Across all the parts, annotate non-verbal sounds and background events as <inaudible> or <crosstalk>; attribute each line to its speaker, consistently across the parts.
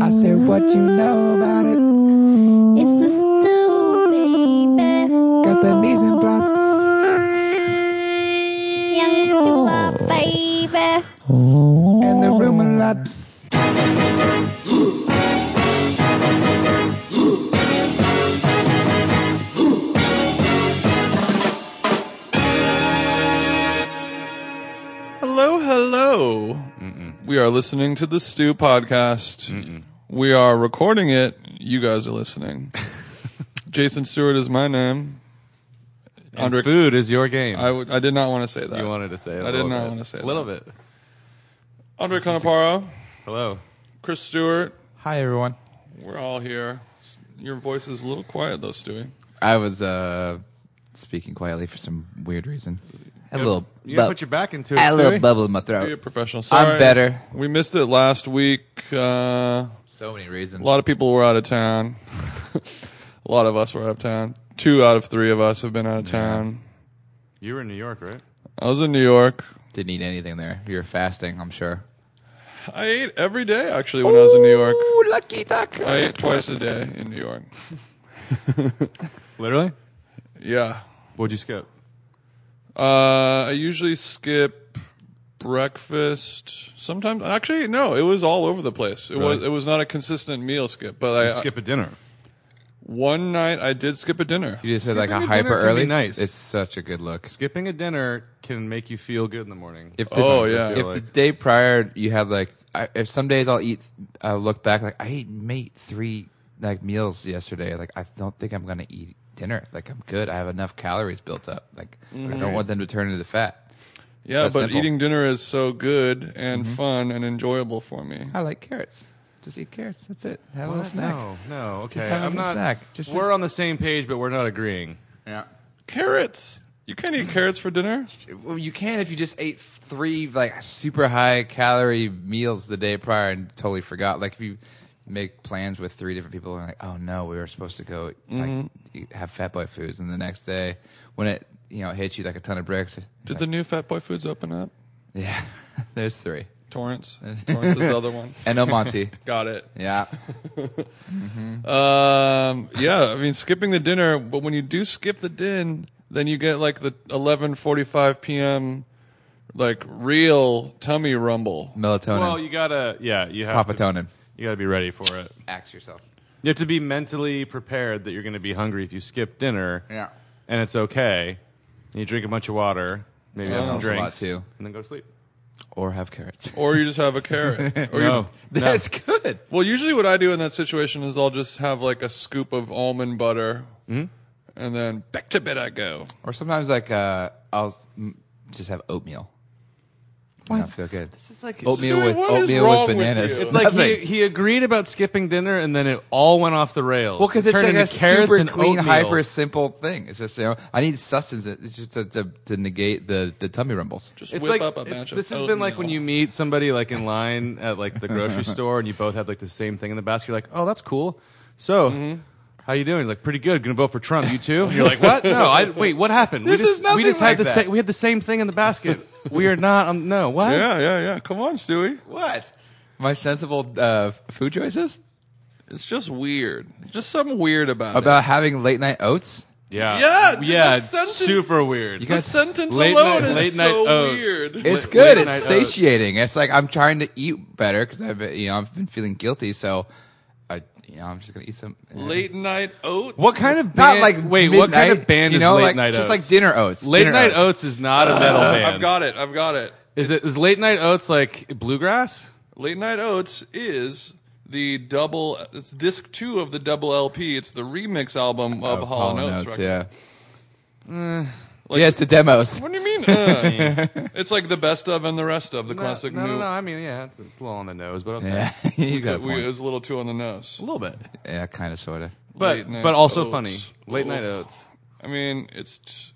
Speaker 1: I said, what you know about it?
Speaker 2: It's the stew, baby.
Speaker 1: Got the mise en place.
Speaker 2: Young stew, uh, baby.
Speaker 1: And the room a lot.
Speaker 3: Hello, hello. We are listening to the Stew podcast. We are recording it. You guys are
Speaker 4: <laughs>
Speaker 3: listening. Jason Stewart is my name.
Speaker 5: And food is your game.
Speaker 3: I, w- I did not want to say that.
Speaker 5: you wanted to say it. I
Speaker 3: I did not wanna say
Speaker 5: A little bit.
Speaker 3: Andre Conaparo,
Speaker 5: Hello.
Speaker 3: Chris Stewart.
Speaker 4: Hi, everyone.
Speaker 3: We're all here. S- Your voice is a little quiet though, Stewie.
Speaker 4: I was uh, speaking quietly for some weird reason. A little,
Speaker 5: You gotta
Speaker 4: bu-
Speaker 5: put your back into it.
Speaker 4: I had a little
Speaker 5: Stewie.
Speaker 4: bubble in my
Speaker 3: Be a
Speaker 4: throat.
Speaker 3: professional.
Speaker 4: I'm
Speaker 3: Sorry.
Speaker 4: better.
Speaker 3: We missed it last week. Uh,
Speaker 4: So many reasons.
Speaker 3: A lot of people were out of
Speaker 4: <laughs>
Speaker 3: town. a lot of us were out of town. Two out of three of us have been out of town.
Speaker 5: You were in New York, right?
Speaker 3: I was in New York.
Speaker 4: Didn't eat anything there. You're fasting, I'm sure.
Speaker 3: I ate every day actually when I was in New York.
Speaker 4: Ooh, lucky duck.
Speaker 3: I ate twice a day in New York.
Speaker 5: Literally.
Speaker 3: Yeah.
Speaker 5: What'd you skip?
Speaker 3: Uh, I usually skip breakfast. Sometimes actually no, it was all over the place. It was
Speaker 5: Really?
Speaker 3: it was not a consistent meal skip, but
Speaker 5: You
Speaker 3: I
Speaker 5: skip a dinner.
Speaker 3: one night I did skip a dinner.
Speaker 4: You just said like a
Speaker 5: Skipping a dinner
Speaker 4: hyper
Speaker 5: can be
Speaker 4: early.
Speaker 5: nice.
Speaker 4: It's such a good look.
Speaker 5: Skipping a dinner can make you feel good in the morning.
Speaker 4: If the,
Speaker 3: Oh, yeah.
Speaker 4: If the day prior you had like, I, if some days I'll eat, I look back like I ate mate three like meals yesterday. Like I don't think I'm gonna eat dinner. Like I'm good. I have enough calories built up. Like I
Speaker 5: Mm-hmm.
Speaker 4: don't want them to turn into fat.
Speaker 3: Yeah,
Speaker 4: It's that
Speaker 3: but
Speaker 4: simple.
Speaker 3: eating dinner is so good and fun and enjoyable for me.
Speaker 4: I like carrots. Just eat carrots. That's it. Have a little snack.
Speaker 5: No, no, okay.
Speaker 4: Just have
Speaker 5: I'm
Speaker 4: a
Speaker 5: not.
Speaker 4: snack. Just-
Speaker 5: we're on the same page, but we're not agreeing.
Speaker 4: Yeah.
Speaker 3: Carrots. You can't eat carrots for dinner.
Speaker 4: Well, you can if you just ate three like super high calorie meals the day prior and totally forgot. Like if you make plans with three different people and like, oh no, we were supposed to go
Speaker 5: Mm-hmm.
Speaker 4: like eat, have fat boy foods, and the next day when it you know hits you like a ton of bricks,
Speaker 3: Did the new Fat Boy Foods open up?
Speaker 4: <laughs> yeah, <laughs> there's three.
Speaker 3: Torrance. Torrance is the other one.
Speaker 4: And
Speaker 5: <laughs>
Speaker 4: El Monte,
Speaker 3: Got it.
Speaker 4: yeah,
Speaker 3: Um, yeah, I mean, skipping the dinner, but when you do skip the din, then you get like the 11:45 p.m. like real tummy rumble.
Speaker 4: melatonin,
Speaker 5: Well, you gotta, yeah, you have to,
Speaker 4: papatonin.
Speaker 5: you gotta be ready for it.
Speaker 4: Axe yourself.
Speaker 5: You have to be mentally prepared that you're gonna be hungry if you skip dinner.
Speaker 4: Yeah.
Speaker 5: and it's okay. And you drink a bunch of water, maybe have some
Speaker 4: helps a lot,
Speaker 5: drinks,
Speaker 4: too.
Speaker 5: and then go to sleep.
Speaker 4: Or have carrots.
Speaker 3: Or you just have a carrot. <laughs> Or you,
Speaker 5: No, no.
Speaker 4: <laughs> That's good.
Speaker 3: well, usually what I do in that situation is I'll just have like a scoop of almond butter, and then back to bed I go.
Speaker 4: Or sometimes like uh, I'll mm, just have oatmeal. Why? I feel good. This is like oatmeal
Speaker 3: Dude,
Speaker 4: with
Speaker 3: what is
Speaker 4: oatmeal
Speaker 3: wrong
Speaker 4: with
Speaker 3: with
Speaker 4: bananas.
Speaker 3: you? It's
Speaker 5: It's like he,
Speaker 4: Nothing.
Speaker 5: he agreed about skipping dinner, and then it all went off the rails.
Speaker 4: well, because
Speaker 5: It
Speaker 4: it's
Speaker 5: turned
Speaker 4: like a
Speaker 5: into carrots
Speaker 4: super
Speaker 5: and
Speaker 4: clean,
Speaker 5: oatmeal.
Speaker 4: hyper simple thing. It's just you know I need sustenance. It's just to, to, to negate the, the tummy rumbles.
Speaker 3: Just
Speaker 5: It's
Speaker 3: whip
Speaker 5: like
Speaker 3: up a
Speaker 5: it's-
Speaker 3: batch of
Speaker 5: this has been like when
Speaker 3: oatmeal.
Speaker 5: you meet somebody like in line at like the grocery store, and you both have like the same thing in the basket. You're like, "Oh, that's cool." So,
Speaker 3: Mm-hmm.
Speaker 5: how you doing? Like, pretty good. Gonna vote for Trump. You too? And you're like, "What? No, I wait. What happened?
Speaker 4: This
Speaker 5: we just
Speaker 4: is nothing
Speaker 5: we just
Speaker 4: like
Speaker 5: had the
Speaker 4: that.
Speaker 5: sa- we had the same thing in the basket. we are not on. No, what?
Speaker 3: Yeah, yeah, yeah. Come on, Stewie.
Speaker 4: What? My sensible uh, f- food choices
Speaker 3: It's just weird. Just something weird about, it.
Speaker 4: about having late night oats.
Speaker 5: yeah,
Speaker 3: Yeah, dude,
Speaker 5: yeah.
Speaker 3: that
Speaker 5: it's
Speaker 3: sentence-
Speaker 5: super weird.
Speaker 4: You
Speaker 3: The
Speaker 4: guys-
Speaker 3: sentence
Speaker 5: Late
Speaker 3: alone
Speaker 5: night-
Speaker 3: is
Speaker 5: late night
Speaker 3: so
Speaker 5: oats.
Speaker 3: weird.
Speaker 4: It's
Speaker 5: Late-
Speaker 4: good.
Speaker 5: late
Speaker 4: It's
Speaker 5: night oats.
Speaker 4: satiating. It's like I'm trying to eat better because I've been- you know I've been feeling guilty, so I you know I'm just gonna eat some eh,
Speaker 3: Late night oats.
Speaker 5: What kind of
Speaker 4: Not
Speaker 5: band,
Speaker 4: like
Speaker 5: wait? What kind of
Speaker 4: midnight,
Speaker 5: band
Speaker 4: you
Speaker 5: is
Speaker 4: know,
Speaker 5: late
Speaker 4: like,
Speaker 5: night
Speaker 4: Just
Speaker 5: oats?
Speaker 4: like dinner oats.
Speaker 5: late
Speaker 4: dinner
Speaker 5: night oats. is not a metal band.
Speaker 3: Uh, I've got it. I've got it.
Speaker 5: Is it is late night oats like bluegrass?
Speaker 3: Late Night Oats is the double. It's disc two of the double LP. It's the remix album of
Speaker 4: Oh,
Speaker 3: Hollow
Speaker 4: Hall &
Speaker 3: Notes.
Speaker 4: Oates,
Speaker 3: record.
Speaker 4: yeah.
Speaker 5: Mm.
Speaker 4: yeah, it's the demos.
Speaker 3: What do you mean? uh? it's like the best of and the rest of the classic
Speaker 5: No,
Speaker 3: new.
Speaker 5: no, no. I mean, yeah, it's a little on the nose, but okay.
Speaker 4: <laughs> Yeah, <laughs> you got a
Speaker 3: We, it
Speaker 4: point.
Speaker 3: was a little too on the nose.
Speaker 5: a little bit.
Speaker 4: Yeah, kind of, sort of.
Speaker 3: Late
Speaker 5: But
Speaker 3: night Oh.
Speaker 5: but also
Speaker 3: oats.
Speaker 5: funny. Late night
Speaker 3: Oof.
Speaker 5: oats.
Speaker 3: I mean, it's t-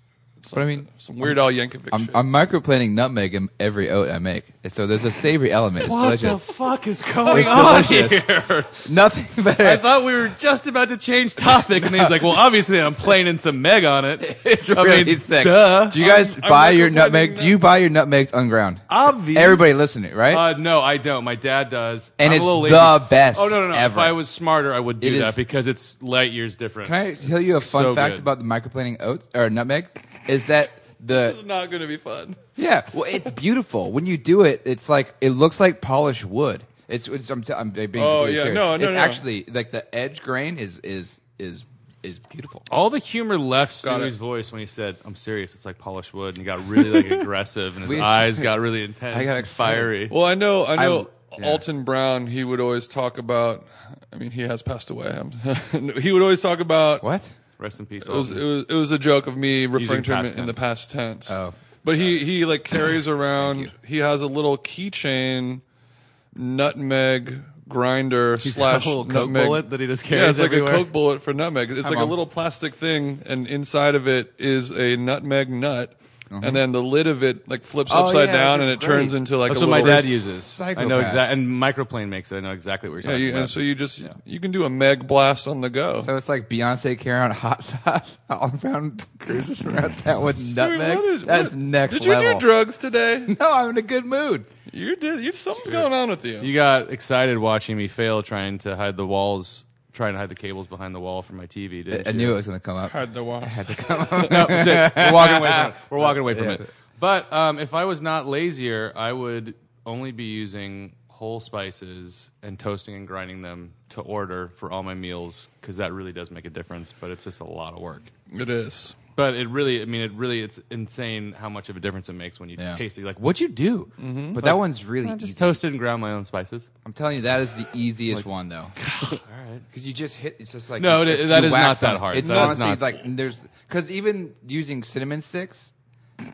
Speaker 4: But I mean,
Speaker 3: Some weird Al Yankovic
Speaker 4: I'm,
Speaker 3: shit.
Speaker 4: I'm microplaning nutmeg in every oat I make. And So there's a savory element. It's
Speaker 5: What the
Speaker 4: delicious.
Speaker 5: fuck is going
Speaker 4: It's
Speaker 5: on
Speaker 4: <laughs> delicious.
Speaker 5: here?
Speaker 4: Nothing <laughs> better.
Speaker 5: I thought we were just about to change topic, and he's like, "Well, obviously, I'm planing some Meg on it."
Speaker 4: <laughs> it's
Speaker 5: I
Speaker 4: really
Speaker 5: mean,
Speaker 4: thick.
Speaker 5: duh.
Speaker 4: Do you guys
Speaker 3: I'm
Speaker 4: buy your
Speaker 3: microplaning
Speaker 4: nutmeg?
Speaker 3: nut-
Speaker 4: Do you buy your nutmegs unground?
Speaker 5: Obvious.
Speaker 4: Everybody listening, right?
Speaker 5: Uh, no, I don't. My dad does,
Speaker 4: And
Speaker 5: I'm
Speaker 4: it's
Speaker 5: a little
Speaker 4: the
Speaker 5: lazy.
Speaker 4: best
Speaker 5: Oh no, no, no! If
Speaker 4: ever.
Speaker 5: I was smarter, I would do
Speaker 4: It
Speaker 5: that
Speaker 4: is-
Speaker 5: because it's light years different.
Speaker 4: Can I tell you a fun
Speaker 5: So
Speaker 4: fact
Speaker 5: good.
Speaker 4: about the microplaning oats or nutmeg? Is that the
Speaker 3: This is not going to be fun.
Speaker 4: yeah? Well, it's beautiful when you do it. It's like it looks like polished wood. It's, it's I'm, t- I'm being
Speaker 3: Oh,
Speaker 4: completely
Speaker 3: yeah.
Speaker 4: serious.
Speaker 3: No, no,
Speaker 4: it's
Speaker 3: no.
Speaker 4: actually like the edge grain is is is is beautiful.
Speaker 5: All the humor left
Speaker 3: Got
Speaker 5: Stewie's
Speaker 3: it.
Speaker 5: voice when he said, "I'm serious. It's like polished wood," and
Speaker 3: <laughs>
Speaker 5: he got really like aggressive, and his
Speaker 4: We-
Speaker 5: eyes got really intense,
Speaker 4: I got
Speaker 5: and fiery.
Speaker 3: Well, I know, I know.
Speaker 4: yeah.
Speaker 3: Alton Brown, he would always talk about. I mean, he has passed away. <laughs> I'm- he would always talk about
Speaker 4: What?
Speaker 5: Rest in peace.
Speaker 3: It was, it
Speaker 5: Elton.
Speaker 3: was it was a joke of me referring to him
Speaker 5: Um, past
Speaker 3: in the past tense.
Speaker 4: Oh.
Speaker 3: But he he like
Speaker 5: <coughs>
Speaker 3: carries around. He has a little keychain, nutmeg grinder slash
Speaker 5: got a little Coke
Speaker 3: nutmeg
Speaker 5: bullet that he just
Speaker 3: Yeah,
Speaker 5: carries
Speaker 3: it's like
Speaker 5: everywhere.
Speaker 3: a Coke bullet for nutmeg. It's like a
Speaker 4: Mom.
Speaker 3: little plastic thing, and inside of it is a nutmeg nut.
Speaker 5: Mm-hmm.
Speaker 3: And then the lid of it like flips
Speaker 4: Oh,
Speaker 3: upside
Speaker 4: yeah,
Speaker 3: down,
Speaker 4: they're
Speaker 3: and it
Speaker 4: great.
Speaker 3: turns into like
Speaker 5: That's
Speaker 3: a
Speaker 5: what my
Speaker 3: little-
Speaker 5: dad uses. I know
Speaker 4: psychopath.
Speaker 5: exactly, and microplane makes it. I know exactly what you're
Speaker 3: Yeah,
Speaker 5: talking
Speaker 3: you,
Speaker 5: about.
Speaker 3: and so you just you can do a meg blast on the go.
Speaker 4: So it's like Beyonce carrying on hot sauce <laughs> all around cruises around town with
Speaker 3: Dude,
Speaker 4: nutmeg.
Speaker 3: what is-
Speaker 4: That's
Speaker 3: what-
Speaker 4: next
Speaker 3: Did you
Speaker 4: level.
Speaker 3: do drugs
Speaker 5: <laughs>
Speaker 3: today?
Speaker 4: no, I'm in a good mood.
Speaker 3: You did. You something's going on with you.
Speaker 5: You got excited watching me fail trying to hide the walls, trying to hide the cables behind the wall from my TV. Didn't
Speaker 4: I
Speaker 5: you?
Speaker 4: knew it was going to come up.
Speaker 3: Hard to watch.
Speaker 5: <laughs> No, that's it. We're walking away from it.
Speaker 4: <laughs>
Speaker 5: We're walking away from it. But um, if I was not lazier, I would only be using whole spices and toasting and grinding them to order for all my meals because that really does make a difference. But it's just a lot of work.
Speaker 3: It is.
Speaker 5: But it really, I mean, it really, it's insane how much of a difference it makes when you
Speaker 4: Yeah.
Speaker 5: taste it. You're like, what'd you do?
Speaker 3: Mm-hmm.
Speaker 4: But that one's really
Speaker 5: I
Speaker 4: easy.
Speaker 5: just toasted and ground my own spices.
Speaker 4: I'm telling you, that is the easiest one though.
Speaker 5: All
Speaker 4: <laughs>
Speaker 5: right.
Speaker 4: Because you just hit. It's just like
Speaker 5: No,
Speaker 4: you
Speaker 5: it-
Speaker 4: just-
Speaker 5: that
Speaker 4: you
Speaker 5: is
Speaker 4: whack
Speaker 5: not that
Speaker 4: some-
Speaker 5: hard.
Speaker 4: It's
Speaker 5: That is
Speaker 4: honestly
Speaker 5: not-
Speaker 4: like there's because even using cinnamon sticks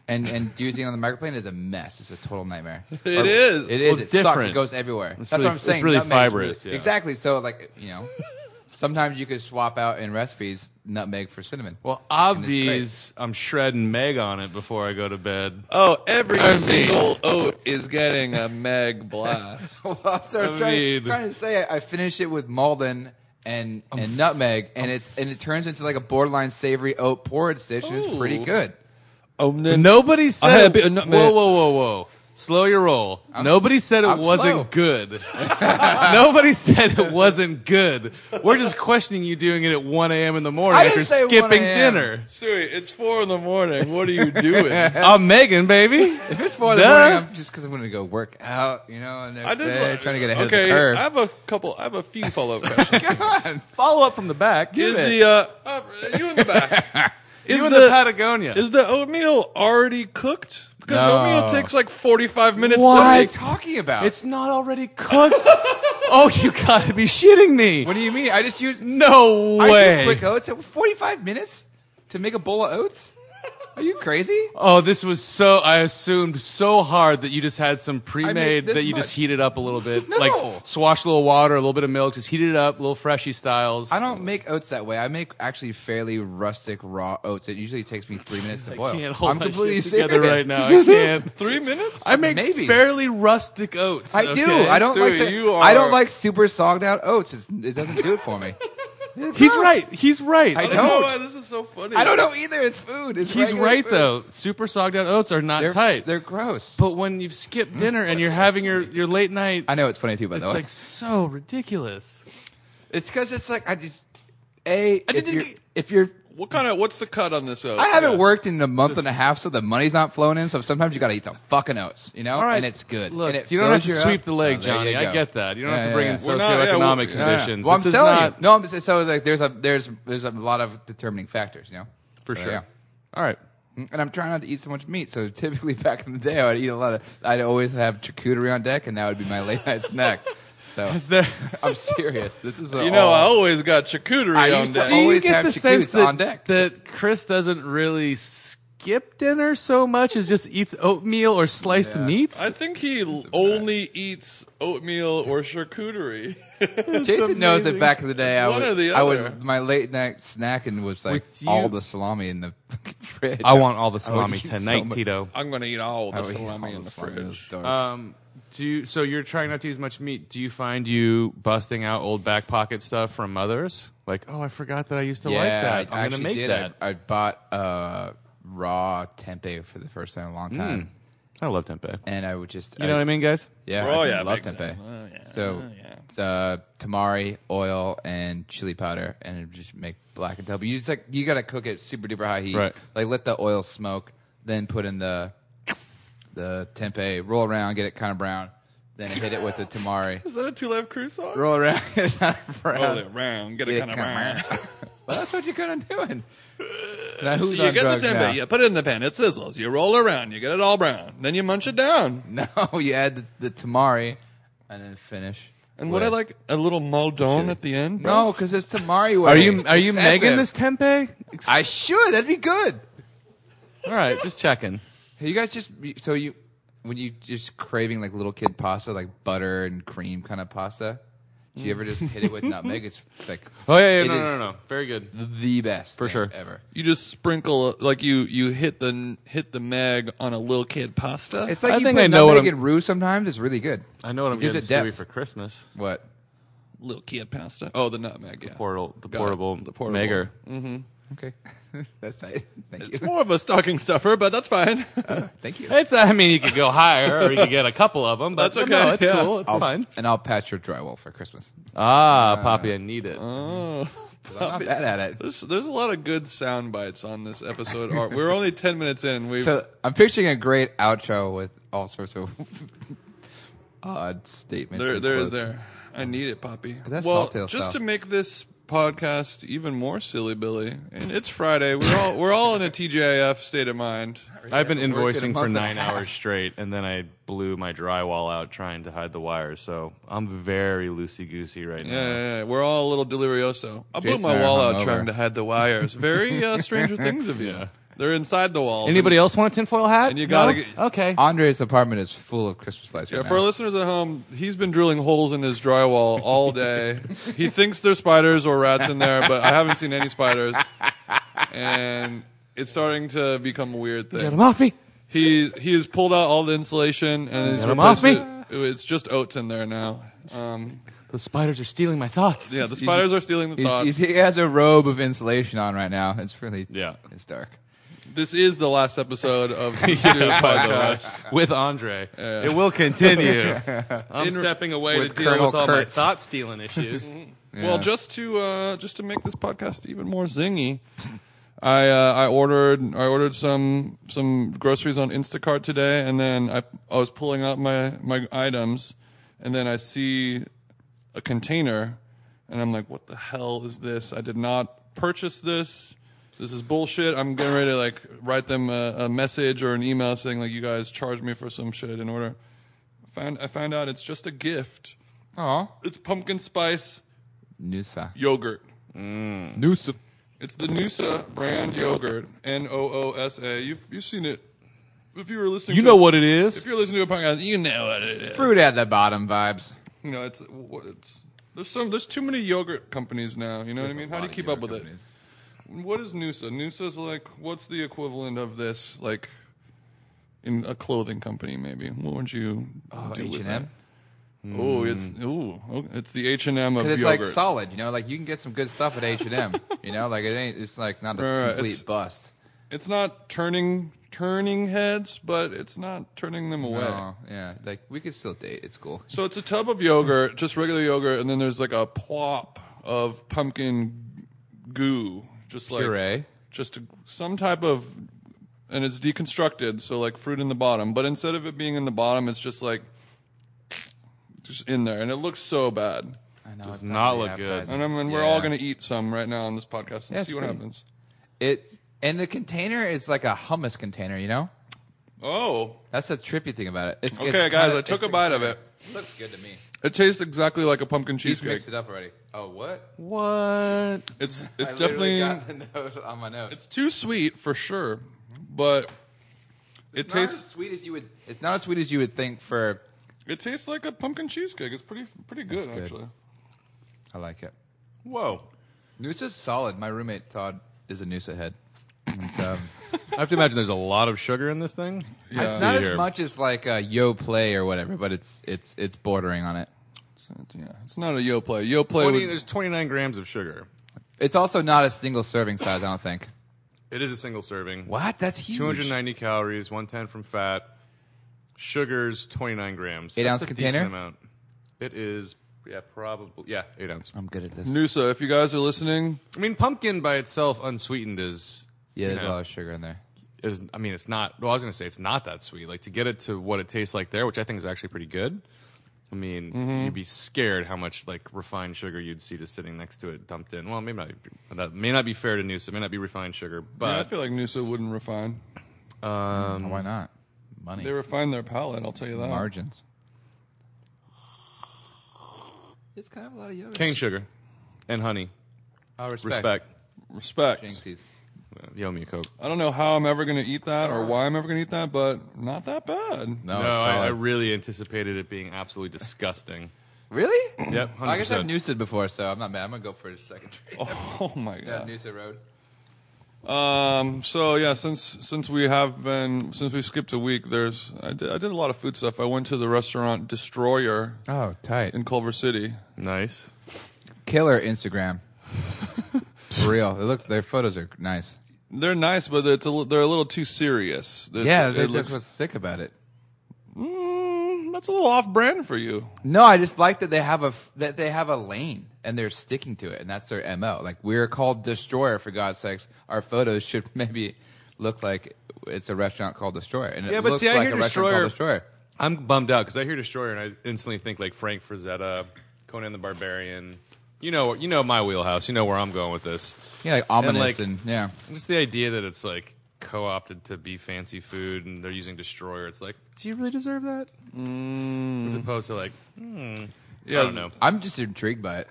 Speaker 4: and and <laughs> using it on the microplane is a mess. It's a
Speaker 5: <laughs>
Speaker 4: total nightmare.
Speaker 3: It is.
Speaker 4: It is.
Speaker 5: it's
Speaker 4: it sucks.
Speaker 5: different.
Speaker 4: It goes everywhere. That's
Speaker 5: really-
Speaker 4: what I'm
Speaker 5: it's
Speaker 4: saying.
Speaker 5: really
Speaker 4: Nutmeg's really-
Speaker 5: fibrous, yeah.
Speaker 4: Exactly. So like
Speaker 5: <laughs>
Speaker 4: you know, sometimes you could swap out in recipes nutmeg for cinnamon.
Speaker 5: Well,
Speaker 4: And it's great.
Speaker 5: obvious, I'm shredding Meg on it before I go to bed.
Speaker 3: Oh, every
Speaker 5: I mean-
Speaker 3: single oat is getting a meg blast.
Speaker 4: <laughs> Well, I'm sorry,
Speaker 5: I
Speaker 4: trying,
Speaker 5: mean-
Speaker 4: trying to say I, I finish it with Malden and and nutmeg, and it's and it turns into like a borderline savory oat porridge dish, and it's pretty
Speaker 3: Ooh.
Speaker 4: good.
Speaker 3: oh, then
Speaker 5: Nobody said.
Speaker 3: had a bit of nutmeg.
Speaker 5: Whoa, whoa, whoa, whoa! Slow your roll. Nobody said it
Speaker 4: I'm
Speaker 5: wasn't
Speaker 4: slow.
Speaker 5: good. Nobody said it wasn't good. We're just questioning you doing it at 1 a.m. in the morning
Speaker 4: I
Speaker 5: after
Speaker 4: didn't say 1
Speaker 5: skipping
Speaker 4: a.m..
Speaker 5: dinner.
Speaker 3: Stewie, it's four in the morning. What are you doing?
Speaker 4: <laughs>
Speaker 5: I'm Megan, baby.
Speaker 4: If it's four in the
Speaker 5: Duh.
Speaker 4: morning, I'm just because I'm going to go work out, you know, and next
Speaker 3: I just
Speaker 4: day, trying to get ahead
Speaker 3: okay,
Speaker 4: of the curve.
Speaker 3: I have a couple. I have a few follow
Speaker 4: <laughs>
Speaker 3: up questions.
Speaker 5: Follow up from the back.
Speaker 3: is
Speaker 5: Give it.
Speaker 3: the uh, uh, you in the
Speaker 4: <laughs>
Speaker 3: back? Is
Speaker 5: you in
Speaker 3: the,
Speaker 5: the, Patagonia?
Speaker 3: is the oatmeal already cooked? Because oatmeal takes like forty five minutes.
Speaker 4: what are you
Speaker 3: to make.
Speaker 4: talking about?
Speaker 5: it's not already cooked. <laughs> oh, you gotta be shitting me!
Speaker 4: what do you mean? I just used
Speaker 5: No
Speaker 4: I
Speaker 5: way!
Speaker 4: do quick oats. It- 45 minutes to make a bowl of oats? Are you crazy?
Speaker 5: Oh, this was so. I assumed so hard that you just had some pre-made
Speaker 4: this
Speaker 5: that you just
Speaker 4: much.
Speaker 5: heated up a little bit,
Speaker 4: No.
Speaker 5: like swash a little water, a little bit of milk, just heated it up, little freshy styles.
Speaker 4: I don't make oats that way. I make actually fairly rustic raw oats. It usually takes me
Speaker 5: <laughs>
Speaker 4: three minutes to boil.
Speaker 5: can't hold
Speaker 4: I'm
Speaker 5: my
Speaker 4: completely
Speaker 5: shit together
Speaker 4: serious.
Speaker 5: right now. I can't.
Speaker 4: <laughs>
Speaker 3: Three minutes.
Speaker 5: I make
Speaker 4: Maybe.
Speaker 5: fairly rustic oats.
Speaker 4: I do.
Speaker 5: okay?
Speaker 4: I don't like
Speaker 3: Stewie,
Speaker 4: to.
Speaker 3: you
Speaker 4: I
Speaker 3: are-
Speaker 4: don't like super sogged out oats. It's, it doesn't do it for
Speaker 5: <laughs>
Speaker 4: me.
Speaker 5: He's right. He's right.
Speaker 4: I
Speaker 3: I don't know
Speaker 4: don't.
Speaker 3: why this is so funny.
Speaker 4: I don't know either. It's food. It's
Speaker 5: He's
Speaker 4: regular
Speaker 5: right
Speaker 4: food.
Speaker 5: though. Super sogged out oats are not
Speaker 4: They're
Speaker 5: tight.
Speaker 4: They're gross.
Speaker 5: but when you've skipped dinner and you're having your, your late night,
Speaker 4: I know it's funny too. By
Speaker 5: it's
Speaker 4: the way,
Speaker 5: like so ridiculous.
Speaker 4: It's because it's like I just a if
Speaker 5: didn't
Speaker 4: you're,
Speaker 5: get-
Speaker 4: if you're
Speaker 3: What kind of what's the cut on this oat?
Speaker 4: I haven't
Speaker 3: Yeah.
Speaker 4: worked in a month and a half, so the money's not flowing in. So sometimes you got to eat the fucking oats, you know,
Speaker 5: All right,
Speaker 4: and it's good.
Speaker 5: Look,
Speaker 4: and it
Speaker 5: you don't have
Speaker 4: fills
Speaker 5: to
Speaker 4: you
Speaker 5: sweep
Speaker 4: up.
Speaker 5: the leg,
Speaker 4: So Oh, there
Speaker 5: Johnny.
Speaker 4: you
Speaker 5: I
Speaker 4: go.
Speaker 5: get that. You don't
Speaker 4: Yeah,
Speaker 5: have to
Speaker 4: yeah,
Speaker 5: bring
Speaker 4: yeah.
Speaker 5: in
Speaker 3: We're not- yeah,
Speaker 5: socioeconomic
Speaker 3: we're- yeah, yeah.
Speaker 5: conditions.
Speaker 4: Well,
Speaker 5: This
Speaker 4: I'm
Speaker 5: is
Speaker 4: telling
Speaker 5: not-
Speaker 4: you, no. I'm just- so like, there's a there's there's a lot of determining factors, you know,
Speaker 5: For
Speaker 4: So,
Speaker 5: sure.
Speaker 4: yeah.
Speaker 5: All right.
Speaker 4: Mm, And I'm trying not to eat so much meat. So typically <laughs> back in the day, I would eat a lot of. I'd always have charcuterie on deck, and that would be my late
Speaker 3: <laughs>
Speaker 4: night snack. So
Speaker 5: Is there?
Speaker 4: <laughs> I'm serious. This is a
Speaker 3: You know, I
Speaker 4: all-
Speaker 3: always got charcuterie
Speaker 4: Oh. I
Speaker 3: on
Speaker 4: used to
Speaker 3: deck.
Speaker 4: eat-
Speaker 5: Do you
Speaker 4: Always
Speaker 5: get
Speaker 4: have
Speaker 5: the
Speaker 4: chickens
Speaker 5: sense that,
Speaker 4: on deck.
Speaker 5: that Chris doesn't really skip dinner so much as just eats oatmeal or sliced
Speaker 4: Yeah.
Speaker 5: meats?
Speaker 3: I think he l- only eats oatmeal or charcuterie. <laughs>
Speaker 4: Jason knows that
Speaker 5: amazing.
Speaker 4: back in the day, I
Speaker 3: one
Speaker 4: would,
Speaker 3: or the
Speaker 4: I
Speaker 3: other.
Speaker 4: would my late night snacking was like
Speaker 5: With you-
Speaker 4: all the <laughs> salami in the fucking fridge.
Speaker 5: I want all the salami
Speaker 4: eat so
Speaker 5: tonight,
Speaker 4: much.
Speaker 5: Tito.
Speaker 3: I'm gonna eat all the
Speaker 4: I would eat
Speaker 3: salami
Speaker 4: Oh, all
Speaker 3: in the
Speaker 4: salami in the
Speaker 3: fridge.
Speaker 4: dark.
Speaker 5: Um, do you, so you're trying not to use much meat. Do you find you busting out old back pocket stuff from mothers? Like, oh, I forgot that I used to
Speaker 4: yeah,
Speaker 5: like that.
Speaker 4: I
Speaker 5: I'm gonna
Speaker 4: actually
Speaker 5: make
Speaker 4: did.
Speaker 5: that.
Speaker 4: I, I bought uh, raw tempeh for the first time in a long time,
Speaker 5: I love tempeh.
Speaker 4: and I would just
Speaker 5: Mm. You know what I mean, guys?
Speaker 4: Yeah,
Speaker 3: Oh,
Speaker 4: I
Speaker 3: yeah,
Speaker 4: love
Speaker 3: big
Speaker 4: tempeh.
Speaker 3: time. Oh, yeah.
Speaker 4: So, uh, tamari oil and chili powder, and it just make black and But You just like you gotta cook it super duper high heat.
Speaker 5: Right.
Speaker 4: Like let the oil smoke, then put in the the tempeh, roll around, get it kind of brown, then hit it with the tamari,
Speaker 3: <laughs> Is that a Two Life Crew song?
Speaker 4: roll around, <laughs> get it kind of brown.
Speaker 3: Roll it round, get it
Speaker 4: Get
Speaker 3: kind
Speaker 4: it
Speaker 3: of
Speaker 4: kinda
Speaker 3: round.
Speaker 4: well, that's what you're kind of doing. Now who's
Speaker 3: You
Speaker 4: on
Speaker 3: get
Speaker 4: drugs
Speaker 3: the
Speaker 4: now?
Speaker 3: tempeh, you put it in the pan, it sizzles. You roll around, you get it all brown. Then you munch it down.
Speaker 4: <laughs> No, you add the, the tamari, and then finish.
Speaker 3: And would I
Speaker 4: with-
Speaker 3: like a little maldon at the end?
Speaker 4: No, because it's tamari.
Speaker 5: Are
Speaker 4: Way.
Speaker 5: you are you
Speaker 4: It's
Speaker 5: making
Speaker 4: excessive.
Speaker 5: this tempeh?
Speaker 4: I should. That'd be good.
Speaker 5: All right, just checking.
Speaker 4: Hey, you guys just so you when you just craving like little kid pasta, like butter and cream kind of pasta. Do you ever just hit
Speaker 5: <laughs>
Speaker 4: it with nutmeg? It's like
Speaker 5: Oh yeah, yeah
Speaker 4: it
Speaker 5: no, no,
Speaker 4: is
Speaker 5: no, no, very good.
Speaker 4: the best for
Speaker 5: sure.
Speaker 4: ever.
Speaker 3: You just sprinkle like you you hit the hit the mag on a little kid pasta.
Speaker 4: It's like
Speaker 5: I
Speaker 4: you
Speaker 5: think
Speaker 4: put
Speaker 5: I know what
Speaker 4: nutmeg
Speaker 5: I'm-
Speaker 4: in roux sometimes. It's really good.
Speaker 5: I know what I'm
Speaker 4: It gives
Speaker 5: getting
Speaker 4: it depth.
Speaker 5: Stewie for Christmas.
Speaker 4: What?
Speaker 3: little kid pasta. Oh, the nutmeg. Yeah.
Speaker 5: Portal, the
Speaker 3: Got it.
Speaker 5: portable, Mm.
Speaker 3: The portable.
Speaker 5: Megger.
Speaker 4: Okay, <laughs> that's nice. Thank
Speaker 3: It's
Speaker 4: you.
Speaker 3: more of a stocking stuffer, but that's fine. <laughs>
Speaker 4: Thank you.
Speaker 5: It's. I mean, you could go higher, or you could get a couple of them. But
Speaker 3: That's
Speaker 5: No,
Speaker 3: okay,
Speaker 5: it's
Speaker 3: yeah.
Speaker 5: cool. It's
Speaker 4: I'll-
Speaker 5: fine.
Speaker 4: And I'll patch your drywall for Christmas.
Speaker 5: Ah, Poppy, I need it.
Speaker 4: 'Cause I'm not bad at it.
Speaker 3: There's, there's a lot of good sound bites on this episode. Art, we're only ten minutes in. We
Speaker 4: So I'm picturing a great outro with all sorts of <laughs> odd statements.
Speaker 3: there
Speaker 4: and
Speaker 3: there is
Speaker 4: quotes.
Speaker 3: there. I need it, Poppy.
Speaker 4: that's
Speaker 3: well,
Speaker 4: Telltale
Speaker 3: just
Speaker 4: style.
Speaker 3: to make this podcast even more silly, Billy. And it's Friday. We're all we're all in a TGIF state of mind.
Speaker 5: I've been
Speaker 4: Worked it a
Speaker 5: invoicing
Speaker 4: month
Speaker 5: for
Speaker 4: and a
Speaker 5: nine
Speaker 4: half.
Speaker 5: hours straight, and then I blew my drywall out trying to hide the wires. So I'm very loosey goosey right
Speaker 3: Yeah,
Speaker 5: now.
Speaker 3: yeah, yeah. we're all a little delirioso. I blew
Speaker 4: Jason
Speaker 3: my
Speaker 4: and I
Speaker 3: wall
Speaker 4: are
Speaker 3: out
Speaker 4: hungover.
Speaker 3: trying to hide the wires. Very uh, Stranger Things
Speaker 5: <laughs>
Speaker 3: of you. They're inside the walls.
Speaker 5: Anybody else want a tinfoil hat?
Speaker 3: And you gotta
Speaker 5: No?
Speaker 3: get-
Speaker 5: okay.
Speaker 4: Andre's apartment is full of Christmas lights.
Speaker 3: Yeah,
Speaker 4: right
Speaker 3: for our
Speaker 4: now.
Speaker 3: listeners at home, he's been drilling holes in his drywall all
Speaker 5: <laughs>
Speaker 3: day. he thinks there's spiders or rats in there, but I haven't seen any spiders. And it's starting to become a weird thing.
Speaker 5: Get him off me.
Speaker 3: He he has pulled out all the insulation and he's
Speaker 5: Get 'em
Speaker 3: replaced
Speaker 5: off me.
Speaker 3: it. It's just oats in there now. Um,
Speaker 5: Those spiders are stealing my thoughts.
Speaker 3: yeah, the spiders are stealing the
Speaker 4: He's-
Speaker 3: thoughts.
Speaker 4: he's- he has a robe of insulation on right now. It's really
Speaker 5: Yeah.
Speaker 4: It's dark.
Speaker 3: This is the last episode
Speaker 5: <laughs>
Speaker 3: of the Stew
Speaker 5: <laughs> By the
Speaker 3: podcast.
Speaker 5: way, with Andre, it will
Speaker 4: <laughs>
Speaker 5: continue. I'm
Speaker 3: In-
Speaker 5: stepping away to
Speaker 4: with
Speaker 5: deal
Speaker 4: Colonel
Speaker 5: with all
Speaker 4: Kurtz.
Speaker 5: my thought stealing issues.
Speaker 3: Well, just to uh, just to make this podcast even more zingy, <laughs> I uh, I ordered I ordered some some groceries on Instacart today, and then I I was pulling out my my items, and then I see a container, and I'm like, what the hell is this? I did not purchase this. This is bullshit. I'm getting ready to like write them a, a message or an email saying like, you guys charged me for some shit I didn't order. Found I found out it's just a gift.
Speaker 4: Oh,
Speaker 3: It's pumpkin spice
Speaker 4: Nusa.
Speaker 3: yogurt.
Speaker 4: Nusa.
Speaker 3: Mm. It's the Noosa brand yogurt. N O O S A. You've you've seen it. If you were listening,
Speaker 5: You
Speaker 3: to
Speaker 5: know
Speaker 3: a-
Speaker 5: what it is.
Speaker 3: If you're listening to a podcast, you know what it is.
Speaker 4: Fruit at the bottom vibes.
Speaker 3: You know it's it's. There's some. There's too many yogurt companies now. You know what I mean? How do you keep up with it? What is Noosa? Noosa's like what's the equivalent of this? Like in a clothing company, maybe. What would you do
Speaker 4: H
Speaker 3: with
Speaker 4: and
Speaker 3: that?
Speaker 4: M.
Speaker 3: Oh, it's ooh, oh, it's the H and M of
Speaker 4: Because it's
Speaker 3: yogurt.
Speaker 4: like solid. You know, like you can get some good stuff at H
Speaker 3: <laughs>
Speaker 4: and M. You know, like it ain't. It's like not a
Speaker 3: Right, right,
Speaker 4: complete
Speaker 3: it's-
Speaker 4: bust.
Speaker 3: it's not turning turning heads, but it's not turning them away.
Speaker 4: No, yeah. Like we could still date. It's cool.
Speaker 3: So it's a tub of yogurt, just regular yogurt, and then there's like a plop of pumpkin goo, just like
Speaker 4: Puree.
Speaker 3: just a, some type of, and it's deconstructed, so like fruit in the bottom. But instead of it being in the bottom, it's just like just in there, and it looks so bad.
Speaker 4: I know. Does
Speaker 5: not look good.
Speaker 3: And I mean, we're all gonna eat some right now on this podcast and
Speaker 4: Yeah, it's
Speaker 3: see what
Speaker 4: pretty.
Speaker 3: happens.
Speaker 4: It and the container is like a hummus container. You know,
Speaker 3: Oh,
Speaker 4: that's the trippy thing about it. It's
Speaker 3: okay,
Speaker 4: it's
Speaker 3: guys,
Speaker 4: kinda-
Speaker 3: I took a
Speaker 4: it's-
Speaker 3: bite of it.
Speaker 4: Looks good to me.
Speaker 3: It tastes exactly like a pumpkin
Speaker 4: He's
Speaker 3: cheesecake.
Speaker 4: mixed it up already. Oh, what?
Speaker 5: What?
Speaker 4: <laughs>
Speaker 3: It's it's
Speaker 4: I
Speaker 3: definitely
Speaker 4: literally got the <laughs> nose on my nose.
Speaker 3: it's too sweet for sure, but it
Speaker 4: not
Speaker 3: tastes
Speaker 4: as sweet as you would. It's not as sweet as you would think. For
Speaker 3: It tastes like a pumpkin cheesecake. It's pretty pretty good,
Speaker 4: good.
Speaker 3: actually.
Speaker 4: I like it.
Speaker 5: Whoa.
Speaker 4: Noosa's solid. My roommate Todd is a Noosa head. It's, um,
Speaker 5: I have to imagine there's a lot of sugar in this thing.
Speaker 4: it's not
Speaker 5: Here.
Speaker 4: as much as like uh, Yo Play or whatever, but it's it's it's bordering on it.
Speaker 3: So, yeah, it's not a yo play. Yo play.
Speaker 5: 20,
Speaker 3: would-
Speaker 5: there's 29 grams of sugar.
Speaker 4: It's also not a single serving size, I don't think.
Speaker 5: It is a single serving.
Speaker 4: What? That's huge.
Speaker 5: 290 calories, 110 from fat. Sugars, 29 grams.
Speaker 4: Eight
Speaker 5: That's
Speaker 4: ounce
Speaker 5: a
Speaker 4: container?
Speaker 5: decent amount. It is, yeah, probably, yeah, eight ounce.
Speaker 4: I'm good at this.
Speaker 3: Noosa, if you guys are listening,
Speaker 5: I mean, pumpkin by itself, unsweetened, is
Speaker 4: yeah, there's
Speaker 5: Yeah.
Speaker 4: a lot of sugar in there.
Speaker 5: is. I mean, it's not. Well, I was gonna say it's not that sweet. Like to get it to what it tastes like there, which I think is actually pretty good. I mean, you'd be scared how much like refined sugar you'd see just sitting next to it dumped in. Well, maybe not. That may not be fair to Noosa. It may not be refined sugar,
Speaker 3: yeah, I
Speaker 5: but
Speaker 3: feel like Noosa wouldn't refine.
Speaker 5: Um,
Speaker 4: Why not? Money.
Speaker 3: They refine their palate. I'll tell you that.
Speaker 4: Margins. It's kind of a lot of yogurt.
Speaker 5: cane sugar and honey,
Speaker 4: Oh, respect.
Speaker 5: respect.
Speaker 3: Respect.
Speaker 4: Jinxies.
Speaker 5: Uh, Yo, me a coke.
Speaker 3: I don't know how I'm ever gonna eat that or why I'm ever gonna eat that, but not that bad.
Speaker 5: No,
Speaker 4: No, Oh, it's
Speaker 5: I, I
Speaker 4: solid.
Speaker 5: really anticipated it being absolutely disgusting.
Speaker 4: really?
Speaker 5: yep,
Speaker 4: I guess I've
Speaker 5: 100%.
Speaker 4: noosed before, so I'm not mad. I'm gonna go for a second
Speaker 3: <laughs>
Speaker 4: drink. <laughs>
Speaker 3: Oh my god.
Speaker 4: down Noosa Road.
Speaker 3: Um. So yeah, since since we have been since we skipped a week, there's I did, I did a lot of food stuff. I went to the restaurant Destroyer
Speaker 4: Oh, tight.
Speaker 3: in Culver City.
Speaker 5: Nice.
Speaker 4: Killer <laughs> Instagram. for real, it looks. Their photos are nice.
Speaker 3: They're nice, but it's a, li- they're a little too serious. It's-
Speaker 4: yeah,
Speaker 3: it
Speaker 4: that- that's
Speaker 3: looks-
Speaker 4: what's sick about it.
Speaker 3: Mm, that's a little off brand for you.
Speaker 4: No, I just like that they have a f- that they have a lane and they're sticking to it, and that's their mo. Like we're called Destroyer for God's sakes. Our photos should <laughs> maybe look like it's a restaurant called Destroyer, and
Speaker 5: Yeah,
Speaker 4: it
Speaker 5: but
Speaker 4: looks
Speaker 5: see, I
Speaker 4: like
Speaker 5: hear
Speaker 4: a restaurant called
Speaker 5: Destroyer-
Speaker 4: Destroyer.
Speaker 5: I'm bummed out because I hear Destroyer and I instantly think like Frank Frazetta, Conan the Barbarian. You know, you know my wheelhouse. You know where I'm going with this.
Speaker 4: Yeah, like ominous
Speaker 5: like-
Speaker 4: and, yeah.
Speaker 5: Just the idea that it's like co-opted to be fancy food and they're using Destroyer. It's like, do you really deserve that? As opposed to like,
Speaker 3: Yeah,
Speaker 5: I don't know.
Speaker 4: I'm just intrigued by it.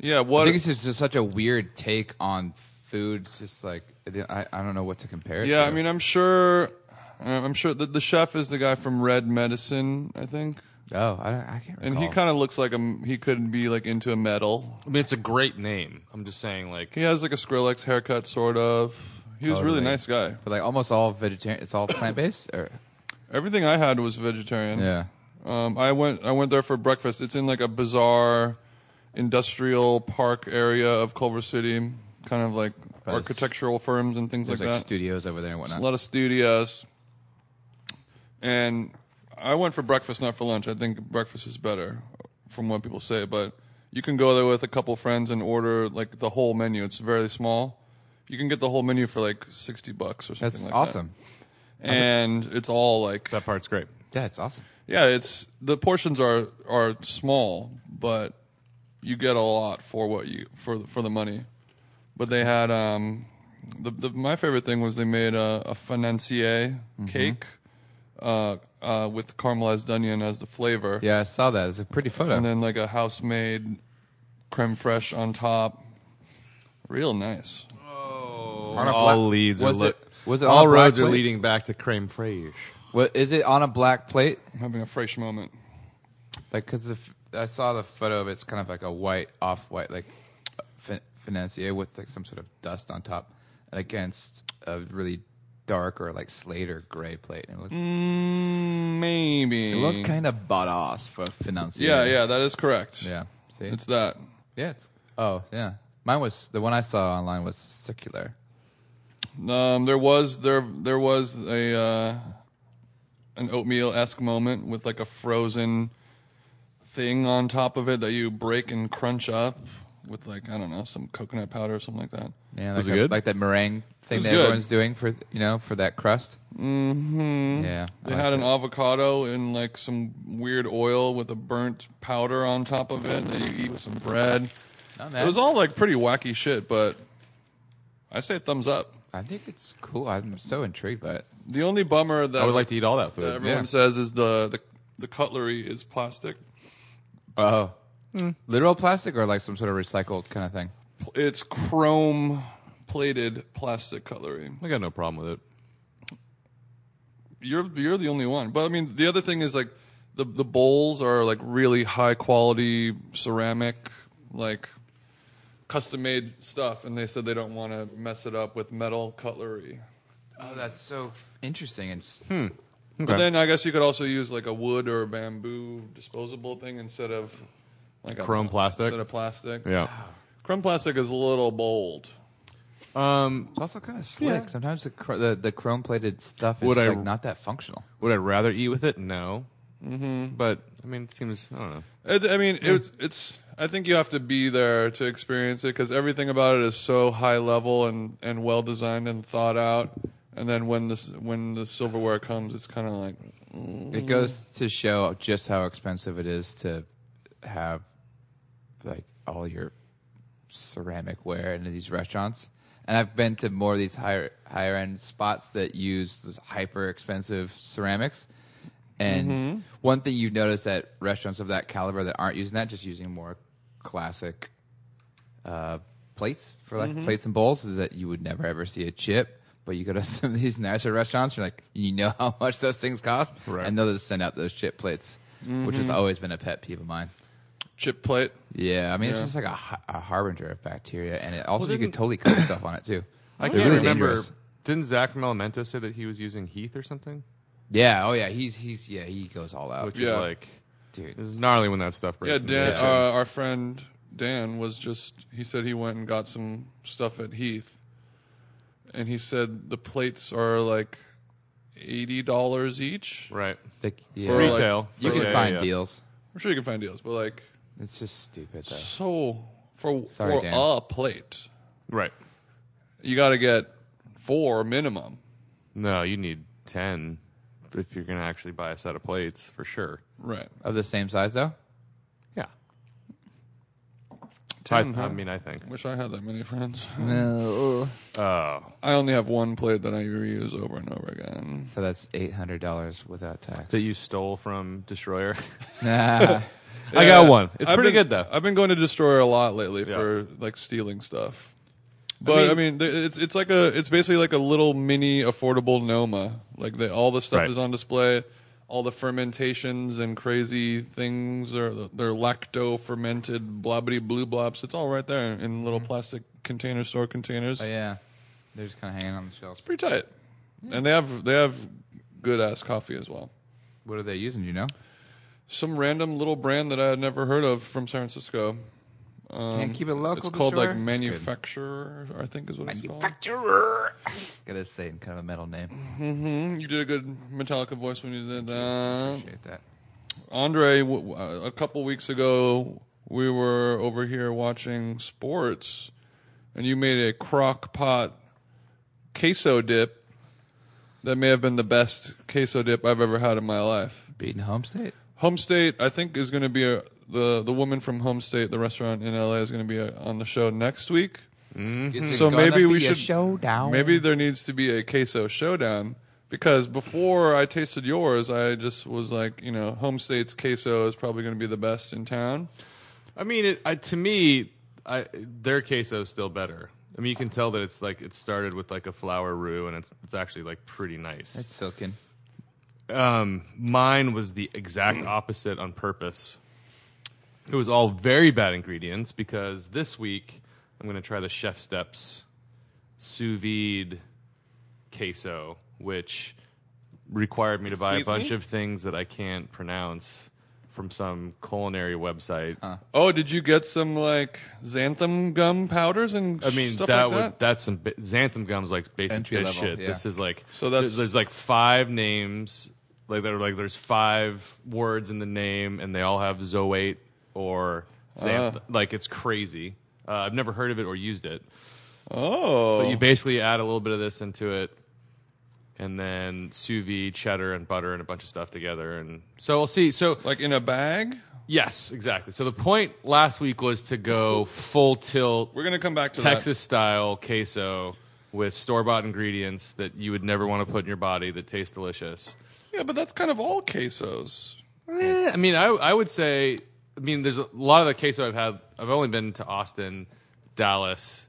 Speaker 3: Yeah,
Speaker 4: I
Speaker 3: what?
Speaker 4: think it's just, just such a weird take on food. It's just like I, I don't know what to compare. it
Speaker 3: yeah,
Speaker 4: to.
Speaker 3: I mean, I'm sure. uh, I'm sure that the chef is the guy from Red Medicine, I think,
Speaker 4: oh, I, don't, I can't. Recall.
Speaker 3: uh, and he kind of looks like a, he could be like into a metal.
Speaker 5: I mean, it's a great name. I'm just saying, like,
Speaker 3: He has like a Skrillex haircut, sort of. He was a really
Speaker 4: Totally.
Speaker 3: nice guy.
Speaker 4: but like almost all vegetarian. It's all plant based. Or
Speaker 3: Everything I had was vegetarian.
Speaker 4: yeah,
Speaker 3: Um, I went I went there for breakfast. It's in like a bizarre industrial park area of Culver City, kind of like
Speaker 4: But it's-
Speaker 3: architectural firms and things
Speaker 4: there's
Speaker 3: like
Speaker 4: like,
Speaker 3: that.
Speaker 4: studios over there
Speaker 3: a
Speaker 4: and whatnot.
Speaker 3: lot of studios. And I went for breakfast, not for lunch. I think breakfast is better, from what people say. But you can go there with a couple friends and order like the whole menu. It's very small. You can get the whole menu for like sixty bucks or something.
Speaker 4: That's
Speaker 3: like that.
Speaker 4: awesome.
Speaker 3: And it's all like
Speaker 5: that part's great.
Speaker 4: Yeah, it's awesome.
Speaker 3: yeah, it's the portions are are small, but you get a lot for what you for the- for the money. But they had um the, the my favorite thing was they made a, a financier
Speaker 4: Mm-hmm.
Speaker 3: cake uh uh with caramelized onion as the flavor.
Speaker 4: Yeah, I saw that. It's a pretty photo.
Speaker 3: And then like a house made creme fraiche on top. Real nice.
Speaker 4: On a
Speaker 5: all
Speaker 4: black-
Speaker 5: leads are
Speaker 4: was
Speaker 5: li-
Speaker 4: it- was it on
Speaker 5: all
Speaker 4: a black
Speaker 5: roads are
Speaker 4: plate?
Speaker 5: leading back to creme fraiche.
Speaker 4: What is it on a black plate?
Speaker 3: I'm having a fresh moment.
Speaker 4: Like, cause the, f- I saw the photo of it, it's kind of like a white, off white, like fin- financier with like some sort of dust on top, and against a really dark or like slate or gray plate. And it looked,
Speaker 3: Mm, Maybe.
Speaker 4: it looked kind of badass for a financier.
Speaker 3: yeah, yeah, that is correct.
Speaker 4: yeah. See,
Speaker 3: It's that.
Speaker 4: yeah, it's oh yeah. Mine was the one I saw online was circular.
Speaker 3: Um, there was there there was a uh, an oatmeal esque moment with like a frozen thing on top of it that you break and crunch up with like I don't know some coconut powder or something like that.
Speaker 4: Yeah, like
Speaker 5: Was it
Speaker 4: a-
Speaker 5: good?
Speaker 4: Like that meringue thing
Speaker 3: was
Speaker 4: that
Speaker 3: good.
Speaker 4: everyone's doing for you know for that crust. Mm-hmm. Yeah, I
Speaker 3: They
Speaker 4: like
Speaker 3: had an
Speaker 4: that.
Speaker 3: avocado in like some weird oil with a burnt powder on top of it that you eat with some bread.
Speaker 4: Not
Speaker 3: It was
Speaker 4: bad.
Speaker 3: all like pretty wacky shit, but I say thumbs up.
Speaker 4: I think it's cool. I'm so intrigued by it.
Speaker 3: The only bummer that
Speaker 5: I would like to eat all
Speaker 3: that
Speaker 5: that food.
Speaker 3: everyone
Speaker 4: yeah.
Speaker 3: says is the, the the cutlery is plastic.
Speaker 4: Oh, literal plastic or like some sort of recycled kind of thing.
Speaker 3: it's chrome plated plastic cutlery.
Speaker 5: I got no problem with it.
Speaker 3: You're you're the only one. But I mean, the other thing is like the the bowls are like really high quality ceramic, like custom made stuff, and they said they don't want to mess it up with metal cutlery.
Speaker 4: Oh, that's so f- interesting. And s-
Speaker 3: But then I guess you could also use like a wood or a bamboo disposable thing instead of like a
Speaker 5: Chrome plastic?
Speaker 3: Instead of plastic.
Speaker 5: Yeah.
Speaker 3: Chrome plastic is a little bold.
Speaker 5: <sighs> Um,
Speaker 4: it's also kind of slick. Sometimes the, cr- the the chrome plated stuff is
Speaker 5: Would I-
Speaker 4: like not that functional.
Speaker 5: would I rather eat with it? No. Mm-hmm. But I mean, it seems I don't know.
Speaker 3: It, I mean, it's it's. I think you have to be there to experience it because everything about it is so high level and, and well designed and thought out. And then when this when the silverware comes, it's kind of like
Speaker 4: It goes to show just how expensive it is to have like all your ceramic ware into these restaurants. And I've been to more of these higher higher end spots that use this hyper expensive ceramics. And one thing you notice at restaurants of that caliber that aren't using that, just using more classic uh, plates for like plates and bowls, is that you would never ever see a chip. But you go to <laughs> some of these nicer restaurants, you're like, you know how much those things cost,
Speaker 5: Right.
Speaker 4: and they'll just send out those chip plates, which has always been a pet peeve of mine.
Speaker 3: chip plate.
Speaker 4: Yeah, I mean it's
Speaker 3: Yeah.
Speaker 4: just like a, har- a harbinger of bacteria, and it also you
Speaker 5: didn't-
Speaker 4: could totally cook yourself on it too.
Speaker 5: I
Speaker 4: They're
Speaker 5: can't
Speaker 4: really
Speaker 5: remember.
Speaker 4: dangerous.
Speaker 5: Didn't Zach from Elemento say that he was using Heath or something?
Speaker 4: Yeah, oh yeah, he's he's yeah he goes all out,
Speaker 5: Which
Speaker 3: Yeah.
Speaker 5: is like,
Speaker 4: dude.
Speaker 5: it's gnarly when that stuff breaks.
Speaker 3: Yeah,
Speaker 5: in the
Speaker 3: Dan,
Speaker 5: kitchen.
Speaker 3: uh, our friend Dan was just. He said he went and got some stuff at Heath, and he said the plates are like eighty dollars each.
Speaker 5: right.
Speaker 4: Like, yeah.
Speaker 3: For, like,
Speaker 5: Retail.
Speaker 4: you
Speaker 3: for,
Speaker 4: can
Speaker 3: like-
Speaker 4: find
Speaker 5: yeah.
Speaker 4: deals.
Speaker 3: I'm sure you can find deals, but like
Speaker 4: It's just stupid though.
Speaker 3: so for
Speaker 4: Sorry,
Speaker 3: for
Speaker 4: Dan.
Speaker 3: a plate,
Speaker 5: Right.
Speaker 3: you got to get four minimum.
Speaker 5: No, you need ten if you're gonna actually buy a set of plates for sure.
Speaker 3: Right.
Speaker 4: Of the same size though.
Speaker 5: Yeah.
Speaker 3: Ten,
Speaker 5: I, I
Speaker 3: huh?
Speaker 5: mean, I think.
Speaker 3: Wish I had that many friends.
Speaker 4: No.
Speaker 5: Oh,
Speaker 3: I only have one plate that I reuse over and over again.
Speaker 4: So that's eight hundred dollars without tax.
Speaker 5: that you stole from Destroyer. <laughs>
Speaker 4: Nah.
Speaker 5: I got one. It's
Speaker 3: I've
Speaker 5: pretty
Speaker 3: been-
Speaker 5: good though.
Speaker 3: I've been going to Destroyer a lot lately
Speaker 5: Yeah.
Speaker 3: for like stealing stuff. But I mean, th it's it's like a it's basically like a little mini affordable Noma. Like they, all the stuff
Speaker 5: Right.
Speaker 3: is on display. All the fermentations and crazy things are they're lacto fermented blobbity blue blobs. It's all right there in little
Speaker 5: Mm-hmm.
Speaker 3: plastic container store containers. <laughs>
Speaker 4: <laughs> oh yeah, they're just kind of hanging on the shelf.
Speaker 3: Pretty tight. And they have they have good ass coffee as well.
Speaker 4: What are they using? Do you know?
Speaker 3: some random little brand that I had never heard of from San Francisco. Um,
Speaker 4: Can't keep it local,
Speaker 3: It's called like
Speaker 4: Destroyer?
Speaker 3: manufacturer, I think is what it's called.
Speaker 4: Manufacturer. Gotta say it in kind of a metal name.
Speaker 3: Mm, You did a good Metallica voice when you did that.
Speaker 4: Appreciate that.
Speaker 3: Andre, w- w- a couple weeks ago, we were over here watching sports, and you made a crock pot queso dip that may have been the best queso dip I've ever had in my life.
Speaker 4: Beating home state.
Speaker 3: Home State, I think, is going to be a, the the woman from Home State, the restaurant in LA, is going to be uh on the show next week.
Speaker 4: It's
Speaker 3: So
Speaker 4: gonna
Speaker 3: maybe we
Speaker 4: be a
Speaker 3: should
Speaker 4: showdown.
Speaker 3: Maybe there needs to be a queso showdown because before I tasted yours, I just was like, you know, Home State's queso is probably going to be the best in town.
Speaker 5: I mean, it, I, to me, I, their queso is still better. I mean, you can tell that it's like it started with like a flour roux, and it's it's actually like pretty nice.
Speaker 4: it's silken.
Speaker 5: Um, mine was the exact opposite on purpose. It was all very bad ingredients because this week I'm going to try the chef steps sous vide queso, which required me to buy a
Speaker 3: Excuse
Speaker 5: bunch
Speaker 3: me?
Speaker 5: of things that I can't pronounce from some culinary website.
Speaker 3: Oh, did you get some like xanthan gum powders and
Speaker 5: I mean,
Speaker 3: stuff
Speaker 5: that
Speaker 3: like
Speaker 5: would
Speaker 3: that?
Speaker 5: that's some bi- xanthan gums like basic
Speaker 4: Entry
Speaker 5: bitch
Speaker 4: level,
Speaker 5: shit.
Speaker 4: yeah.
Speaker 5: This is like
Speaker 3: So that's-
Speaker 5: there's, there's like five names like there are like there's five words in the name and they all have zoate or xanthan.
Speaker 3: Uh.
Speaker 5: Like it's crazy. Uh, I've never heard of it or used it.
Speaker 3: oh,
Speaker 5: But you basically add a little bit of this into it, and then sous vide, cheddar, and butter, and a bunch of stuff together. And so we'll see. So
Speaker 3: like in a bag.
Speaker 5: yes, exactly. So the point last week was to go full tilt
Speaker 3: We're going to come back to that.
Speaker 5: Texas style queso with store bought ingredients that you would never want to put in your body that taste delicious.
Speaker 3: Yeah, but that's kind of all quesos.
Speaker 5: Eh, I mean, I, I would say, I mean, there's a lot of the queso I've had. I've only been to Austin, Dallas,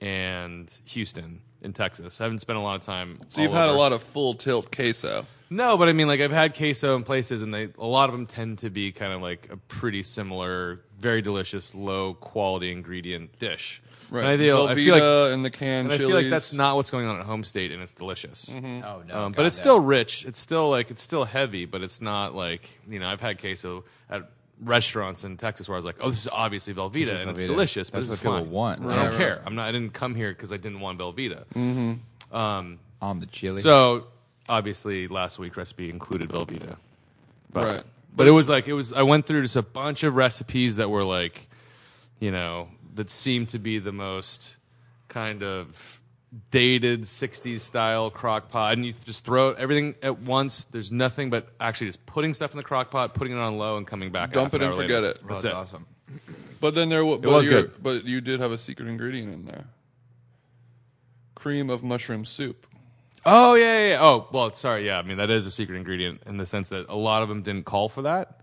Speaker 5: and Houston. in Texas. I haven't spent a lot of time.
Speaker 3: So you've had a lot of full tilt queso.
Speaker 5: No, but I mean, like I've had queso in places, and they a lot of them tend to be kind of like a pretty similar, very delicious, low quality ingredient dish. And I feel, I feel like
Speaker 3: Velveeta and the canned
Speaker 5: and I
Speaker 3: chilies. Mm-hmm.
Speaker 5: feel like that's not what's going on at home state, and it's delicious.
Speaker 4: Oh no,
Speaker 5: Um,
Speaker 4: God,
Speaker 5: but it's
Speaker 4: no.
Speaker 5: still rich. It's still like it's still heavy, but it's not like you know I've had queso at restaurants in Texas where I was like, oh, this is obviously Velveeta and it's
Speaker 4: Velveeta.
Speaker 5: delicious, but
Speaker 4: That's
Speaker 5: this is
Speaker 4: what people
Speaker 5: fine.
Speaker 4: want.
Speaker 5: I don't
Speaker 4: Right.
Speaker 5: care. I'm not. I didn't come here because I didn't want Velveeta.
Speaker 4: on the chili.
Speaker 5: So obviously, last week's recipe included Velveeta, but
Speaker 3: Right.
Speaker 5: but it was like it was. I went through just a bunch of recipes that were like, you know, that seemed to be the most kind of dated '60s style crock pot, and you just throw everything at once. There's nothing but actually just putting stuff in the crock pot, putting it on low, and coming back.
Speaker 3: Dump
Speaker 5: half an
Speaker 3: it and
Speaker 5: hour later.
Speaker 3: forget it.
Speaker 4: oh,
Speaker 5: That's
Speaker 4: that's
Speaker 5: it.
Speaker 4: awesome.
Speaker 3: But then there, w- but
Speaker 5: was
Speaker 3: your-
Speaker 5: good.
Speaker 3: But you did have a secret ingredient in there: cream of mushroom soup.
Speaker 5: Oh yeah, yeah, yeah. Oh well, sorry. Yeah, I mean that is a secret ingredient in the sense that a lot of them didn't call for that,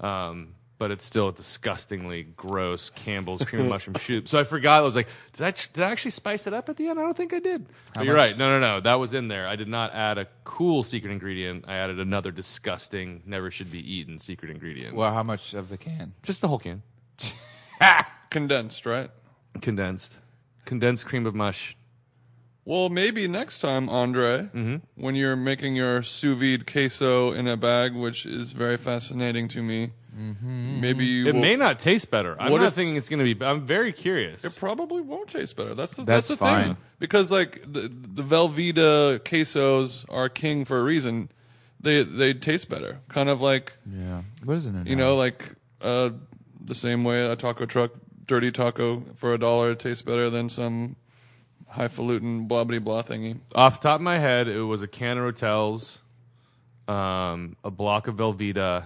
Speaker 5: um, but it's still disgustingly gross. Campbell's <laughs> cream and mushroom soup. So I forgot. I was like, did I did I actually spice it up at the end? I don't think I did. But you're right. No, no, no. That was in there. I did not add a cool secret ingredient. I added another disgusting, never should be eaten secret ingredient.
Speaker 4: Well, how much of the can?
Speaker 5: Just the whole can,
Speaker 3: Condensed, right?
Speaker 5: condensed, condensed cream of mush.
Speaker 3: Well, maybe next time, Andre,
Speaker 5: Mm-hmm.
Speaker 3: when you're making your sous vide queso in a bag, which is very fascinating to me, maybe you
Speaker 5: Mm-hmm. It
Speaker 3: will-
Speaker 5: may not taste better. I'm
Speaker 3: What
Speaker 5: not
Speaker 3: if-
Speaker 5: thinking it's going to be. I'm very curious.
Speaker 3: It probably won't taste better. That's the, that's,
Speaker 4: That's
Speaker 3: the thing.
Speaker 4: fine.
Speaker 3: Because like the the Velveeta quesos are king for a reason. They they taste better. Kind of like
Speaker 4: Yeah, what is it?
Speaker 3: you <laughs> know like uh, the same way a taco truck dirty taco for a dollar tastes better than some highfalutin blah blah blah thingy.
Speaker 5: Off the top of my head, it was a can of Rotels, um, a block of Velveeta,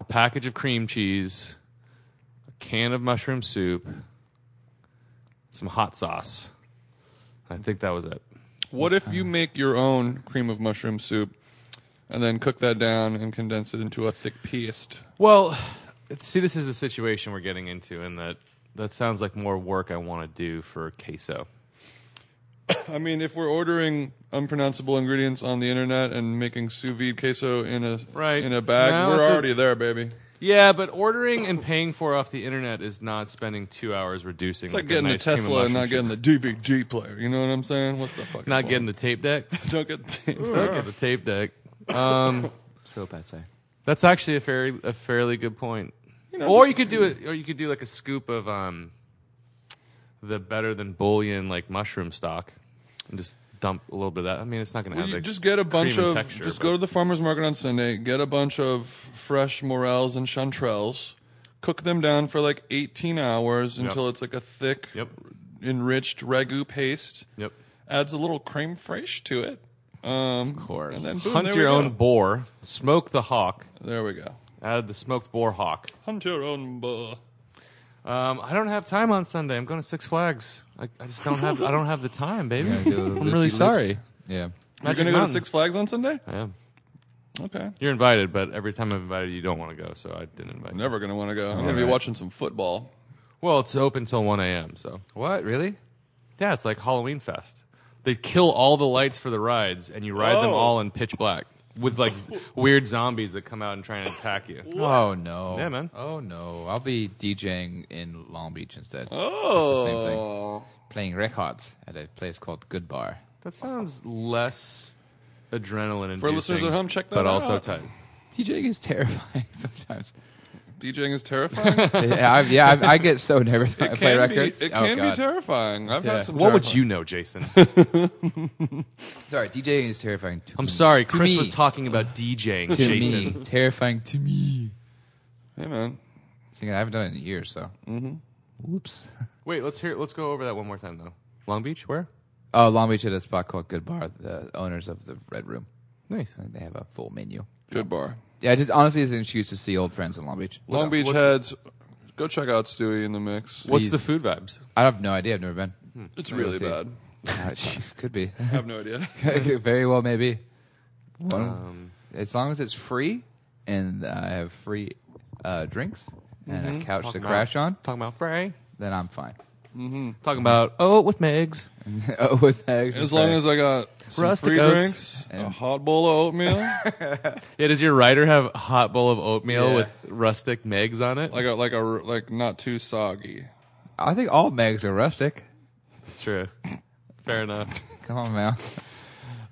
Speaker 5: a package of cream cheese, a can of mushroom soup, some hot sauce. I think that was it.
Speaker 3: What if you make your own cream of mushroom soup and then cook that down and condense it into a thick paste?
Speaker 5: Well, see, this is the situation we're getting into, and that that sounds like more work I want to do for queso.
Speaker 3: I mean, if we're ordering unpronounceable ingredients on the internet and making sous vide queso in a
Speaker 5: Right.
Speaker 3: in a bag,
Speaker 5: No,
Speaker 3: we're
Speaker 5: it's a-
Speaker 3: already there, baby.
Speaker 5: Yeah, but ordering and paying for off the internet is not spending two hours reducing.
Speaker 3: It's like getting
Speaker 5: nice
Speaker 3: the
Speaker 5: cream of
Speaker 3: Tesla and
Speaker 5: mushroom
Speaker 3: not
Speaker 5: soup.
Speaker 3: getting the DVD player. You know what I'm saying? What's the fuck?
Speaker 5: not getting the tape deck.
Speaker 3: don't
Speaker 5: <laughs>
Speaker 3: get the
Speaker 5: Look at the tape deck.
Speaker 3: <laughs>
Speaker 5: Um,
Speaker 4: so passe.
Speaker 5: that's actually a fairly a fairly good point.
Speaker 3: know,
Speaker 5: or
Speaker 3: just-
Speaker 5: you could do it, or you could do like a scoop of um, the better than bullion like mushroom stock, and just dump a little bit of that. I mean, it's not going to have
Speaker 3: You
Speaker 5: the
Speaker 3: just get a bunch
Speaker 5: cream and
Speaker 3: of
Speaker 5: texture,
Speaker 3: just
Speaker 5: but-
Speaker 3: go to the farmers market on Sunday, get a bunch of fresh morels and chanterelles, cook them down for like 18 hours until it's like a thick,
Speaker 5: Yep.
Speaker 3: enriched ragu paste.
Speaker 5: Yep.
Speaker 3: Adds a little creme fraiche to it. Um, of
Speaker 4: course.
Speaker 3: And then boom,
Speaker 5: hunt
Speaker 3: there
Speaker 5: your
Speaker 3: we
Speaker 5: own
Speaker 3: go.
Speaker 5: boar, smoke the hawk,
Speaker 3: There we go.
Speaker 5: add the smoked boar hawk.
Speaker 3: Hunt your own boar.
Speaker 5: Um, I don't have time on Sunday. I'm going to Six Flags. I, I just don't have I don't have the
Speaker 3: <laughs>
Speaker 5: time, baby. I'm really sorry.
Speaker 4: Yeah.
Speaker 3: You're
Speaker 5: Magic
Speaker 3: gonna go to
Speaker 5: Mountain.
Speaker 3: Six Flags on Sunday?
Speaker 5: I am.
Speaker 3: Okay.
Speaker 5: You're invited, but every time I've invited you, you don't want to go, so I didn't invite.
Speaker 3: I'm
Speaker 5: you.
Speaker 3: never gonna want to go. I'm gonna be
Speaker 4: right.
Speaker 3: watching some football.
Speaker 5: Well, it's open till 1 a.m. So
Speaker 4: What really?
Speaker 5: yeah, it's like Halloween Fest. They kill all the lights for the rides, and you ride them
Speaker 3: Oh.
Speaker 5: all in pitch black with like z- weird zombies that come out and try and attack you.
Speaker 4: Oh no.
Speaker 5: Yeah, man.
Speaker 4: Oh no. I'll be DJing in Long Beach instead.
Speaker 3: Oh.
Speaker 4: It's the same thing. Playing records at a place called Good Bar.
Speaker 5: That sounds less adrenaline
Speaker 3: For listeners at home, check that
Speaker 5: but also
Speaker 3: out.
Speaker 5: tight.
Speaker 4: DJing is <laughs> terrifying sometimes.
Speaker 3: DJing is
Speaker 5: <laughs>
Speaker 3: terrifying.
Speaker 4: yeah, I, yeah I, I get so nervous when I play
Speaker 3: can
Speaker 4: records.
Speaker 3: Be, it
Speaker 4: oh,
Speaker 3: can
Speaker 4: God.
Speaker 3: be terrifying. I've
Speaker 4: Yeah.
Speaker 3: had some.
Speaker 5: What would
Speaker 3: terrifying-
Speaker 5: you know, <laughs> Jason?
Speaker 4: Sorry, DJing is terrifying. To
Speaker 5: I'm
Speaker 4: me.
Speaker 5: sorry,
Speaker 4: To
Speaker 5: Chris
Speaker 4: me.
Speaker 5: was talking about DJing,
Speaker 4: to
Speaker 5: Jason.
Speaker 4: me. <laughs> Terrifying to me.
Speaker 3: Hey man,
Speaker 4: Singing, I haven't done it in years, so. Mm-hmm. Whoops. <laughs>
Speaker 5: Wait, let's hear. Let's go over that one more time though. Long Beach, where?
Speaker 4: Oh, Long Beach at a spot called Good Bar. The owners of the Red Room.
Speaker 5: Nice.
Speaker 4: I think they have a full menu.
Speaker 3: good bar.
Speaker 4: Yeah, just honestly, it's an excuse to see old friends in Long Beach.
Speaker 3: Long Beach
Speaker 5: what's-
Speaker 3: heads. Go check out Stewie in the mix.
Speaker 5: What's
Speaker 4: Please.
Speaker 5: the food vibes?
Speaker 4: I have no idea. I've never been. <laughs>
Speaker 3: It's really
Speaker 4: see.
Speaker 3: bad.
Speaker 4: Uh, it could be. <laughs>
Speaker 3: I have no idea.
Speaker 4: Could Very well, maybe. One, as long as it's free and I have free uh, drinks and a couch to
Speaker 5: Talking
Speaker 4: crash
Speaker 5: about-
Speaker 4: on,
Speaker 5: Talking about Frey.
Speaker 4: then I'm fine. <laughs>
Speaker 5: Talking about oat with Megs.
Speaker 4: oh, with
Speaker 3: <laughs>
Speaker 4: eggs.
Speaker 3: As long as I got some
Speaker 5: Rustic
Speaker 3: free
Speaker 5: oats.
Speaker 3: drinks, a hot bowl of
Speaker 4: <laughs>
Speaker 3: oatmeal.
Speaker 5: Yeah, does your writer have a hot bowl of oatmeal with rustic Megs on it?
Speaker 3: like a like a like not too soggy.
Speaker 4: I think all megs are rustic.
Speaker 5: That's true. Fair enough.
Speaker 4: <laughs> Come on,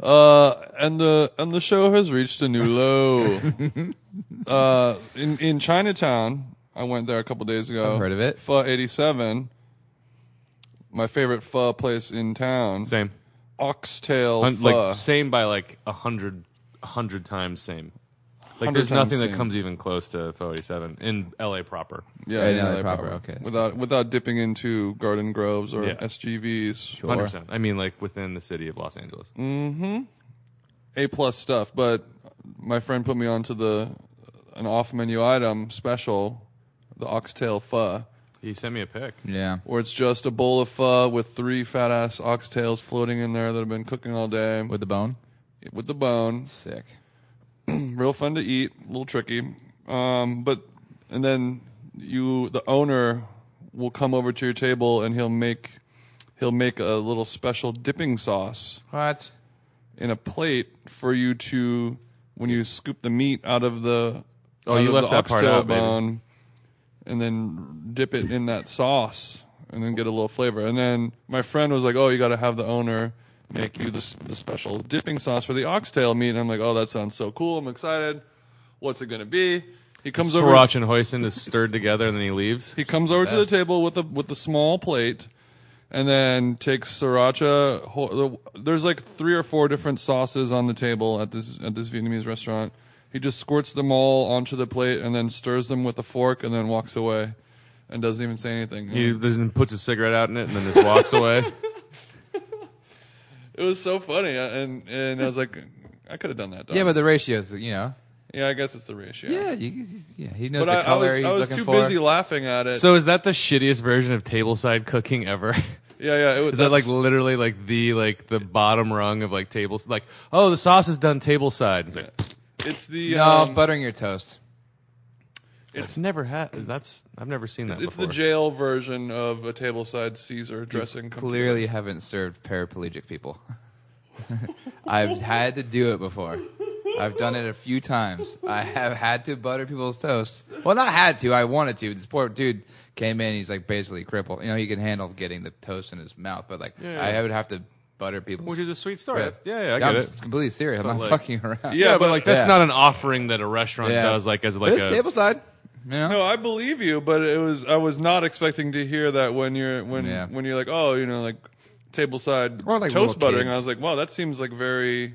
Speaker 4: Oh, man.
Speaker 3: Uh, and the and the show has reached a new
Speaker 4: <laughs>
Speaker 3: low. uh, in in Chinatown, I went there a couple days ago.
Speaker 4: I've heard of it.
Speaker 3: Pho eighty seven. My favorite pho place in town.
Speaker 5: Same.
Speaker 3: Oxtail
Speaker 5: Un-
Speaker 3: pho.
Speaker 5: like same by like a hundred, a hundred times same. Like
Speaker 3: 100
Speaker 5: there's
Speaker 3: times
Speaker 5: nothing that
Speaker 3: same.
Speaker 5: comes even close to 47 in LA proper.
Speaker 3: yeah,
Speaker 4: Right,
Speaker 3: yeah,
Speaker 4: LA
Speaker 3: they
Speaker 4: proper,
Speaker 3: probably-
Speaker 4: okay.
Speaker 3: Without without dipping into garden groves or
Speaker 5: Yeah.
Speaker 3: SGVs.
Speaker 5: Hundred percent. I mean, like within the city of Los Angeles.
Speaker 3: Mm. A plus stuff, but my friend put me onto the an off menu item special, the oxtail pho,
Speaker 5: You sent me a pic.
Speaker 4: Yeah.
Speaker 3: where it's just a bowl of pho with three fat ass oxtails floating in there that have been cooking all day with,
Speaker 4: With the bone?
Speaker 3: with the bone.
Speaker 4: Sick.
Speaker 3: Real fun to eat, a little tricky, um, but and then you the owner will come over to your table and he'll make he'll make a little special dipping sauce
Speaker 4: What?
Speaker 3: in a plate for you to when you scoop the meat out of the
Speaker 5: Oh,
Speaker 3: out
Speaker 5: you
Speaker 3: of
Speaker 5: left
Speaker 3: the
Speaker 5: that part
Speaker 3: oxtail
Speaker 5: out, baby.
Speaker 3: bone, and then dip it in that sauce and then get a little flavor. And then my friend was like, "Oh, you got to have the owner make you the, s- the special dipping sauce for the oxtail meat." And I'm like, "Oh, that sounds so cool! I'm excited. What's it gonna be?" He comes over.
Speaker 5: Sriracha and hoisin is stirred together and then he leaves.
Speaker 3: He comes over to the
Speaker 4: best.
Speaker 3: table with a with a small plate, and then takes sriracha. ho- the- There's like three or four different sauces on the table at this at this Vietnamese restaurant. He just squirts them all onto the plate and then stirs them with a fork and then walks away, and doesn't even say anything.
Speaker 5: He then puts a cigarette out in it and then just walks
Speaker 3: <laughs>
Speaker 5: away.
Speaker 3: it was so funny, uh, and and I was like, I could have done that. dog.
Speaker 4: Yeah, but the ratios, you know.
Speaker 3: yeah, I guess it's the ratio.
Speaker 4: Yeah, you, you- yeah. He knows
Speaker 3: but
Speaker 4: the
Speaker 3: I, I
Speaker 4: color
Speaker 3: was
Speaker 4: he's
Speaker 3: I was
Speaker 4: looking
Speaker 3: too
Speaker 4: for.
Speaker 3: busy laughing at it.
Speaker 5: so is that the shittiest version of tableside cooking ever? <laughs>
Speaker 3: yeah, yeah. It was
Speaker 5: Is that like
Speaker 3: that's-
Speaker 5: literally like the like the bottom rung of like tables? Like, oh, the sauce is done tableside. It's like
Speaker 3: it's the
Speaker 4: no,
Speaker 3: um,
Speaker 4: buttering your toast.
Speaker 5: it's never had. That's I've never seen that.
Speaker 3: it's the
Speaker 5: before.
Speaker 3: jail version of a tableside Caesar dressing. company.
Speaker 4: Clearly haven't served paraplegic people. <laughs> I've had to do it before. I've done it a few times. I have had to butter people's toast. Well, not had to. I wanted to. This poor dude came in. He's like basically crippled. You know, he can handle getting the toast in his mouth, but like
Speaker 5: Yeah, yeah.
Speaker 4: I would have to butter people's.
Speaker 5: Which is a sweet story.
Speaker 4: Yeah.
Speaker 5: That's- yeah, yeah, I
Speaker 4: am
Speaker 5: get it.
Speaker 4: completely serious. I'm not
Speaker 5: like-
Speaker 4: fucking around.
Speaker 5: Yeah, but,
Speaker 3: but-
Speaker 5: like that's
Speaker 4: yeah.
Speaker 5: not an offering that a restaurant
Speaker 4: Yeah.
Speaker 5: does. Like as
Speaker 4: But
Speaker 5: like
Speaker 4: it's
Speaker 5: a
Speaker 4: tableside. You know?
Speaker 3: No, I believe you, but it was I was not expecting to hear that when you're when
Speaker 4: Yeah.
Speaker 3: when you're like, oh, you know, like tableside
Speaker 4: Or like
Speaker 3: toast
Speaker 4: little
Speaker 3: buttering.
Speaker 4: kids.
Speaker 3: I was like, wow, that seems like very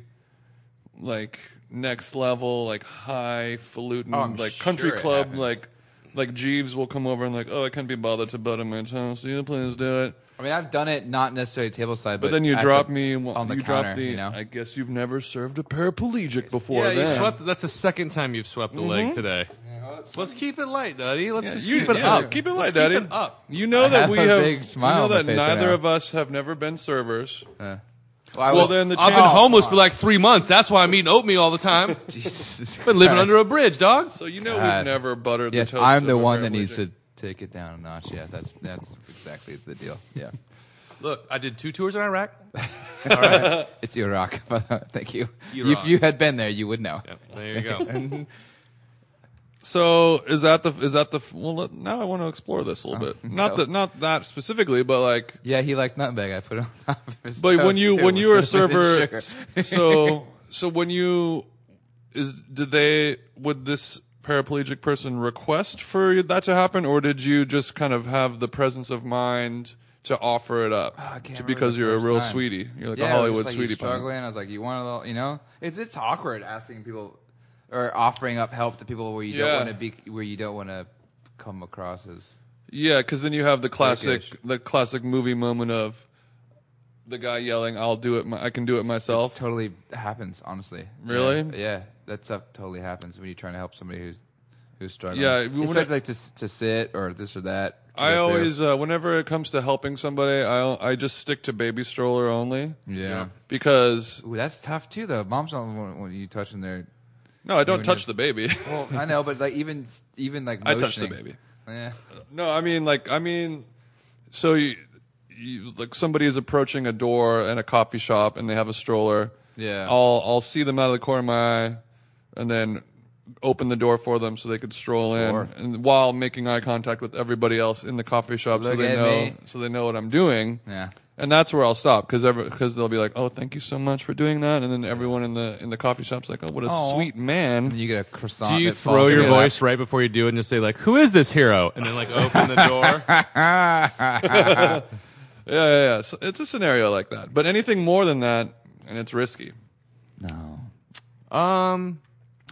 Speaker 3: like next level, like highfalutin,
Speaker 4: Oh, I'm
Speaker 3: like
Speaker 4: sure
Speaker 3: country
Speaker 4: it
Speaker 3: club,
Speaker 4: happens.
Speaker 3: like like Jeeves will come over and like, oh, I can't be bothered to butter my toast. You please do it.
Speaker 4: I mean, I've done it, not necessarily tableside, but,
Speaker 3: But, then you
Speaker 4: at
Speaker 3: drop
Speaker 4: the-
Speaker 3: me
Speaker 4: on the
Speaker 3: you
Speaker 4: counter.
Speaker 3: drop the.
Speaker 4: you know,
Speaker 3: I guess you've never served a paraplegic before.
Speaker 5: yeah. You
Speaker 3: then.
Speaker 5: swept. That's the second time you've swept the leg today. Let's keep it light, Duddy. Let's
Speaker 3: Yeah,
Speaker 5: just
Speaker 3: you-
Speaker 5: keep it
Speaker 3: yeah,
Speaker 5: up.
Speaker 3: Keep it light,
Speaker 5: Let's
Speaker 3: Daddy.
Speaker 5: Keep it up.
Speaker 3: You know that
Speaker 4: have
Speaker 3: we
Speaker 4: a
Speaker 3: have.
Speaker 4: big smile
Speaker 3: you know
Speaker 4: on my
Speaker 3: that
Speaker 4: face right
Speaker 3: neither
Speaker 4: now.
Speaker 3: of us have never been servers.
Speaker 4: Well, I
Speaker 3: Well, <laughs>
Speaker 4: was-
Speaker 3: then the
Speaker 5: I've been
Speaker 3: chance-
Speaker 5: homeless for like three months. That's why I'm eating oatmeal all the <laughs> time.
Speaker 4: Jesus
Speaker 5: Been living under a bridge, dog.
Speaker 3: So you know
Speaker 4: God.
Speaker 3: we've never buttered
Speaker 4: Uh, Yes,
Speaker 3: the toast.
Speaker 4: I'm
Speaker 3: of
Speaker 4: the
Speaker 3: a
Speaker 4: one that
Speaker 3: paraplegic.
Speaker 4: needs to take it down a notch. Yeah, that's that's exactly the deal.
Speaker 3: <laughs>
Speaker 4: Yeah,
Speaker 5: Look, I did two tours in <laughs> Iraq.
Speaker 4: it's Iraq. <laughs> Thank you.
Speaker 5: Iraq.
Speaker 4: If you had been there, you would know.
Speaker 5: Yep, there you go.
Speaker 3: So is that the is that the well? let- Now I want to explore this a little
Speaker 4: Oh, <laughs>
Speaker 3: bit. Not that not that specifically, but like.
Speaker 4: Yeah, he liked nutmeg. I put it on <laughs> top of his.
Speaker 3: But when
Speaker 4: toast,
Speaker 3: you
Speaker 4: too,
Speaker 3: when
Speaker 4: <laughs> with
Speaker 3: you were a
Speaker 4: cinnamon
Speaker 3: server,
Speaker 4: and sugar.
Speaker 3: so so when you is did they would this paraplegic person request for that to happen, or did you just kind of have the presence of mind to offer it up
Speaker 4: Ah, I can't
Speaker 3: to,
Speaker 4: remember
Speaker 3: because
Speaker 4: the
Speaker 3: you're a
Speaker 4: first
Speaker 3: real
Speaker 4: time.
Speaker 3: sweetie? You're like
Speaker 4: yeah,
Speaker 3: a Hollywood
Speaker 4: I was just, like,
Speaker 3: sweetie. pie.
Speaker 4: Struggling, I was like, you want a little, you know? It's it's awkward asking people or offering up help to people where you
Speaker 3: Yeah.
Speaker 4: don't want to be, where you don't want to come across as.
Speaker 3: Yeah, because then you have the classic,
Speaker 4: Turkish.
Speaker 3: the classic movie moment of the guy yelling, "I'll do it. My, I can do it myself."
Speaker 4: It totally happens, honestly.
Speaker 3: Really?
Speaker 4: Yeah, yeah, that stuff totally happens when you're trying to help somebody who's who's struggling.
Speaker 3: Yeah, we
Speaker 4: especially
Speaker 3: wouldn't-
Speaker 4: like to s- to sit or this or that. to
Speaker 3: I
Speaker 4: get through.
Speaker 3: always, uh, whenever it comes to helping somebody, I I just stick to baby stroller only.
Speaker 4: yeah.
Speaker 3: Because
Speaker 4: Ooh, that's tough too, though. Moms don't want, want you touching their.
Speaker 3: no, I don't
Speaker 4: Even
Speaker 3: touch
Speaker 4: if-
Speaker 3: the baby. <laughs>
Speaker 4: Well, I know, but like even even like
Speaker 3: I touch the
Speaker 4: motioning.
Speaker 3: baby.
Speaker 4: Yeah.
Speaker 3: No, I mean like I mean, so you, you, like somebody is approaching a door in a coffee shop and they have a stroller.
Speaker 4: Yeah.
Speaker 3: I'll I'll see them out of the corner of my eye, and then open the door for them so they could stroll
Speaker 4: Sure.
Speaker 3: in, and while making eye contact with everybody else in the coffee shop, so
Speaker 4: Look
Speaker 3: they
Speaker 4: at
Speaker 3: know
Speaker 4: me.
Speaker 3: so they know what I'm doing.
Speaker 4: Yeah.
Speaker 3: And that's where I'll stop because because they'll be like, "Oh, thank you so much for doing that," and then everyone in the in the coffee shop's like, "Oh, what a
Speaker 4: Aw.
Speaker 3: sweet man."
Speaker 4: And you get a
Speaker 5: Do
Speaker 4: croissant.
Speaker 5: you
Speaker 4: that
Speaker 5: throw
Speaker 4: falls
Speaker 5: your
Speaker 4: in
Speaker 5: voice right before you do it and just say like, "Who is this hero?" And then like open the
Speaker 3: <laughs>
Speaker 5: door.
Speaker 3: Yeah, yeah, yeah. So it's a scenario like that. But anything more than that, and it's risky
Speaker 4: lap? No.
Speaker 5: um,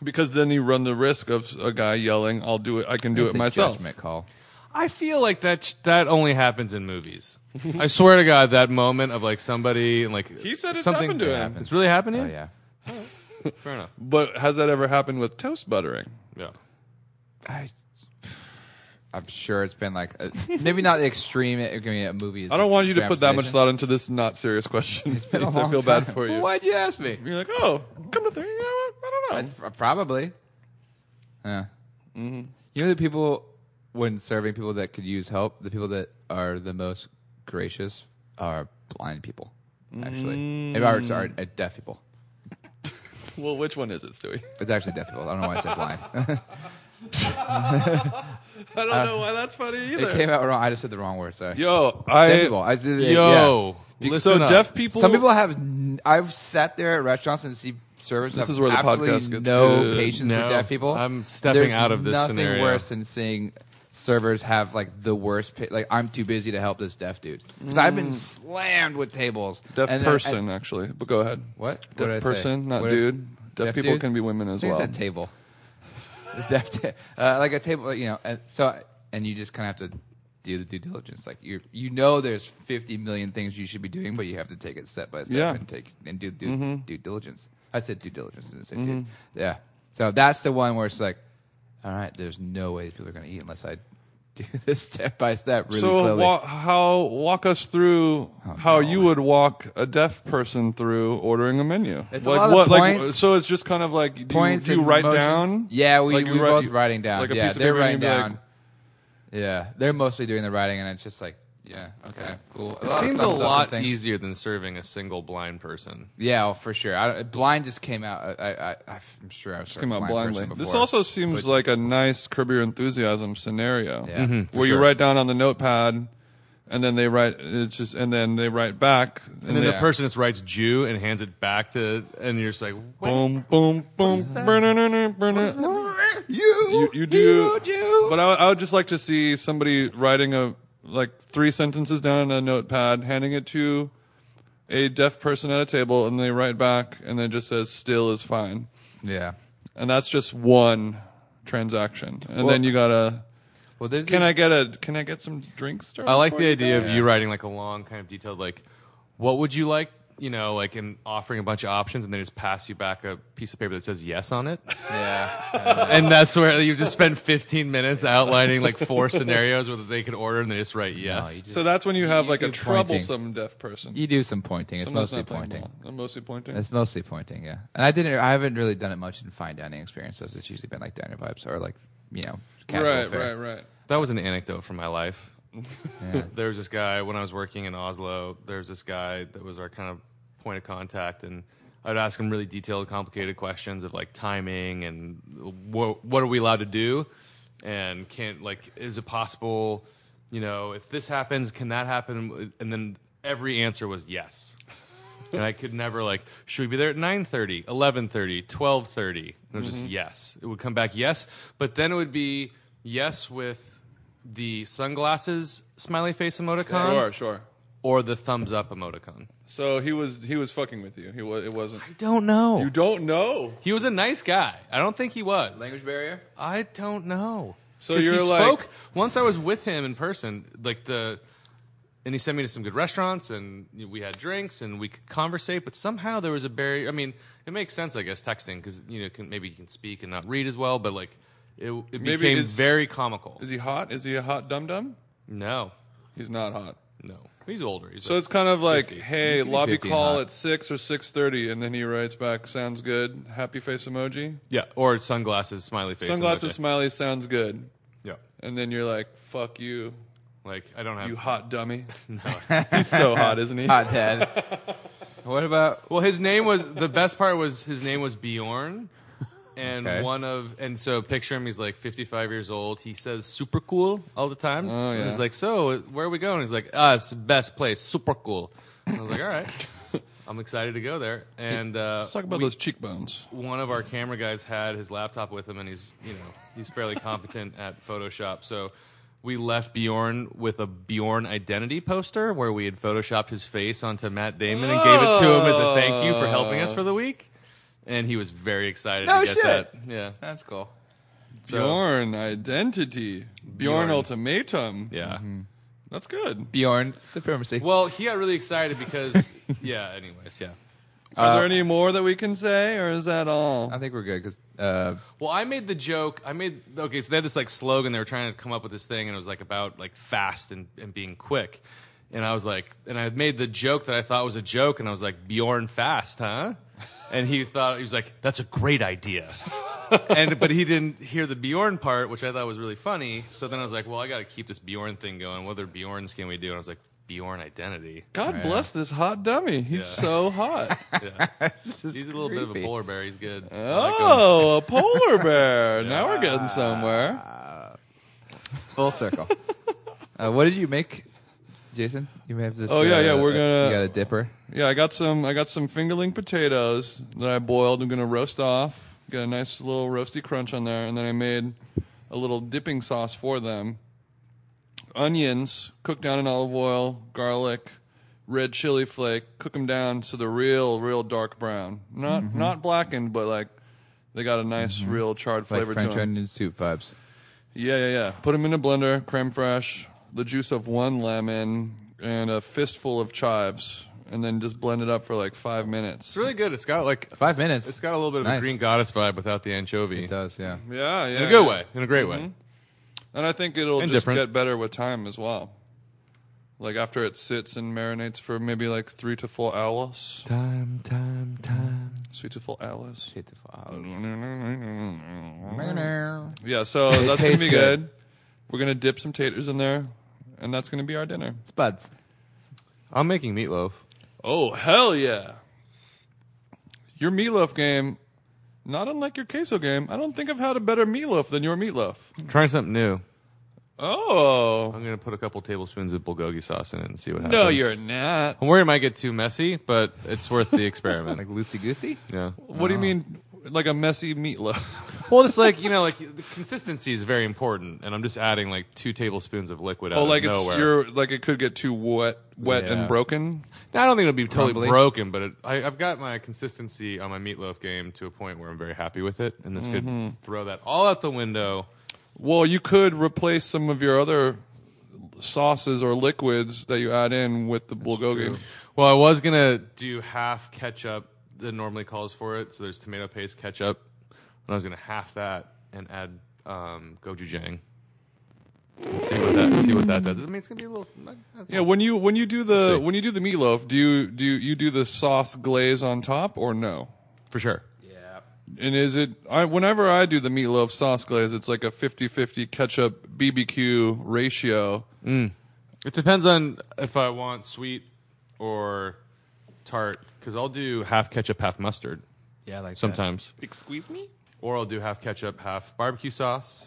Speaker 3: because then you run the risk of a guy yelling, "I'll do it. I can do
Speaker 4: It's
Speaker 3: it
Speaker 4: a
Speaker 3: myself."
Speaker 4: Judgment call.
Speaker 5: I feel like that that only happens in movies. I swear to God, that moment of like somebody and like
Speaker 3: He said it's
Speaker 5: something
Speaker 3: happened to
Speaker 4: that
Speaker 3: him.
Speaker 4: happens.
Speaker 5: It's really happened. to
Speaker 4: Oh
Speaker 5: you?
Speaker 4: yeah.
Speaker 5: fair enough.
Speaker 3: But has that ever happened with toast buttering?
Speaker 5: Yeah.
Speaker 4: I, I'm sure it's been like a, maybe not the extreme. I mean, a movie. Is
Speaker 3: I don't want you to put that much
Speaker 4: dramatization.
Speaker 3: thought into this not serious question. <laughs> It's
Speaker 4: been a
Speaker 3: I
Speaker 4: long
Speaker 3: feel
Speaker 4: time.
Speaker 3: bad for you.
Speaker 4: Why'd you ask me?
Speaker 3: You're like, oh, come to think, you know what? I don't know.
Speaker 4: That's f- uh, probably. Yeah.
Speaker 3: Mm-hmm.
Speaker 4: You know the people when serving people that could use help, the people that are the most gracious are blind people. Actually,
Speaker 3: Mm.
Speaker 4: Maybe ours are uh, deaf people.
Speaker 3: well, which one is it, Stewie? <laughs>
Speaker 4: It's actually deaf people. I don't know why I said blind. <laughs>
Speaker 3: I don't know why that's funny
Speaker 4: Uh, it came out wrong. I just said the wrong word. Sorry.
Speaker 3: Yo,
Speaker 4: deaf
Speaker 3: I
Speaker 4: people. I said,
Speaker 5: Yo,
Speaker 4: yeah.
Speaker 5: listen
Speaker 3: so
Speaker 5: up.
Speaker 3: deaf people.
Speaker 4: Some people have. n- I've sat there at restaurants and see servers.
Speaker 3: This
Speaker 4: have
Speaker 3: is where the
Speaker 4: absolutely
Speaker 3: podcast gets
Speaker 4: no
Speaker 3: good.
Speaker 4: patience
Speaker 5: No,
Speaker 4: with deaf people.
Speaker 5: I'm stepping
Speaker 4: There's
Speaker 5: out of this
Speaker 4: Nothing
Speaker 5: scenario.
Speaker 4: worse than seeing servers have like the worst. Pa- like I'm too busy to help this deaf dude because I've been slammed with tables.
Speaker 3: Mm. deaf
Speaker 4: And then-
Speaker 3: person
Speaker 4: and-
Speaker 3: actually. But go ahead.
Speaker 4: what? What
Speaker 3: Deaf
Speaker 4: did I say?
Speaker 3: person, not
Speaker 4: What did-
Speaker 3: dude. Deaf,
Speaker 4: Deaf
Speaker 3: people
Speaker 4: dude?
Speaker 3: can be women as
Speaker 4: I think
Speaker 3: well.
Speaker 4: it's that table. <laughs> The deaf ta- uh, like a table, you know. And so, and you just kind of have to do the due diligence. Like you, you know, there's 50 million things you should be doing, but you have to take it step by step
Speaker 3: Yeah. Mm-hmm.
Speaker 4: and take and do due, due diligence. I said due diligence, didn't say dude. Yeah. So that's the one where it's like, all right, there's no way these people are going to eat unless I <laughs> do this step by step really
Speaker 3: so
Speaker 4: slowly.
Speaker 3: wa- how walk us through how you would walk a deaf person through ordering a menu
Speaker 4: It's a lot of
Speaker 3: like
Speaker 4: points.
Speaker 3: so it's just kind of like do you,
Speaker 4: Points
Speaker 3: do you
Speaker 4: and
Speaker 3: write down
Speaker 4: motions. Yeah, we
Speaker 3: Like, you
Speaker 4: we
Speaker 3: write-
Speaker 4: both writing down.
Speaker 3: like a
Speaker 4: yeah,
Speaker 3: piece of
Speaker 4: they're
Speaker 3: paper and you'd be like-
Speaker 4: writing down. yeah, they're mostly doing the writing, and it's just like, yeah, okay, cool.
Speaker 5: It seems a
Speaker 4: thumbs up and
Speaker 5: lot
Speaker 4: thanks.
Speaker 5: easier than serving a single blind person.
Speaker 4: Yeah, oh, for sure. I, blind just came out. I, I, I'm sure I was
Speaker 3: Come out
Speaker 4: blind
Speaker 3: blindly.
Speaker 4: person
Speaker 3: This
Speaker 4: before.
Speaker 3: also seems like a nice Curb Your Enthusiasm scenario,
Speaker 4: Yeah. Mhm,
Speaker 3: where you write down on the notepad, and then they write. It's just and then they write back, and,
Speaker 5: And then
Speaker 3: they,
Speaker 5: the person just writes Jew and hands it back to, and you're just like, what?
Speaker 3: boom, boom, boom, burner, burner, burner.
Speaker 4: you,
Speaker 3: You, you do,
Speaker 4: do.
Speaker 3: but I, I would just like to see somebody writing a like three sentences down on a notepad, handing it to a deaf person at a table, and they write back, and then it just says "still is fine,"
Speaker 4: yeah.
Speaker 3: and that's just one transaction, and then you gotta.
Speaker 4: Well, there's
Speaker 3: Can
Speaker 4: these-
Speaker 3: I get a? Can I get some drinks?
Speaker 5: I like the idea of you writing like a long, kind of detailed, like, what would you like? You know, like, and offering a bunch of options, and they just pass you back a piece of paper that says yes on it.
Speaker 4: Yeah.
Speaker 5: and that's where you just spend 15 minutes outlining like four scenarios where they could order, and they just write yes.
Speaker 4: you just-
Speaker 3: So that's when you have like a
Speaker 4: do pointing.
Speaker 3: troublesome deaf person.
Speaker 4: you do some pointing. It's
Speaker 3: Someone that's
Speaker 4: mostly
Speaker 3: not playing
Speaker 4: pointing.
Speaker 3: ball. I'm mostly pointing.
Speaker 4: It's mostly pointing. Yeah. And I didn't. I haven't really done it much in fine dining experiences. It's usually been like diner vibes or like you know. casual
Speaker 3: right,
Speaker 4: fare.
Speaker 3: right, right.
Speaker 5: That was an anecdote from my life.
Speaker 4: Yeah.
Speaker 5: <laughs> there was this guy when I was working in Oslo. There was this guy that was our kind of point of contact, and I'd ask him really detailed, complicated questions of like timing and what what are we allowed to do, and can't like is it possible, you know, if this happens, can that happen? And then every answer was yes. and I could never like, should we be there at 9.30, 11.30, 12.30? And it was just yes. It would come back yes, but then it would be yes with the sunglasses smiley face emoticon
Speaker 3: Sure, sure.
Speaker 5: or the thumbs up emoticon.
Speaker 3: So he was he was fucking with you. He was it wasn't.
Speaker 5: I don't know.
Speaker 3: You don't know.
Speaker 5: he was a nice guy. I don't think he was.
Speaker 4: Language barrier.
Speaker 5: I don't know.
Speaker 3: So
Speaker 5: 'Cause he
Speaker 3: you're like-
Speaker 5: spoke once I was with him in person, like the and he sent me to some good restaurants and we had drinks and we could conversate, but somehow there was a barrier. I mean, it makes sense, I guess, texting because you know can, maybe you can speak and not read as well, but like it, it
Speaker 3: Maybe
Speaker 5: became
Speaker 3: it's-
Speaker 5: very comical.
Speaker 3: Is he hot? Is he a hot dum dum?
Speaker 5: no,
Speaker 3: He's not hot.
Speaker 5: no, he's older. He's
Speaker 3: So
Speaker 5: like-
Speaker 3: it's kind of like, hey, lobby
Speaker 4: 50
Speaker 3: call
Speaker 4: hot.
Speaker 3: at six or six thirty, and then he writes back, sounds good, happy face emoji,
Speaker 5: yeah, or sunglasses smiley face.
Speaker 3: sunglasses
Speaker 5: emoji.
Speaker 3: smiley, sounds good,
Speaker 5: yeah,
Speaker 3: and then you're like, fuck you,
Speaker 5: Like I don't have
Speaker 3: You hot dummy. <laughs> He's so hot, isn't he? <laughs>
Speaker 4: Hot dad. what about
Speaker 5: Well, his name was the best part was his name was Bjorn, and
Speaker 4: Okay.
Speaker 5: one of and so picture him. He's like 55 years old. He says super cool all the time.
Speaker 3: Oh, yeah.
Speaker 5: He's like, so where are we going? He's like, ah, it's the best place, super cool. And I was like, all
Speaker 3: <laughs>
Speaker 5: right, I'm excited to go there. And uh,
Speaker 3: Let's talk about
Speaker 5: we-
Speaker 3: those cheekbones.
Speaker 5: one of our camera guys had his laptop with him, and he's you know he's fairly competent <laughs> at Photoshop. So we left Bjorn with a Bjorn identity poster where we had photoshopped his face onto Matt Damon and gave it to him as a thank you for helping us for the week. And he was very excited
Speaker 4: No
Speaker 5: to get
Speaker 4: shit.
Speaker 5: that. Yeah,
Speaker 4: that's cool.
Speaker 5: So-
Speaker 3: Bjorn identity. Bjorn,
Speaker 5: Bjorn.
Speaker 3: ultimatum.
Speaker 5: yeah.
Speaker 4: Mm-hmm.
Speaker 3: That's good.
Speaker 4: Bjorn supremacy.
Speaker 5: Well, he got really excited because <laughs> yeah. Anyways, yeah.
Speaker 3: Are there any more that we can say, or is that all?
Speaker 4: I think we're good because uh,
Speaker 5: Well, I made the joke. I made okay. So they had this like slogan. They were trying to come up with this thing, and it was like about like fast and, and being quick. And I was like, and I made the joke that I thought was a joke, and I was like, Bjorn fast, huh? And he thought he was like, that's a great idea. and but he didn't hear the Bjorn part, which I thought was really funny. So then I was like, well, I got to keep this Bjorn thing going. What other Bjorns can we do? And I was like, Bjorn identity.
Speaker 3: God bless this hot dummy. He's
Speaker 5: Yeah.
Speaker 3: so hot.
Speaker 4: this is
Speaker 5: He's a little bit of
Speaker 4: creepy.
Speaker 5: a polar bear. He's good. I
Speaker 4: um,
Speaker 5: like him.
Speaker 3: Oh, a
Speaker 4: <laughs>
Speaker 3: polar bear. Now we're getting somewhere.
Speaker 4: full circle. <laughs> uh, what did you make, Jason? You may have this.
Speaker 3: Oh, yeah,
Speaker 4: uh,
Speaker 3: yeah, we're
Speaker 4: uh,
Speaker 3: gonna-
Speaker 4: You got a dipper.
Speaker 3: Yeah, I got some. I got some fingerling potatoes that I boiled. I'm gonna roast off. Got a nice little roasty crunch on there, and then I made a little dipping sauce for them. Onions cooked down in olive oil, garlic, red chili flake. Cook them down to the real, real dark brown. Not
Speaker 4: Mm-hmm.
Speaker 3: not blackened, but like they got a nice, real charred
Speaker 4: Like
Speaker 3: flavor
Speaker 4: French
Speaker 3: to them.
Speaker 4: onion soup vibes.
Speaker 3: Yeah, yeah, yeah. Put them in a blender, creme fraiche, the juice of one lemon, and a fistful of chives, and then just blend it up for like five minutes.
Speaker 5: It's really good. It's got like
Speaker 4: Five minutes.
Speaker 5: It's got a little bit of a
Speaker 4: Nice.
Speaker 5: green goddess vibe without the anchovy.
Speaker 4: It does, yeah.
Speaker 3: Yeah, yeah.
Speaker 5: In a good
Speaker 3: yeah.
Speaker 5: way, in a great
Speaker 3: Mm-hmm.
Speaker 5: way.
Speaker 3: And I think it'll
Speaker 5: And
Speaker 3: just
Speaker 5: different.
Speaker 3: get better with time as well. Like after it sits and marinates for maybe like three to four hours.
Speaker 4: Time, time, time.
Speaker 3: Three to four hours.
Speaker 4: Hit the files. Sounds
Speaker 3: Yeah,
Speaker 5: <laughs>
Speaker 3: so that's gonna
Speaker 4: tastes
Speaker 3: be
Speaker 4: good.
Speaker 3: good. We're gonna dip some taters in there, and that's gonna be our dinner.
Speaker 4: buds.
Speaker 5: I'm making meatloaf.
Speaker 3: Oh hell yeah! Your meatloaf game, not unlike your queso game. I don't think I've had a better meatloaf than your meatloaf.
Speaker 5: Trying something new.
Speaker 3: Oh
Speaker 5: I'm gonna put a couple tablespoons of bulgogi sauce in it and see what happens.
Speaker 3: no, you're not.
Speaker 5: I'm worried it might get too messy, but it's worth the
Speaker 3: <laughs>
Speaker 5: experiment.
Speaker 4: Like loosey goosey?
Speaker 5: yeah.
Speaker 3: What do you mean, like a messy meatloaf?
Speaker 5: Well, it's like you know, like the consistency is very important, and I'm just adding like two tablespoons of liquid. Out
Speaker 3: Oh, like
Speaker 5: of
Speaker 3: it's
Speaker 5: nowhere.
Speaker 3: you're like it could get too wet, wet and
Speaker 5: Yeah.
Speaker 3: broken.
Speaker 5: Now, I don't think it'll be totally
Speaker 4: Crumbly.
Speaker 5: broken, but it, I, I've got my consistency on my meatloaf game to a point where I'm very happy with it, and this
Speaker 3: Mm-hmm.
Speaker 5: could throw that all out the window.
Speaker 3: Well, you could replace some of your other sauces or liquids that you add in with the bulgogi.
Speaker 5: Well, I was gonna do half ketchup that normally calls for it. So there's tomato paste, ketchup, and I was gonna half that and add um, gochujang. Let's see what that see what that does. I mean, it's gonna be a little.
Speaker 3: Yeah, when you when you do the
Speaker 5: Let's see.
Speaker 3: when you do the meatloaf, do you do you, you do the sauce glaze on top or no?
Speaker 5: for sure.
Speaker 3: And is it I whenever I do the meatloaf sauce glaze, it's like a 50-50 ketchup BBQ ratio.
Speaker 5: It depends on if I want sweet or tart, because I'll do half ketchup, half mustard
Speaker 4: Yeah, like
Speaker 5: sometimes,
Speaker 3: Excuse me?
Speaker 5: or I'll do half ketchup, half barbecue sauce.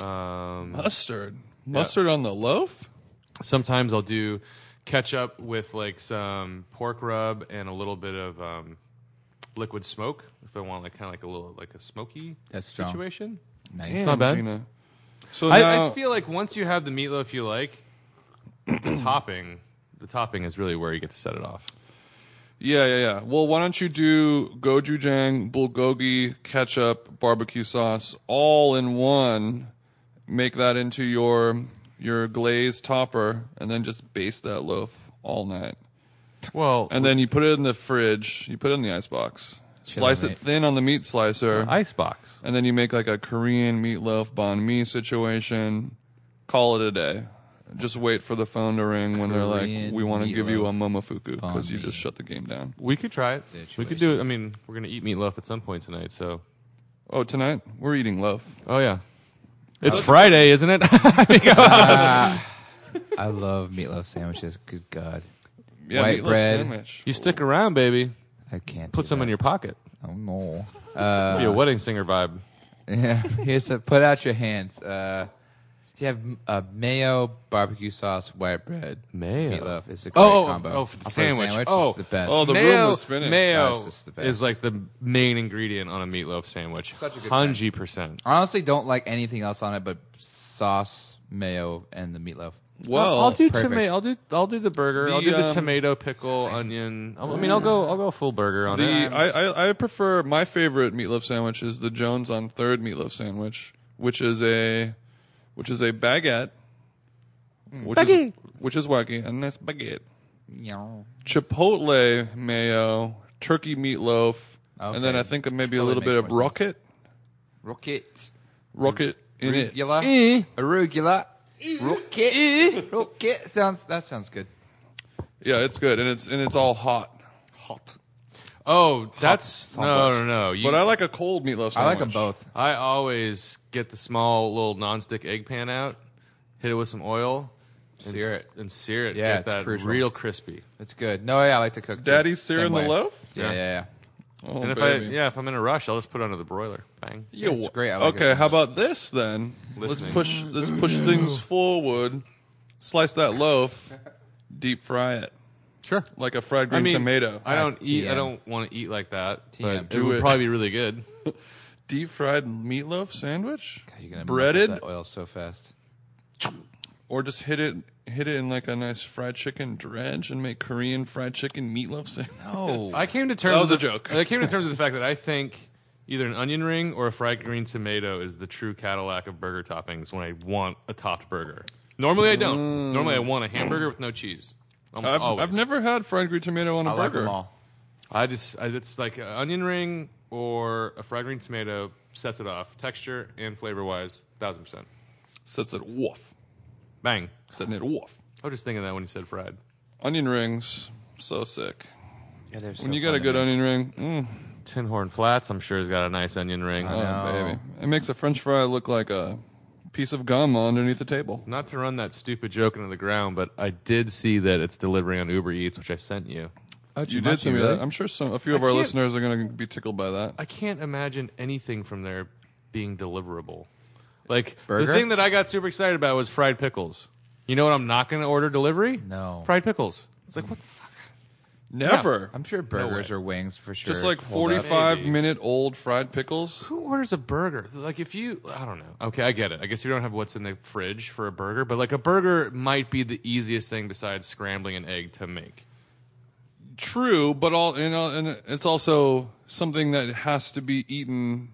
Speaker 5: Um,
Speaker 3: Mustard. Mustard on the loaf?
Speaker 5: sometimes I'll do ketchup with like some pork rub and a little bit of um, liquid smoke if I want like kind of like a little like a smoky
Speaker 4: That's strong.
Speaker 5: situation.
Speaker 4: Nice.
Speaker 5: not bad.
Speaker 3: Gina. So
Speaker 5: I,
Speaker 3: now,
Speaker 5: I feel like once you have the meatloaf you like,
Speaker 3: <clears throat>
Speaker 5: the topping, the topping is really where you get to set it off.
Speaker 3: Yeah, yeah, yeah. Well, why don't you do gochujang, bulgogi, ketchup, barbecue sauce all in one? Make that into your your glaze topper, and then just baste that loaf all night.
Speaker 5: Well,
Speaker 3: And then you put it in the fridge. You put it in the icebox. Slice it
Speaker 4: mate.
Speaker 3: thin on the meat slicer,
Speaker 5: icebox.
Speaker 3: and then you make like a Korean meatloaf banh mi situation. Call it a day. Just wait for the phone to ring when they're like,
Speaker 4: Korean
Speaker 3: "We want to give you a
Speaker 4: meatloaf
Speaker 3: momofuku" because you
Speaker 4: mi.
Speaker 3: just shut the game down.
Speaker 5: We could try it. We could
Speaker 4: Situation.
Speaker 5: do it. I mean, we're gonna eat meatloaf at some point tonight. So,
Speaker 3: Oh, tonight we're eating loaf.
Speaker 5: <laughs> oh yeah, it's Friday, isn't it? I think-
Speaker 4: I love meatloaf sandwiches. Good God,
Speaker 3: Yeah,
Speaker 4: White
Speaker 3: meatloaf
Speaker 4: bread.
Speaker 3: sandwich.
Speaker 5: You stick around, baby.
Speaker 4: I can't.
Speaker 5: Put
Speaker 4: do
Speaker 5: some
Speaker 4: that.
Speaker 5: in your pocket.
Speaker 4: Oh no. Uh,
Speaker 5: Be a wedding singer vibe.
Speaker 4: Yeah, here's a, put out your hands. Uh, you have uh, mayo, barbecue sauce, white bread,
Speaker 5: Mayo.
Speaker 4: meatloaf. It's a great
Speaker 5: Oh,
Speaker 4: combo.
Speaker 5: oh, for the
Speaker 4: For
Speaker 5: sandwich.
Speaker 4: It's
Speaker 5: Oh,
Speaker 4: the best.
Speaker 3: oh, the
Speaker 5: mayo,
Speaker 3: room was spinning.
Speaker 5: Mayo
Speaker 4: That's just the best.
Speaker 5: is like the main ingredient on a meatloaf sandwich.
Speaker 4: Such a good
Speaker 5: hundred percent.
Speaker 4: I honestly don't like anything else on it but sauce, mayo, and the meatloaf.
Speaker 3: Well,
Speaker 5: I'll do
Speaker 4: perfect.
Speaker 5: tomato. I'll do. I'll do the burger. I'll
Speaker 3: The,
Speaker 5: do the
Speaker 3: um,
Speaker 5: tomato, pickle, onion. I'll- I mean, I'll go. I'll go full burger on
Speaker 3: The
Speaker 5: it.
Speaker 3: I, I I prefer my favorite meatloaf sandwich is the Jones on Third meatloaf sandwich, which is a which is a baguette,
Speaker 4: Mm.
Speaker 3: which is which is wacky, and that's baguette,
Speaker 4: Yeah.
Speaker 3: chipotle mayo, turkey meatloaf, and then
Speaker 4: Okay.
Speaker 3: I think maybe a
Speaker 4: Chipotle
Speaker 3: little bit
Speaker 4: makes
Speaker 3: of
Speaker 4: more sense.
Speaker 3: rocket
Speaker 4: Rocket.
Speaker 3: rocket in it. Eh.
Speaker 4: Arugula.
Speaker 5: Eh.
Speaker 4: Arugula. Rocket. Rocket. Sounds, that sounds good.
Speaker 3: Yeah, it's good, and it's and it's all hot. Hot.
Speaker 5: oh, that's no, no, no. You,
Speaker 3: But I like a cold meatloaf. Sandwich.
Speaker 4: I like them both.
Speaker 5: I always get the small little nonstick egg pan out, hit it with some oil, and
Speaker 4: Sear
Speaker 5: f-
Speaker 4: it.
Speaker 5: and sear it.
Speaker 4: Yeah,
Speaker 5: get
Speaker 4: it's
Speaker 5: that
Speaker 4: crucial.
Speaker 5: real crispy.
Speaker 4: It's good. No, yeah, I like to cook. too.
Speaker 3: Daddy's sear
Speaker 4: Same
Speaker 3: in the
Speaker 4: way.
Speaker 3: loaf?
Speaker 4: Yeah,
Speaker 5: Yeah.
Speaker 4: yeah, yeah.
Speaker 3: Oh,
Speaker 5: and if I
Speaker 3: baby.
Speaker 5: yeah, if I'm in a rush, I'll just put it under the broiler. Bang.
Speaker 3: Yeah,
Speaker 4: It's
Speaker 3: wh-
Speaker 4: great. I like
Speaker 3: okay,
Speaker 4: it.
Speaker 3: how about this then?
Speaker 5: Listening.
Speaker 3: Let's push let's push
Speaker 4: <laughs>
Speaker 3: things forward. Slice that loaf, deep fry it
Speaker 4: Sure.
Speaker 3: like a fried green tomato.
Speaker 5: I don't
Speaker 4: That's
Speaker 5: eat. I
Speaker 4: TM.
Speaker 5: don't want to eat like that.
Speaker 4: TM.
Speaker 5: But it
Speaker 3: Do
Speaker 5: would
Speaker 3: it.
Speaker 5: probably be really good.
Speaker 3: deep fried meatloaf sandwich,
Speaker 4: You're gonna melt
Speaker 3: breaded,
Speaker 4: that oil so fast.
Speaker 3: or just hit it hit it in like a nice fried chicken dredge and make Korean fried chicken meatloaf sandwich.
Speaker 4: Oh,
Speaker 5: I came to terms.
Speaker 3: That was
Speaker 5: with
Speaker 3: a
Speaker 5: the-
Speaker 3: joke.
Speaker 5: I came to terms with the fact that I think either an onion ring or a fried green tomato is the true Cadillac of burger toppings. When I want a topped burger, normally I don't. Normally I want a hamburger with no cheese.
Speaker 3: <laughs>
Speaker 5: Almost
Speaker 3: Mm. I've,
Speaker 5: always.
Speaker 3: I've never had fried green tomato on a
Speaker 4: I like
Speaker 3: burger.
Speaker 4: them all.
Speaker 5: I just I, it's like an onion ring or a fried green tomato sets it off texture and flavor wise, thousand percent.
Speaker 3: Sets it woof.
Speaker 5: Bang.
Speaker 3: Setting it woof.
Speaker 5: I was just thinking that when you said fried.
Speaker 3: Onion rings, so sick.
Speaker 4: Yeah, they're so
Speaker 3: When you got
Speaker 4: fun
Speaker 3: a
Speaker 4: to
Speaker 3: good
Speaker 4: make.
Speaker 3: onion ring, mm,
Speaker 5: Tin Horn Flats, I'm sure, has got a nice onion ring. Um,
Speaker 3: oh, baby, it makes a French fry look like a piece of gum underneath the table.
Speaker 5: Not to run that stupid joke into the ground, but I did see that it's delivering on Uber Eats, which I sent you.
Speaker 4: Oh,
Speaker 3: You did send me
Speaker 4: really?
Speaker 3: that. I'm sure some a few of our
Speaker 5: can't-
Speaker 3: listeners are going to be tickled by that.
Speaker 5: I can't imagine anything from there being deliverable. Like the
Speaker 4: Burger?
Speaker 5: thing that I got super excited about was fried pickles. You know what I'm not going to order delivery?
Speaker 4: No.
Speaker 5: Fried pickles. It's like what the fuck?
Speaker 3: Never.
Speaker 4: I'm sure burgers
Speaker 5: way.
Speaker 4: or wings for sure.
Speaker 3: Just like
Speaker 4: hold up.
Speaker 3: 45
Speaker 5: Maybe.
Speaker 3: minute old fried pickles.
Speaker 5: Who orders a burger? Like if you I don't know. Okay, I get it. I guess you don't have what's in the fridge for a burger, but like a burger might be the easiest thing besides scrambling an egg to make.
Speaker 3: True, but all you know, and it's also something that has to be eaten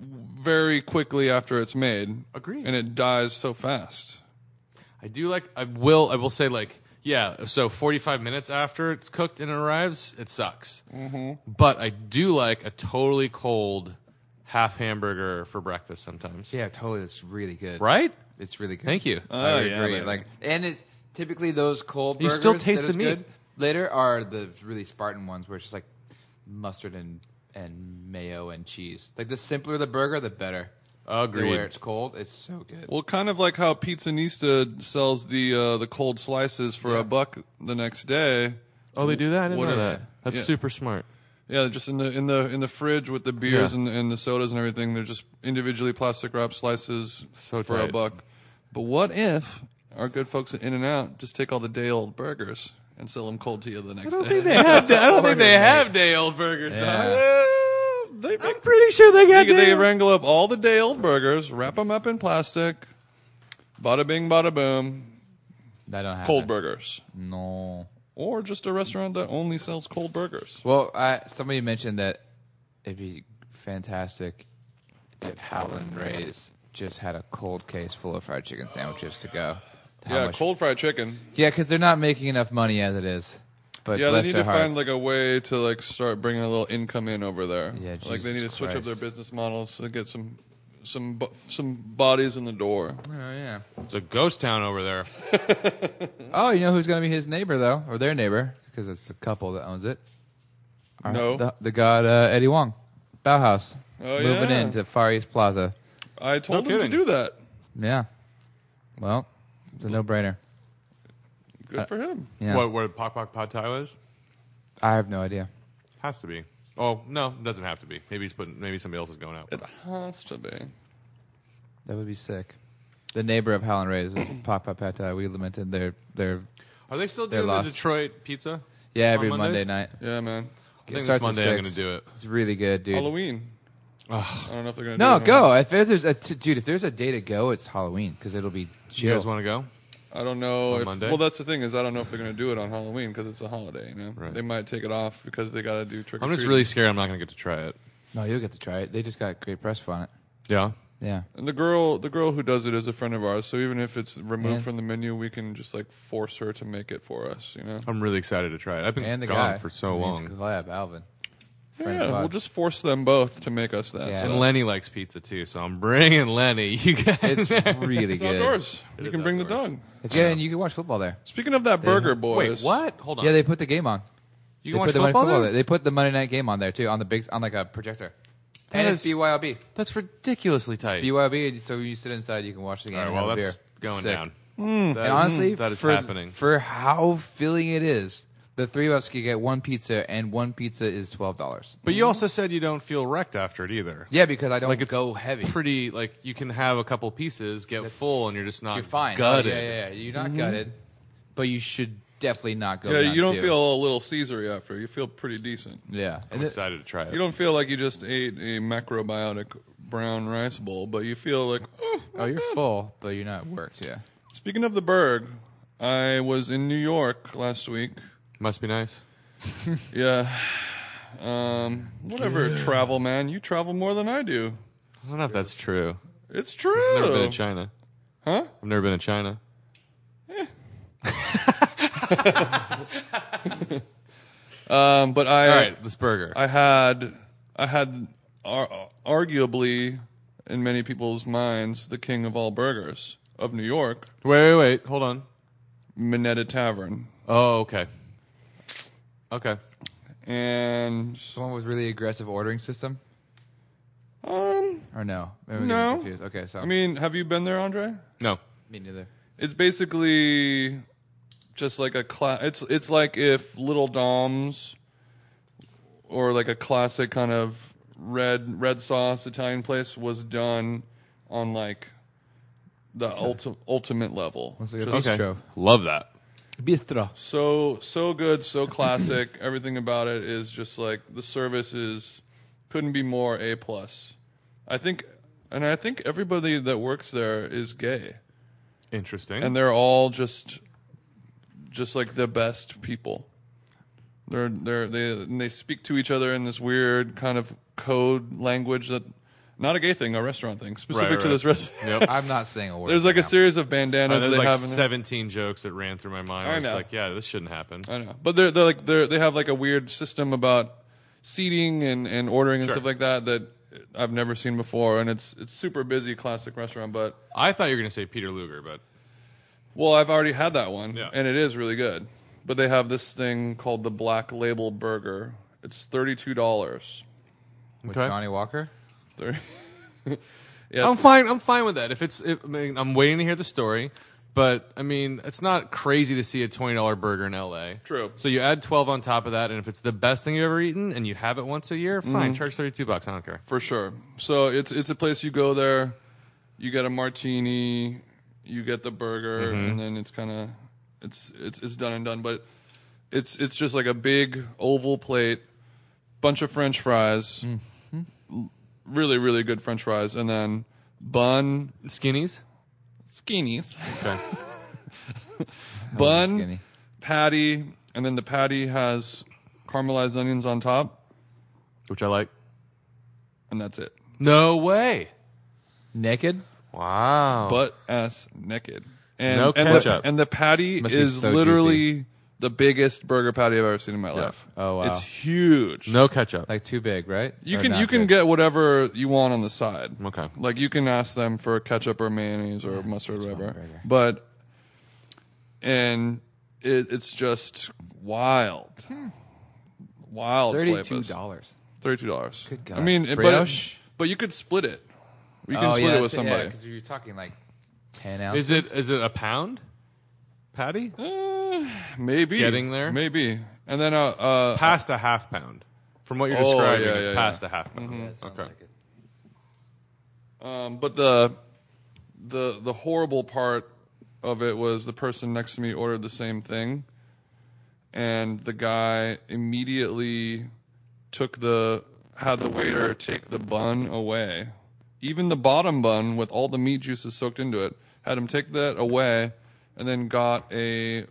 Speaker 3: very quickly after it's made.
Speaker 5: Agreed.
Speaker 3: And it dies so fast.
Speaker 5: I do like. I will. I will say like. Yeah, so 45 minutes after it's cooked and arrives, it sucks. Mm-hmm. But I do like a totally cold half hamburger for breakfast sometimes.
Speaker 4: Yeah, totally. It's really good.
Speaker 5: Right?
Speaker 4: It's really good.
Speaker 5: Thank you.
Speaker 4: I would
Speaker 3: Oh, yeah,
Speaker 4: agree.
Speaker 3: man.
Speaker 4: Like, and it's typically those cold.
Speaker 5: You
Speaker 4: burgers
Speaker 5: still taste
Speaker 4: that is
Speaker 5: the meat.
Speaker 4: good later are the really Spartan ones where it's just like mustard and and mayo and cheese. Like the simpler the burger, the better. The
Speaker 5: Agreed.
Speaker 4: Where it's cold, it's so good.
Speaker 3: Well, kind of like how Pizzanista sells the uh, the cold slices for a buck the next day.
Speaker 5: oh, they do that? I didn't
Speaker 3: What
Speaker 5: know
Speaker 3: is
Speaker 5: that.
Speaker 3: it?
Speaker 5: That's
Speaker 3: Yeah.
Speaker 5: super smart.
Speaker 3: Yeah, they're just in the in the in the fridge with the beers
Speaker 5: Yeah.
Speaker 3: and, and the sodas and everything. They're just individually plastic wrap slices
Speaker 5: So
Speaker 3: for a
Speaker 5: tight.
Speaker 3: buck. But what if our good folks at In and Out just take all the day old burgers and sell them cold to you the next day? <laughs>
Speaker 5: They have I don't think they have day old burgers.
Speaker 4: Yeah.
Speaker 3: They, make,
Speaker 5: pretty sure they got
Speaker 3: they, they wrangle up all the day old burgers, wrap them up in plastic. Bada bing, bada boom.
Speaker 4: I don't have
Speaker 3: Cold
Speaker 4: it.
Speaker 3: burgers,
Speaker 4: No.
Speaker 3: or just a restaurant that only sells cold burgers.
Speaker 4: Well, I, somebody mentioned that it'd be fantastic if Howland Ray's just had a cold case full of fried chicken sandwiches to go. How
Speaker 3: yeah,
Speaker 4: much-
Speaker 3: cold fried chicken.
Speaker 4: Yeah, because they're not making enough money as it is. But
Speaker 3: Yeah, they
Speaker 4: bless
Speaker 3: need
Speaker 4: their
Speaker 3: to find
Speaker 4: hearts.
Speaker 3: like a way to like start bringing a little income in over there.
Speaker 4: Yeah,
Speaker 3: like they need to
Speaker 4: Jesus
Speaker 3: switch up their
Speaker 4: Christ.
Speaker 3: business models to get some some bo- some bodies in the door.
Speaker 4: Oh yeah.
Speaker 5: It's a ghost town over there.
Speaker 4: Oh, you know who's going to be his neighbor though, or their neighbor, because it's a couple that owns it. Our-
Speaker 3: No.
Speaker 4: the, the god uh, Eddie Wong, Bauhaus,
Speaker 3: Oh,
Speaker 4: moving
Speaker 3: yeah.
Speaker 4: into Far East Plaza.
Speaker 3: I told
Speaker 5: No
Speaker 3: them
Speaker 5: kidding.
Speaker 3: to do that.
Speaker 4: Yeah. Well, it's a no-brainer. Uh,
Speaker 3: Good for him.
Speaker 4: Yeah.
Speaker 5: What, where Pock Pock Pod Thai was?
Speaker 4: I have no idea.
Speaker 5: Has to be. Oh no, it doesn't have to be. Maybe he's putting. Maybe somebody else is going out.
Speaker 3: It has to be.
Speaker 4: That would be sick. The neighbor of Helen Ray's, uh, <clears throat> Papa Pata, we lamented their their
Speaker 5: Are they still
Speaker 4: They're
Speaker 5: doing the
Speaker 4: lost.
Speaker 5: Detroit pizza?
Speaker 4: yeah
Speaker 5: On
Speaker 4: every
Speaker 5: Mondays?
Speaker 4: Monday night.
Speaker 3: Yeah, man.
Speaker 5: I think this
Speaker 4: starts at
Speaker 5: Monday I'm going
Speaker 4: six.
Speaker 5: to do it.
Speaker 4: It's really good, dude.
Speaker 3: Halloween. I don't know if they're gonna.
Speaker 4: No,
Speaker 3: do it or not.
Speaker 4: go. If there's a t- dude, if there's a day to go, it's Halloween because it'll be
Speaker 5: You
Speaker 4: chill.
Speaker 5: guys want to go?
Speaker 3: I don't know.
Speaker 5: On
Speaker 3: if,
Speaker 5: Monday?
Speaker 3: Well, that's the thing is I don't know if they're gonna do it on Halloween because it's a holiday. You know,
Speaker 5: Right.
Speaker 3: they might take it off because they gotta do trick.
Speaker 5: I'm
Speaker 3: or
Speaker 5: just
Speaker 3: treating.
Speaker 5: really scared. I'm not going to get to try it.
Speaker 4: no, you'll get to try it. They just got great press on it.
Speaker 5: Yeah.
Speaker 4: Yeah,
Speaker 3: And the girl, the girl who does it is a friend of ours. So even if it's removed
Speaker 4: Yeah.
Speaker 3: from the menu, we can just like force her to make it for us. You know.
Speaker 5: I'm really excited to try it. I've been
Speaker 4: and the
Speaker 5: gone
Speaker 4: guy
Speaker 5: for so
Speaker 4: I mean, it's
Speaker 5: long.
Speaker 4: collab
Speaker 5: <laughs>
Speaker 4: Alvin. Friend
Speaker 3: Yeah,
Speaker 4: of
Speaker 3: we'll
Speaker 4: pod.
Speaker 3: just force them both to make us that.
Speaker 4: Yeah.
Speaker 3: so.
Speaker 5: And Lenny likes pizza too, so I'm bringing Lenny. <laughs> You guys.
Speaker 4: It's really
Speaker 3: It's
Speaker 4: good.
Speaker 3: outdoors. you
Speaker 5: is
Speaker 3: can bring
Speaker 5: outdoors.
Speaker 3: the dog.
Speaker 4: It's good, and you can watch football there.
Speaker 3: Speaking of that burger, boys.
Speaker 5: Wait, what? Hold on.
Speaker 4: Yeah, they put the game on.
Speaker 5: you
Speaker 4: they
Speaker 5: can watch
Speaker 4: put the Monday
Speaker 5: football, there?
Speaker 4: there? They put the Monday night game on there too, on the big, on like a projector.
Speaker 5: That
Speaker 4: and it's
Speaker 5: is-
Speaker 4: BYOB.
Speaker 5: That's ridiculously tight.
Speaker 4: BYOB. and So you sit inside, you can watch the game.
Speaker 5: All right, well,
Speaker 4: and have a
Speaker 5: that's
Speaker 4: beer.
Speaker 5: going
Speaker 4: Sick. Mm.
Speaker 5: down. Mm,
Speaker 4: and honestly,
Speaker 5: that is
Speaker 4: for,
Speaker 5: happening.
Speaker 4: For how filling it is, the three of us could get one pizza, and one pizza is twelve dollars.
Speaker 6: But
Speaker 5: You also said you don't feel wrecked after it either.
Speaker 4: Yeah, because I don't
Speaker 5: Like, it's
Speaker 4: go heavy.
Speaker 5: Pretty like you can have a couple pieces, get full, and you're just not
Speaker 4: You're fine.
Speaker 5: gutted. Mm-hmm.
Speaker 4: Oh, yeah, yeah, yeah. You're not gutted, but you should definitely not go.
Speaker 3: Yeah,
Speaker 4: down
Speaker 3: you don't
Speaker 4: too.
Speaker 3: feel a little Caesar after. You feel pretty decent.
Speaker 4: Yeah,
Speaker 5: I'm
Speaker 4: And it-
Speaker 5: excited to try it.
Speaker 3: You don't feel like you just ate a macrobiotic brown rice bowl, but you feel like. "Oh,
Speaker 4: oh, you're full, but you're not worked. Yeah,
Speaker 3: Speaking of the Berg, I was in New York last week.
Speaker 5: Must be nice.
Speaker 3: Yeah. Um, whatever, travel man. You travel more than I do.
Speaker 5: I don't know if that's true.
Speaker 3: It's true.
Speaker 5: I've never been to China.
Speaker 3: Huh?
Speaker 5: I've never been to China.
Speaker 3: Um, but I.
Speaker 5: All right, this burger.
Speaker 3: I had I had ar- arguably in many people's minds the king of all burgers of New York,
Speaker 5: wait, wait, wait. Hold on.
Speaker 3: Minetta Tavern,
Speaker 5: Oh, okay. Okay.
Speaker 3: and
Speaker 4: someone with really aggressive ordering system,
Speaker 3: um,
Speaker 4: or no? Maybe I'm
Speaker 3: No.
Speaker 4: getting Confused. Okay, so
Speaker 3: I mean, have you been there, Andre?
Speaker 5: No.
Speaker 4: me neither.
Speaker 3: It's basically just like a class. It's it's like if Little Dom's or like a classic kind of red red sauce Italian place was done on like the ulti- ultimate level.
Speaker 4: like a
Speaker 3: Just-
Speaker 5: Okay.
Speaker 4: Bistro.
Speaker 5: Love that.
Speaker 4: Bistro.
Speaker 3: so so good, so classic. <clears throat> Everything about it is just like the service is couldn't be more a plus. I think, and I think everybody that works there is gay,
Speaker 5: Interesting.
Speaker 3: and they're all just just like the best people. They're they're they and they speak to each other in this weird kind of code language that not a gay thing, a restaurant thing, specific to
Speaker 5: right.
Speaker 3: this restaurant.
Speaker 5: <laughs> yep.
Speaker 4: I'm not saying a
Speaker 3: <laughs>
Speaker 4: word.
Speaker 3: There's like a
Speaker 4: right
Speaker 3: series of
Speaker 5: Uh,
Speaker 3: bandanas
Speaker 5: There's
Speaker 3: they
Speaker 5: like
Speaker 3: have. in there.
Speaker 5: 17 jokes that ran through my mind. I,
Speaker 3: I
Speaker 5: was
Speaker 3: know.
Speaker 5: like, yeah, this shouldn't happen.
Speaker 3: I know, but they're they're like they are they have like a weird system about seating and, and ordering and
Speaker 5: Sure.
Speaker 3: stuff like that that I've never seen before, and it's it's super busy classic restaurant. But
Speaker 5: I thought you were going to say Peter Luger, but
Speaker 3: well, I've already had that one,
Speaker 5: Yeah.
Speaker 3: and it is really good. But they have this thing called the Black Label Burger. It's thirty two dollars.
Speaker 4: now. with
Speaker 5: Okay.
Speaker 4: Johnny Walker.
Speaker 3: Yes.
Speaker 5: I'm fine. I'm fine with that. If it's, if, I mean, I'm waiting to hear the story, but I mean, it's not crazy to see a twenty dollar burger in L.A.
Speaker 3: True.
Speaker 5: So you add twelve on top of that, and if it's the best thing you've ever eaten, and you have it once a year,
Speaker 3: Mm-hmm.
Speaker 5: fine, charge thirty two bucks. I don't care.
Speaker 3: For sure. So it's it's a place you go there, you get a martini, you get the burger, and then it's kind of it's it's it's done and done. But it's it's just like a big oval plate, bunch of French fries, L- really really good French fries, and then bun
Speaker 5: Skinnies.
Speaker 3: skinnies, <laughs> bun
Speaker 4: Skinny.
Speaker 3: patty, and then the patty has caramelized onions on top,
Speaker 5: which I like.
Speaker 3: and that's it.
Speaker 5: No way.
Speaker 4: Naked.
Speaker 5: Wow.
Speaker 3: butt ass naked. And,
Speaker 5: No
Speaker 3: and the,
Speaker 5: ketchup.
Speaker 3: and the patty
Speaker 4: Must be
Speaker 3: is
Speaker 4: so
Speaker 3: literally the biggest burger patty I've ever seen in my life.
Speaker 4: Oh, wow.
Speaker 3: It's huge.
Speaker 5: no ketchup.
Speaker 4: Like too big, right?
Speaker 3: You
Speaker 4: Or
Speaker 3: can
Speaker 4: not
Speaker 3: you can
Speaker 4: big?
Speaker 3: get whatever you want on the side.
Speaker 5: Okay.
Speaker 3: Like you can ask them for ketchup or mayonnaise or mustard or whatever. But and it, it's just wild. Wild
Speaker 4: thirty-two
Speaker 3: flavors.
Speaker 4: dollars.
Speaker 3: Thirty-two dollars.
Speaker 4: Good God.
Speaker 3: I mean, it-
Speaker 4: Brioche? Oh,
Speaker 3: but but you could split it. You can split it with somebody.
Speaker 4: because you're talking like ten ounces.
Speaker 5: Is it is it a pound patty?
Speaker 3: Uh, Maybe
Speaker 5: Getting there?
Speaker 3: Maybe. And then uh, uh
Speaker 5: Past a half pound. From what you're
Speaker 3: Oh,
Speaker 5: describing,
Speaker 3: yeah,
Speaker 5: it's
Speaker 3: yeah,
Speaker 5: past
Speaker 3: yeah. Mm-hmm.
Speaker 5: a half pound.
Speaker 7: okay. Like it.
Speaker 3: Um, but the the the horrible part of it was the person next to me ordered the same thing, and the guy immediately took the had the waiter take the bun away, even the bottom bun with all the meat juices soaked into it. Had him take that away, and then got a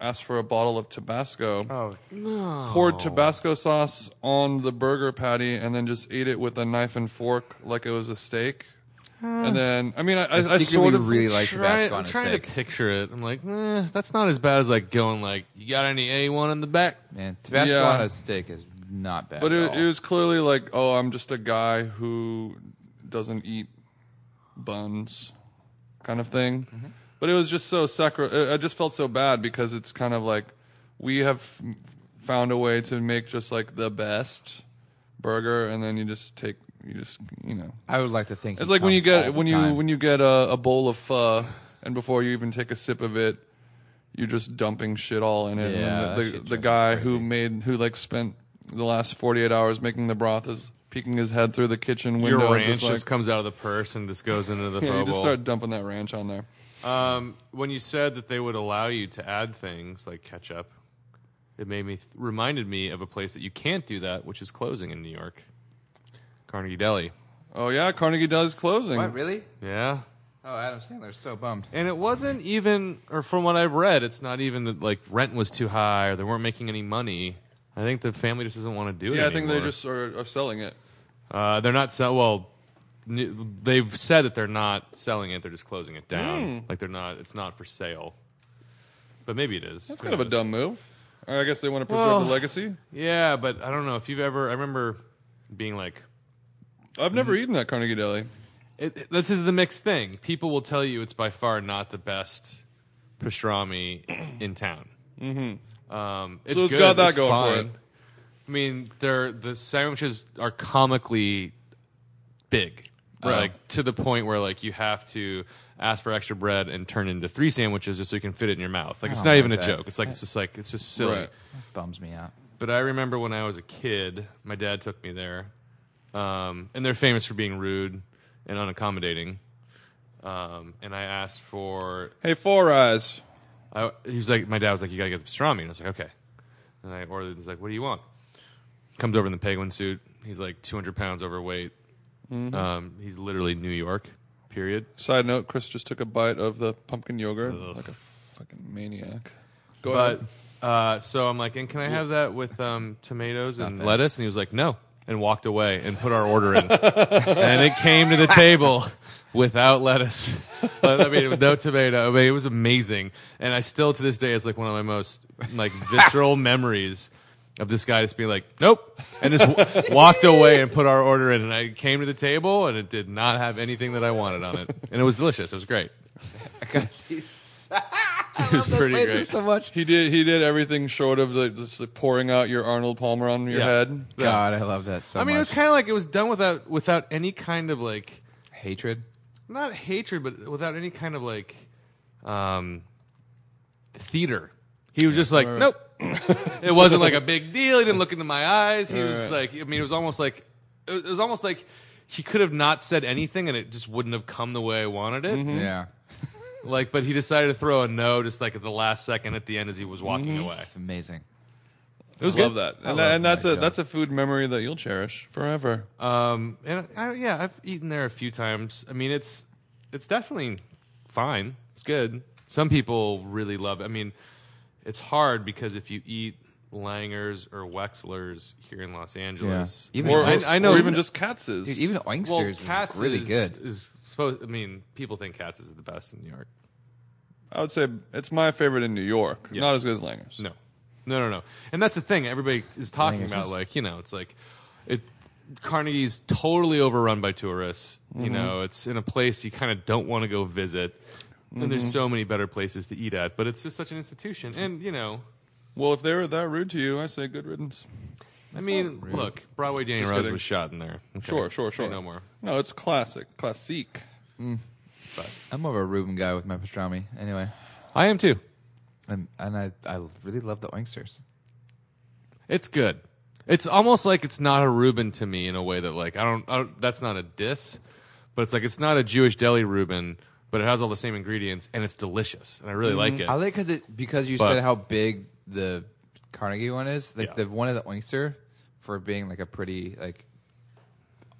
Speaker 3: asked for a bottle of Tabasco. Oh no! Poured Tabasco sauce on the burger patty, and then just ate it with a knife and fork like it was a steak. And then, I mean, I, I, I
Speaker 4: secretly
Speaker 3: sort of
Speaker 4: really like
Speaker 5: Try,
Speaker 4: Tabasco on
Speaker 5: I'm
Speaker 4: a
Speaker 5: trying
Speaker 4: steak.
Speaker 5: to picture it. I'm like, eh, that's not as bad as like going like, you got any A1 in the back?
Speaker 4: Man, Tabasco
Speaker 3: Yeah.
Speaker 4: on a steak is not bad.
Speaker 3: But
Speaker 4: at
Speaker 3: it,
Speaker 4: all.
Speaker 3: it was clearly like, oh, I'm just a guy who doesn't eat buns, kind of thing.
Speaker 4: Mm-hmm.
Speaker 3: But it was just so sacri- I I just felt so bad because it's kind of like we have f- found a way to make just like the best burger, and then you just take you just you know
Speaker 4: I would like to think
Speaker 3: it's like when you get when you when you get a, a bowl of pho, and before you even take a sip of it, you're just dumping shit all in it.
Speaker 4: Yeah,
Speaker 3: and
Speaker 4: that
Speaker 3: the the,
Speaker 4: shit
Speaker 3: the guy
Speaker 4: drives me
Speaker 3: who made who like spent the last 48 hours making the broth is peeking his head through the kitchen
Speaker 5: Your
Speaker 3: window. and
Speaker 5: ranch
Speaker 3: just, like,
Speaker 5: just comes out of the purse and just goes into the
Speaker 3: <laughs> yeah, you
Speaker 5: bowl.
Speaker 3: just start dumping that ranch on there.
Speaker 5: Um, when you said that they would allow you to add things like ketchup, it made me reminded me of a place that you can't do that, which is closing in New York, Carnegie Deli.
Speaker 3: Oh yeah, Carnegie does closing.
Speaker 4: What really?
Speaker 5: Yeah,
Speaker 4: Oh, Adam Sandler's so bummed.
Speaker 5: and it wasn't even, or from what I've read, it's not even that like rent was too high or they weren't making any money. I think the family just doesn't want to do it.
Speaker 3: Yeah, I think they
Speaker 5: anymore.
Speaker 3: just are, are selling it.
Speaker 5: uh, they're not sell. Well, n- they've said that they're not selling it; they're just closing it down.
Speaker 3: Hmm.
Speaker 5: Like they're not. It's not for sale. But maybe it is.
Speaker 3: That's kind of a dumb move. Or I guess they want to preserve
Speaker 5: Well-
Speaker 4: Oh.
Speaker 3: the legacy.
Speaker 5: Yeah, but I don't know if you've ever. I remember being like,
Speaker 3: I've never eaten that Carnegie Deli.
Speaker 5: it, it- "This is the mixed thing." People will tell you it's by far not the best pastrami in town. Mm-hmm. Um, it's
Speaker 3: it's
Speaker 5: good,
Speaker 3: got that
Speaker 5: it's
Speaker 3: going for
Speaker 5: fine.
Speaker 3: it.
Speaker 5: I mean, they're the sandwiches are comically big, like to the point where like you have to ask for extra bread and turn into three sandwiches just so you can fit it in your mouth. Like it's
Speaker 4: don't
Speaker 5: not
Speaker 4: like
Speaker 5: even a
Speaker 4: that.
Speaker 5: joke. It's like it's just like it's just silly.
Speaker 3: Right.
Speaker 4: Bums me <laughs> out.
Speaker 5: But I remember when I was a kid, my dad took me there, um, and they're famous for being rude and unaccommodating. Um, and I asked for,
Speaker 3: Hey, Four Eyes.
Speaker 5: I, he was like, my dad was like, you gotta get the pastrami, and I was like, okay. And I ordered. He's like, what do you want? Comes over in the penguin suit. He's like 200 pounds overweight. Um, he's literally New York. Period.
Speaker 3: Side note: Chris just took a bite of the pumpkin yogurt like a fucking maniac. Go
Speaker 5: But
Speaker 3: ahead.
Speaker 5: uh, so I'm like, and can I have that with um, tomatoes and
Speaker 4: bad.
Speaker 5: lettuce? And he was like, no, and walked away and put our order in, <laughs> and it came to the table <laughs> without lettuce. <laughs> But, I mean, with no tomato. I mean, it was amazing, and I still to this day it's like one of my most
Speaker 3: <laughs>
Speaker 5: like visceral memories. Of this guy just being like, nope, and just w- <laughs> walked away and put our order in. And I came to the table and it did not have anything that I wanted on it. And it was delicious. It was great.
Speaker 4: Because
Speaker 3: <laughs>
Speaker 4: he's. I
Speaker 5: It was pretty
Speaker 4: place
Speaker 5: great.
Speaker 4: so much.
Speaker 3: He did. He did everything short of like, just like, pouring out your Arnold Palmer on your
Speaker 5: Yeah.
Speaker 3: head.
Speaker 4: God, I love that so
Speaker 5: I mean, it was
Speaker 4: much.
Speaker 5: kind of like it was done without without any kind of like
Speaker 4: Hatred.
Speaker 5: not hatred, but without any kind of like um theater. He was just like, nope. <laughs> it wasn't like a big deal. He didn't look into my eyes. He was like, I mean, it was almost like it was almost like he could have not said anything, and it just wouldn't have come the way I wanted it.
Speaker 3: Mm-hmm. Hmm?
Speaker 4: Yeah.
Speaker 5: Like, but he decided to throw a no, just like at the last second, at the end, as he was
Speaker 3: Hmm?
Speaker 5: walking away.
Speaker 4: It's amazing.
Speaker 5: It was
Speaker 3: Mm-hmm. Love
Speaker 5: good.
Speaker 3: that. And,
Speaker 4: love
Speaker 3: that- and that's
Speaker 4: that
Speaker 3: a
Speaker 4: guy.
Speaker 3: that's a food memory that you'll cherish forever.
Speaker 5: Um, and I, yeah, I've eaten there a few times. I mean, it's it's definitely fine. It's good. Some people really love. It. I mean, it's hard because if you eat Langers or Wexlers here in Los Angeles,
Speaker 4: Yeah. Even-
Speaker 3: or,
Speaker 5: I,
Speaker 3: or-
Speaker 5: I know
Speaker 3: or even just Katz's.
Speaker 4: Dude, even
Speaker 5: well,
Speaker 4: oysters
Speaker 5: Katz's
Speaker 4: is really good.
Speaker 5: Is supposed. I mean, people think Katz is the best in New York.
Speaker 3: I would say it's my favorite in New York. Not as good as Langer's.
Speaker 5: No, no, no, no. And that's the thing. Everybody is talking
Speaker 4: Langer's
Speaker 5: about
Speaker 4: is-
Speaker 5: like you know, it's like it. Carnegie's totally overrun by tourists. You know, it's in a place you kind of don't want to go visit. And there's so many better places to eat at, but it's just such an institution. And you know,
Speaker 3: Well, if they were that rude to you, I say good riddance.
Speaker 5: I mean, look, Broadway Danny
Speaker 3: Just
Speaker 5: Rose
Speaker 3: kidding.
Speaker 5: was shot in there. Okay.
Speaker 3: Sure, sure,
Speaker 5: Say
Speaker 3: sure.
Speaker 5: No more.
Speaker 3: No, it's classic, classique.
Speaker 4: I'm more of a Reuben guy with my pastrami. Anyway,
Speaker 5: I am too.
Speaker 4: And, and I, I really love the oinksters.
Speaker 5: It's good. It's almost like it's not a Reuben to me in a way that like I don't, I don't that's not a diss, but it's like it's not a Jewish deli Reuben, but it has all the same ingredients and it's delicious and I really like it.
Speaker 4: I like because it because you
Speaker 5: But-
Speaker 4: said how big the Carnegie one is. Like
Speaker 5: Yeah.
Speaker 4: the one of the oyster for being like a pretty like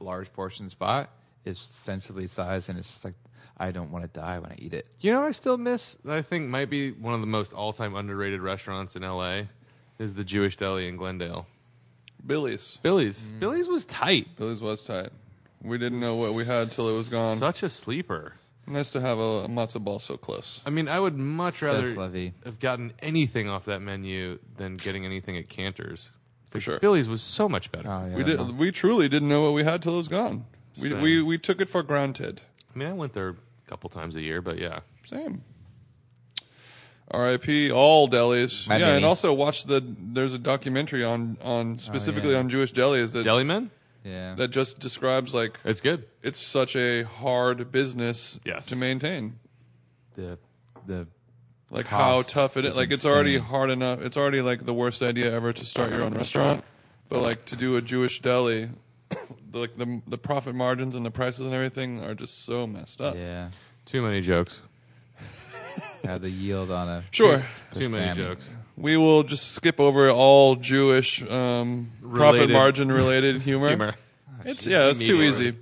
Speaker 4: large portion spot is sensibly sized, and it's just like I don't want to die when I eat it.
Speaker 5: You know, what I still miss. that I think might be one of the most all-time underrated restaurants in LA is the Jewish deli in Glendale.
Speaker 3: Billy's.
Speaker 5: Billy's. Billy's was tight.
Speaker 3: Billy's was tight. We didn't know what we had till it was gone.
Speaker 5: Such a sleeper.
Speaker 3: Nice to have a matzo ball so close.
Speaker 5: I mean, I would much rather
Speaker 4: Levy.
Speaker 5: have gotten anything off that menu than getting anything at Cantor's.
Speaker 3: For sure.
Speaker 5: Billy's was so much better.
Speaker 4: Oh, yeah,
Speaker 3: we did. We truly didn't know what we had till it was gone. We,
Speaker 5: Same.
Speaker 3: we we took it for granted.
Speaker 5: I mean, I went there a couple times a year, but yeah.
Speaker 3: Same. R.I.P. All delis.
Speaker 4: My
Speaker 3: yeah, and
Speaker 4: mini.
Speaker 3: also watch the. There's a documentary on on specifically on Jewish delis that
Speaker 5: Deli Man?
Speaker 4: Yeah,
Speaker 3: that just describes like
Speaker 5: It's good.
Speaker 3: it's such a hard business
Speaker 5: Yes.
Speaker 3: to maintain.
Speaker 4: the the
Speaker 3: Like
Speaker 4: Cost
Speaker 3: how tough it is.
Speaker 4: is
Speaker 3: Like it's already
Speaker 4: insane.
Speaker 3: hard enough. It's already like the worst idea ever to start your own restaurant, but like to do a Jewish deli, <coughs> the- like the the profit margins and the prices and everything are just so messed up.
Speaker 4: yeah.
Speaker 5: Too many jokes.
Speaker 4: yeah, the yield on a
Speaker 3: Sure.
Speaker 5: Too many
Speaker 4: family.
Speaker 5: jokes.
Speaker 3: We will just skip over all Jewish um, profit
Speaker 5: Related-
Speaker 3: margin
Speaker 5: <laughs>
Speaker 3: related humor.
Speaker 5: <laughs> Humor.
Speaker 3: It's yeah, it's too
Speaker 5: Media.
Speaker 3: easy.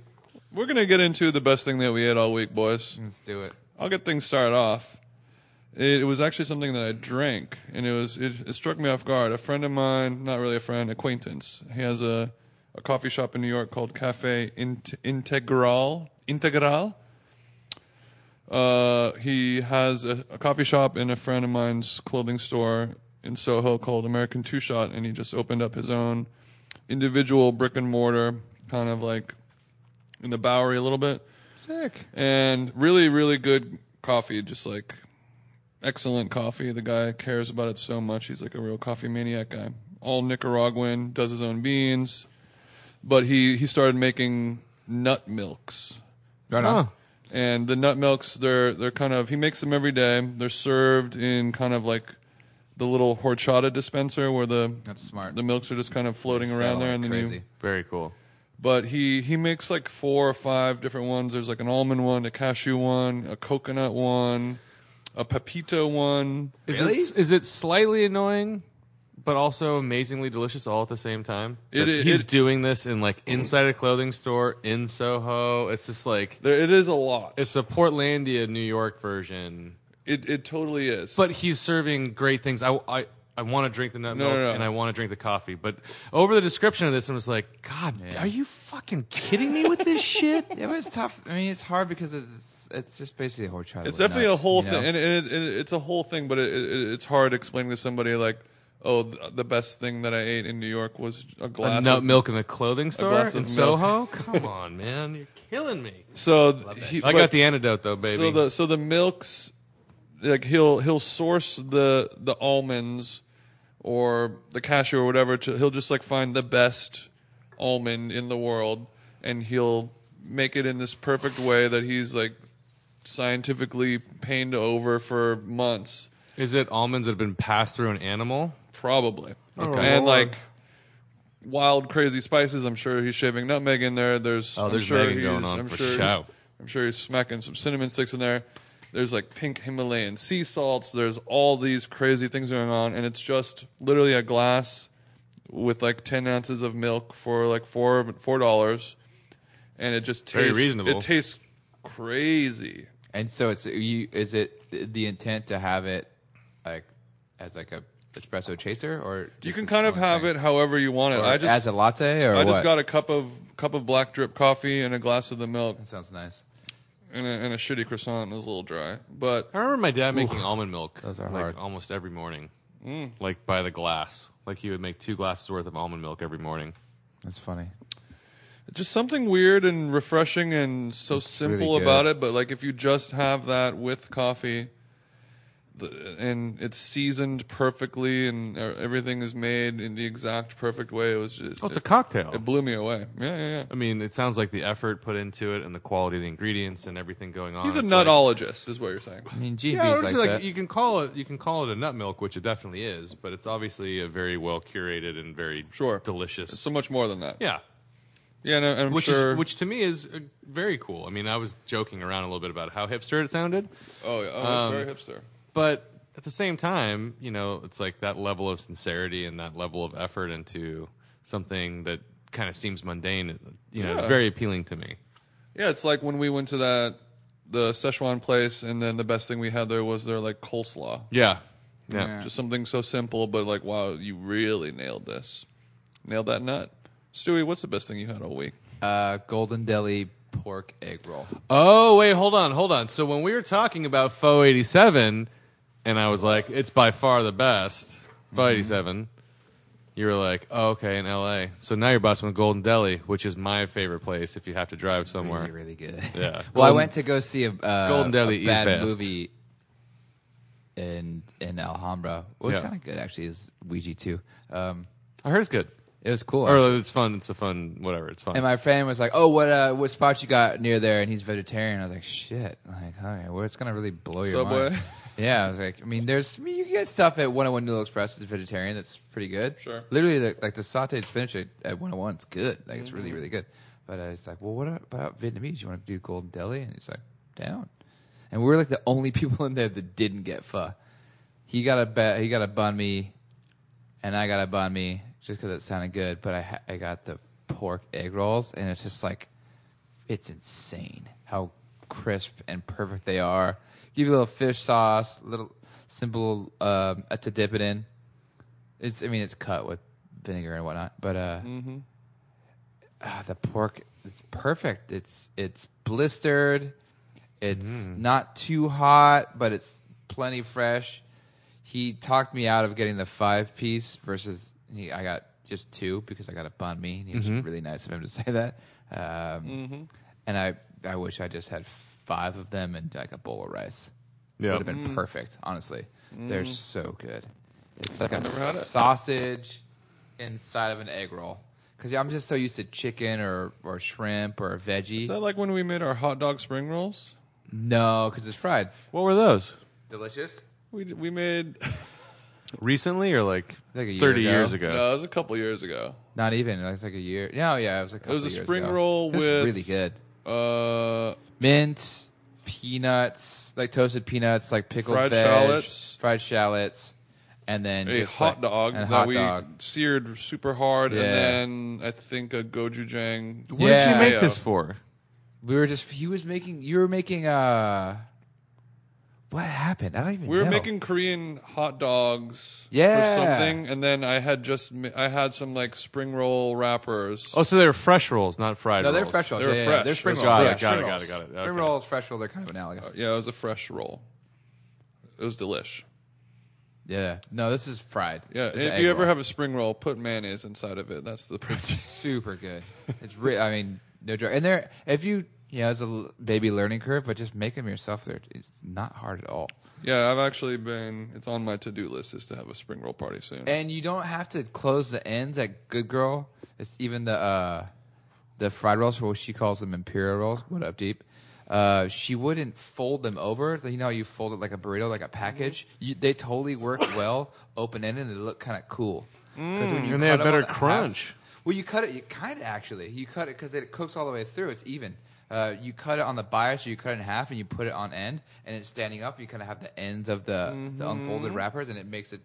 Speaker 3: We're gonna get into the best thing that we ate all week, boys.
Speaker 4: Let's do it.
Speaker 3: I'll get things started off. It, it was actually something that I drank, and it was it, it struck me off guard. A friend of mine, not really a friend, acquaintance. He has a a coffee shop in New York called Cafe Int- Integral. Integral. Uh, he has a, a coffee shop in a friend of mine's clothing store in Soho called American Two Shot, and he just opened up his own individual brick and mortar, kind of like in the Bowery a little bit
Speaker 4: Sick.
Speaker 3: and really really good coffee just like excellent coffee the guy cares about it so much he's like a real coffee maniac guy all nicaraguan does his own beans but he he started making nut milks
Speaker 4: Right on.
Speaker 3: and the nut milks they're they're kind of he makes them every day they're served in kind of like the little horchata dispenser where the
Speaker 4: That's smart.
Speaker 3: the milks are just kind of floating
Speaker 4: Sell
Speaker 3: around there
Speaker 4: like
Speaker 3: and then
Speaker 4: crazy.
Speaker 3: you
Speaker 5: Very cool.
Speaker 3: but he he makes like four or five different ones. There's like an almond one, a cashew one, a coconut one, a pepito one.
Speaker 5: Is,
Speaker 4: Really?
Speaker 5: it, is it slightly annoying, but also amazingly delicious all at the same time?
Speaker 3: It
Speaker 5: That
Speaker 3: is-
Speaker 5: he's
Speaker 3: it-
Speaker 5: doing this in like inside a clothing store in Soho. It's just like
Speaker 3: There, it is a lot.
Speaker 5: it's a Portlandia, New York version,
Speaker 3: it it totally is.
Speaker 5: but he's serving great things. I I, I want to drink the nut
Speaker 3: No,
Speaker 5: milk
Speaker 3: no, no.
Speaker 5: and I want to drink the coffee, but over the description of this, I was like, God, are you fucking kidding me with this
Speaker 3: <laughs>
Speaker 5: shit?
Speaker 4: Yeah, but it's tough. I mean, it's hard because it's it's just basically a horchata.
Speaker 3: it's
Speaker 4: with
Speaker 3: definitely
Speaker 4: nuts,
Speaker 3: a whole
Speaker 4: you
Speaker 3: thing,
Speaker 4: know?
Speaker 3: and, and it, it, it's a whole thing. But it, it, it's hard explaining to somebody like, oh, th- the best thing that I ate in New York was a
Speaker 5: A
Speaker 3: glass.
Speaker 5: nut
Speaker 3: of,
Speaker 5: milk in the clothing store in
Speaker 3: glass of milk. <laughs>
Speaker 5: Soho? Come on, man, you're killing me.
Speaker 3: so th- he,
Speaker 5: I
Speaker 3: but-
Speaker 5: got the antidote though, baby.
Speaker 3: So the so the milks, like he'll he'll source the the almonds or the cashew or whatever. To, he'll just like find the best almond in the world, and he'll make it in this perfect way that he's like scientifically pained over for months,
Speaker 5: Is it almonds that have been passed through an animal?
Speaker 3: probably.
Speaker 5: Okay. uh,
Speaker 3: and
Speaker 5: Lord.
Speaker 3: like. Wild, crazy spices. I'm sure he's shaving nutmeg in there. There's
Speaker 5: Oh,
Speaker 3: I'm
Speaker 5: there's
Speaker 3: sure
Speaker 5: Megan going
Speaker 3: he's-
Speaker 5: on
Speaker 3: I'm
Speaker 5: for
Speaker 3: sure
Speaker 5: show.
Speaker 3: I'm sure he's smacking some cinnamon sticks in there. There's like pink Himalayan sea salts. There's all these crazy things going on, and it's just literally a glass with like ten ounces of milk for like four four dollars, and it just tastes
Speaker 5: Very reasonable.
Speaker 3: It tastes crazy.
Speaker 4: And so it's you. Is it the intent to have it like as like a espresso chaser, or
Speaker 3: You
Speaker 4: just
Speaker 3: can
Speaker 4: as
Speaker 3: kind of
Speaker 4: one
Speaker 3: have
Speaker 4: thing?
Speaker 3: it however you want it.
Speaker 4: Or
Speaker 3: I just
Speaker 4: as a latte, or
Speaker 3: I just
Speaker 4: what?
Speaker 3: got a cup of cup of black drip coffee and a glass of the milk
Speaker 4: That sounds nice.
Speaker 3: and a, and a shitty croissant. It was a little dry, but
Speaker 5: I remember my dad making almond milk
Speaker 4: Those are
Speaker 5: like
Speaker 4: hard.
Speaker 5: almost every morning,
Speaker 3: Mm.
Speaker 5: like by the glass. Like he would make two glasses worth of almond milk every morning.
Speaker 4: That's funny.
Speaker 3: just something weird and refreshing and so simple
Speaker 4: really good.
Speaker 3: about it but like if you just have that with coffee the- and it's seasoned perfectly, and uh, everything is made in the exact perfect way. It was just
Speaker 5: Oh, it's a
Speaker 3: it,
Speaker 5: cocktail.
Speaker 3: it blew me away. Yeah, yeah, yeah.
Speaker 5: I mean, it sounds like the effort put into it and the quality of the ingredients and everything going
Speaker 4: Oh,
Speaker 5: on.
Speaker 3: He's a
Speaker 5: it's like-
Speaker 3: nutologist, is what you're saying.
Speaker 4: I mean, GB's
Speaker 5: Yeah, I would
Speaker 4: like,
Speaker 5: say, like,
Speaker 4: that.
Speaker 5: you can call it you can call it a nut milk, which it definitely is, but it's obviously a very well curated and very
Speaker 3: Sure.
Speaker 5: delicious.
Speaker 3: So much more than that.
Speaker 5: yeah,
Speaker 3: Yeah, no, and I'm
Speaker 5: which
Speaker 3: sure.
Speaker 5: is which to me is uh, very cool. I mean, I was joking around a little bit about how hipster it sounded,
Speaker 3: oh, yeah, oh, it's
Speaker 5: um,
Speaker 3: very hipster.
Speaker 5: but at the same time, you know, it's like that level of sincerity and that level of effort into something that kind of seems mundane. You know, it's
Speaker 3: Yeah.
Speaker 5: very appealing to me.
Speaker 3: Yeah, it's like when we went to that the Szechuan place, and then the best thing we had there was their like coleslaw.
Speaker 5: Yeah, yeah.
Speaker 3: Just something so simple, but like, wow, you really nailed this. Nailed that nut. Stewie, what's the best thing you had all week?
Speaker 4: uh, golden deli pork egg roll.
Speaker 5: Oh wait, hold on, hold on. So when we were talking about Faux eighty seven, and I was like, it's by far the best
Speaker 4: Mm-hmm.
Speaker 5: Faux eighty seven. You were like, oh, okay, in L.A. So now you're busting with Golden Deli, which is my favorite place if you have to drive somewhere.
Speaker 4: Really, really good.
Speaker 5: Yeah.
Speaker 4: <laughs> well, I
Speaker 5: Golden-
Speaker 4: went to go see a, uh,
Speaker 5: Golden Deli
Speaker 4: a
Speaker 5: is
Speaker 4: bad
Speaker 5: best.
Speaker 4: movie in in Alhambra. What was
Speaker 5: Yeah.
Speaker 4: kind of good actually is Ouija Two. Um,
Speaker 5: I heard it's good,
Speaker 4: it was cool. actually.
Speaker 5: or it's fun. It's a fun, whatever. It's fun.
Speaker 4: And my friend was like, "Oh, what uh, what spots you got near there?" And he's vegetarian. I was like, "Shit!" Like, okay, well, it's gonna really blow your
Speaker 3: Subway.
Speaker 4: mind. Yeah, I was like, I mean, there's I mean, you can get stuff at 101 Noodle Express that's vegetarian. That's pretty good.
Speaker 3: Sure.
Speaker 4: Literally, the, like the sautéed spinach at, at 101 is good. Like, it's really really good. But uh, it's like, well, what about Vietnamese? You want to do Golden Deli? And he's like, down. And we were like the only <laughs> people in there that didn't get pho. He got a ba- he got a bun me and I got a bun me just because it sounded good. But I ha- I got the pork egg rolls, and it's just like it's insane how crisp and perfect they are. Give you a little fish sauce, a little simple um, uh, to dip it in. It's I mean it's cut with vinegar and whatnot, but uh, ah, the pork it's perfect. It's it's blistered. It's not too hot, but it's plenty fresh. He talked me out of getting the five piece versus he, I got just two because I got a bun me. And he was really nice of him to say that. Um, And I, I wish I just had five of them and like a bowl of rice.
Speaker 5: Yeah.
Speaker 4: Would have
Speaker 3: Mm.
Speaker 4: been perfect, honestly. They're so good. It's like a
Speaker 3: had it.
Speaker 4: sausage inside of an egg roll. Because I'm just so used to chicken or, or shrimp or veggie.
Speaker 3: Is that like when we made our hot dog spring rolls?
Speaker 4: no, because it's fried.
Speaker 5: what were those?
Speaker 4: Delicious.
Speaker 3: We d- we made <laughs>
Speaker 5: Recently or like,
Speaker 4: Like a year
Speaker 5: thirty
Speaker 4: ago.
Speaker 5: years ago?
Speaker 3: no, it was a couple years ago.
Speaker 4: Not even. It was like a year. No, yeah, it was like.
Speaker 3: It was a spring roll
Speaker 4: it was
Speaker 3: with-
Speaker 4: really good
Speaker 3: Uh,
Speaker 4: mint, peanuts, like toasted peanuts, like pickled
Speaker 3: Fried
Speaker 4: veg,
Speaker 3: shallots.
Speaker 4: fried shallots, and then
Speaker 3: a
Speaker 4: just,
Speaker 3: hot
Speaker 4: like-
Speaker 3: dog
Speaker 4: and a
Speaker 3: that
Speaker 4: hot
Speaker 3: we
Speaker 4: dog.
Speaker 3: seared super hard,
Speaker 4: Yeah.
Speaker 3: and then I think a gochujang.
Speaker 5: What
Speaker 4: Yeah.
Speaker 5: did you make
Speaker 3: mayo.
Speaker 5: this for?
Speaker 4: We were just. He was making. You were making. Uh, what happened? I don't even.
Speaker 3: We were
Speaker 4: know.
Speaker 3: making Korean hot dogs
Speaker 4: Yeah.
Speaker 3: for something, and then I had just ma- I had some like spring roll wrappers.
Speaker 5: Oh, so they were fresh rolls, not fried.
Speaker 4: No, they're
Speaker 5: rolls.
Speaker 4: fresh rolls.
Speaker 3: They were
Speaker 4: yeah, yeah,
Speaker 3: fresh. Oh,
Speaker 4: They're spring rolls.
Speaker 3: Got Oh,
Speaker 5: it, got
Speaker 4: yeah,
Speaker 5: it,
Speaker 4: spring
Speaker 5: got it,
Speaker 4: rolls.
Speaker 5: got it.
Speaker 4: Spring
Speaker 5: Okay.
Speaker 4: rolls, fresh roll. They're kind of analogous.
Speaker 3: Yeah, it was a fresh roll. It was delish.
Speaker 4: Yeah. No, this is fried.
Speaker 3: Yeah,
Speaker 4: It's an
Speaker 3: if
Speaker 4: egg
Speaker 3: you ever
Speaker 4: roll.
Speaker 3: have a spring roll, put mayonnaise inside of it. That's the
Speaker 4: <laughs>
Speaker 3: principle.
Speaker 4: super good. It's re- I mean, no joke. And there, if you, you know, it's a l- baby learning curve, but just make them yourself. There, it's not hard at all.
Speaker 3: yeah, I've actually been. It's on my to-do list is to have a spring roll party soon.
Speaker 4: And you don't have to close the ends at Good Girl. It's even the uh, the fried rolls, or what she calls them imperial rolls. What up, deep? Uh, she wouldn't fold them over. You know, how you fold it like a burrito, like a
Speaker 5: Mm-hmm.
Speaker 4: package. You, they totally work well open ended, and they look kind of cool. 'Cause when you
Speaker 5: Mm. And they have
Speaker 4: cut 'em
Speaker 5: better
Speaker 4: on the half-
Speaker 5: crunch.
Speaker 4: well, you cut it. You kind of actually. You cut it because it cooks all the way through. It's even. Uh, you cut it on the bias, so you cut it in half, and you put it on end, and it's standing up. You kind of have the ends of the, the
Speaker 5: Mm-hmm.
Speaker 4: unfolded wrappers, and it makes it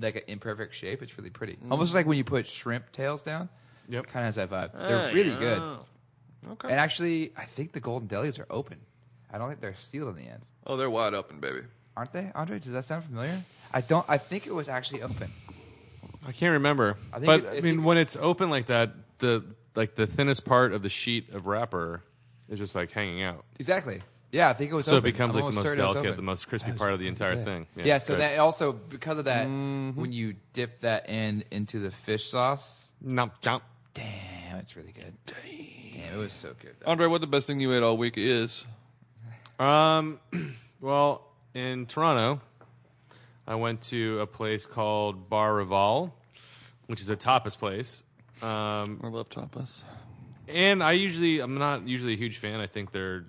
Speaker 4: like an imperfect shape. It's really pretty, almost like when you put shrimp tails down.
Speaker 5: Mm-hmm. Yep. Ah,
Speaker 4: kind of has that vibe. They're really good.
Speaker 3: Okay.
Speaker 4: And actually, I think the golden delis are open. I don't think they're sealed in the end,
Speaker 3: oh, they're wide open, baby.
Speaker 4: aren't they? Andre, does that sound familiar? I don't. I think it was actually open.
Speaker 5: I can't remember.
Speaker 4: I think
Speaker 5: but
Speaker 4: it's- I
Speaker 5: I mean,
Speaker 4: think-
Speaker 5: when it's open like that, the like the thinnest part of the sheet of wrapper is just like hanging out.
Speaker 4: Exactly. Yeah, I think it was.
Speaker 5: So it
Speaker 4: open.
Speaker 5: becomes
Speaker 4: I'm
Speaker 5: like the
Speaker 4: almost
Speaker 5: most
Speaker 4: certain it was
Speaker 5: delicate,
Speaker 4: open.
Speaker 5: the most crispy part of the entire thing.
Speaker 4: Yeah, Mm-hmm. so
Speaker 5: good.
Speaker 4: that also because of that, when you dip that in into the fish sauce,
Speaker 5: Nom, chomp.
Speaker 4: damn, it's really good. Damn, it was so good.
Speaker 3: Andre, what the best thing you ate all week is?
Speaker 5: <clears throat> Um, well, in Toronto, I went to a place called Bar Rival, which is a tapas place. Um,
Speaker 3: I love tapas.
Speaker 5: and I usually, I'm not usually a huge fan. I think they're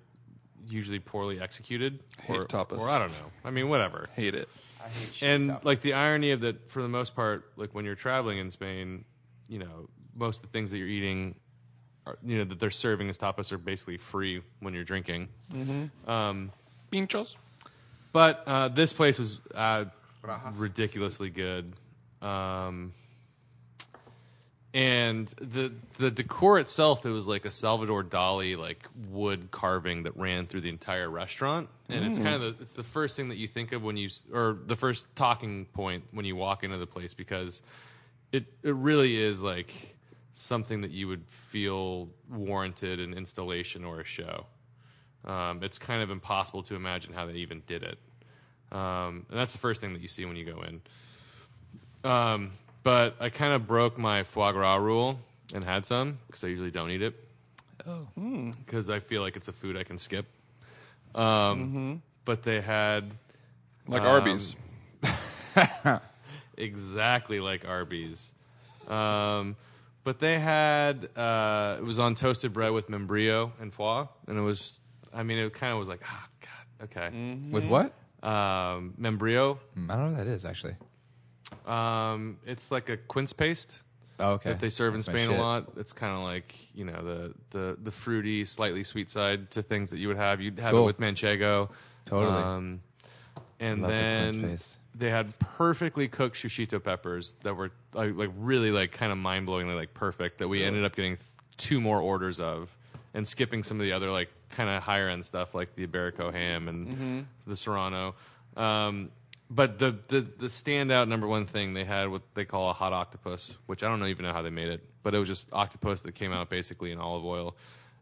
Speaker 5: usually poorly executed.
Speaker 3: Hate
Speaker 5: or,
Speaker 3: tapas.
Speaker 5: Or I don't know. I mean, whatever.
Speaker 3: Hate it.
Speaker 5: And like the irony of that, for the most part, like when you're traveling in Spain, you know, most of the things that you're eating, are, you know, that they're serving as tapas are basically free when you're drinking.
Speaker 3: Pinchos.
Speaker 5: But uh, this place was uh, ridiculously good. Um, and the the decor itself, it was like a Salvador Dali like wood carving that ran through the entire restaurant, and it's kind of the, it's the first thing that you think of when you s- or the first talking point when you walk into the place because it it really is like something that you would feel warranted an installation or a show. Um, it's kind of impossible to imagine how they even did it. Um, and that's the first thing that you see when you go in. Um, but I kind of broke my foie gras rule and had some because I usually don't eat it. Oh. Because I feel like it's a food I can skip. Um, But they had
Speaker 4: Um,
Speaker 3: Like Arby's.
Speaker 5: exactly like Arby's. Um, but they had uh, it was on toasted bread with membrillo and foie, and it was I mean it kind of was like ah god okay
Speaker 4: With what?
Speaker 5: um, membrillo.
Speaker 4: Hmm, I don't know what that is actually.
Speaker 5: Um, it's like a quince paste
Speaker 4: Oh, okay.
Speaker 5: that they serve
Speaker 4: That's
Speaker 5: in
Speaker 4: my
Speaker 5: Spain a
Speaker 4: shit.
Speaker 5: lot. It's kind of like you know the the the fruity, slightly sweet side to things that you would have. You'd have
Speaker 4: Cool.
Speaker 5: it with manchego,
Speaker 4: Totally.
Speaker 5: Um, and
Speaker 4: Love the Queen's
Speaker 5: then
Speaker 4: face.
Speaker 5: they had perfectly cooked shishito peppers that were like, like really like kind of mind blowingly like perfect. That we ended up getting th- two more orders of, and skipping some of the other like kind of higher end stuff like the Iberico ham and
Speaker 4: Mm-hmm.
Speaker 5: the Serrano. Um, but the, the the standout number one thing they had what they call a hot octopus, which I don't know even know how they made it, but it was just octopus that came out basically in olive oil,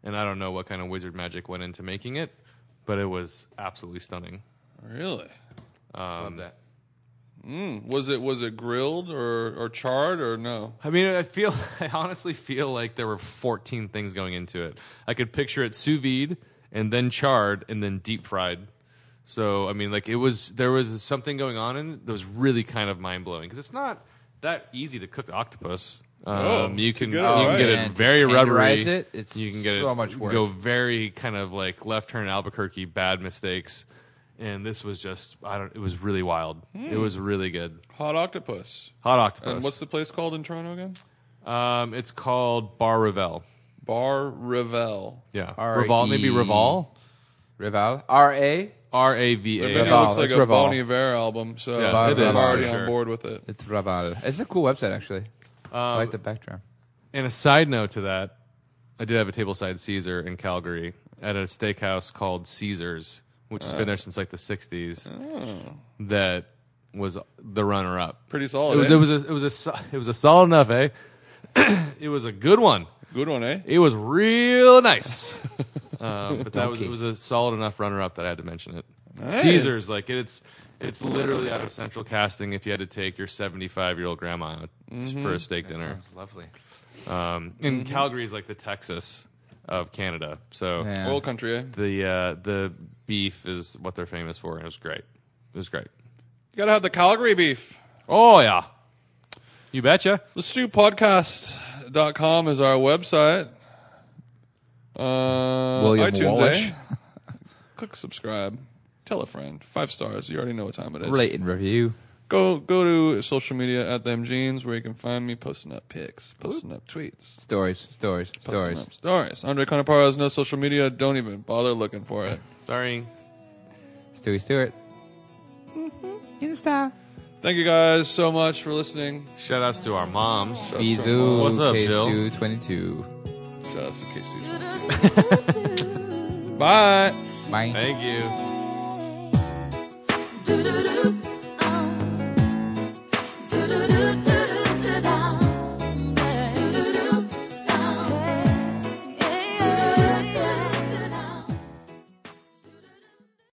Speaker 5: and I don't know what kind of wizard magic went into making it, but it was absolutely stunning.
Speaker 3: Really?
Speaker 4: Love that.
Speaker 3: Was it was it grilled or or charred or no?
Speaker 5: I mean, I feel, <laughs> I honestly feel like there were 14 things going into it. I could picture it sous vide and then charred and then deep fried. So, I mean, like it was, there was something going on in it that was really kind of mind blowing because it's not that easy to cook octopus. Um,
Speaker 3: Oh,
Speaker 5: you can,
Speaker 3: to get it
Speaker 5: you can
Speaker 3: right.
Speaker 5: get
Speaker 4: And
Speaker 5: it
Speaker 4: to
Speaker 5: very rubbery.
Speaker 4: tenderize it, it's
Speaker 5: you can get
Speaker 4: so
Speaker 5: it,
Speaker 4: much work.
Speaker 5: go very kind of like left turn Albuquerque bad mistakes. And this was just, I don't, it was really wild. It was really good.
Speaker 3: Hot octopus.
Speaker 5: Hot octopus.
Speaker 3: Hmm. And what's the place called in Toronto again?
Speaker 5: Um, it's called Bar Revel.
Speaker 3: Bar Revel.
Speaker 5: Yeah,
Speaker 4: R
Speaker 5: Reval,
Speaker 4: E-
Speaker 5: maybe Reval,
Speaker 4: Rival. R A.
Speaker 5: R A V
Speaker 3: It
Speaker 5: A. uh,
Speaker 3: really
Speaker 4: Revel,
Speaker 3: looks like
Speaker 4: it's
Speaker 3: a
Speaker 4: Revel.
Speaker 3: Bon Iver album, so
Speaker 5: Yeah,
Speaker 3: I'm
Speaker 4: it is, for
Speaker 3: already
Speaker 5: sure.
Speaker 3: on board with it.
Speaker 4: It's Rival. It's a cool website actually.
Speaker 5: Um,
Speaker 4: I like the backdrop.
Speaker 5: And a side note to that, I did have a tableside Caesar in Calgary at a steakhouse called Caesars, which
Speaker 4: Uh.
Speaker 5: has been there since like the '60s.
Speaker 4: Oh.
Speaker 5: That was the runner-up.
Speaker 3: Pretty solid.
Speaker 5: It
Speaker 4: Oh,
Speaker 5: was.
Speaker 3: eh?
Speaker 5: It was. A, it was a. so- It was a solid enough, eh? <clears throat> it was a good one.
Speaker 3: good one, eh?
Speaker 5: It was real
Speaker 4: <laughs>
Speaker 5: nice. um, but that was
Speaker 4: Donkey.
Speaker 5: it was a solid enough runner up that I had to mention it.
Speaker 3: Nice.
Speaker 5: Caesars, like it's it's literally out of central casting if you had to take your seventy five year old grandma out for a steak dinner.
Speaker 4: Mm-hmm. Sounds Mm-hmm. lovely.
Speaker 5: Um, and Calgary is like the Texas of Canada, so
Speaker 4: Yeah.
Speaker 3: Oil country, eh?
Speaker 5: the uh, the beef is what they're famous for, and it was great. It was great.
Speaker 3: You gotta have the Calgary beef.
Speaker 5: Oh yeah, you betcha.
Speaker 3: The stewpodcast.com is our website. Uh,
Speaker 4: William
Speaker 3: iTunes,
Speaker 4: Wallace.
Speaker 3: eh? <laughs> Click subscribe. Tell a friend. Five stars. You already know what time it is.
Speaker 4: Rate and review.
Speaker 3: Go go to social media at them jeans where you can find me posting up pics, posting up tweets,
Speaker 4: Stories. Stories.
Speaker 3: posting
Speaker 4: Stories.
Speaker 3: up stories. Andre Conaparo has no social media. Don't even bother looking for it.
Speaker 5: Sorry.
Speaker 4: Stewie Stewart. Insta.
Speaker 3: Thank you guys so much for listening.
Speaker 5: Shout outs to our moms.
Speaker 4: Bizu.
Speaker 5: What's up, Jill?
Speaker 4: Case 22.
Speaker 3: Shout out to KC. Bye.
Speaker 4: Bye.
Speaker 5: Thank you.
Speaker 2: Do do do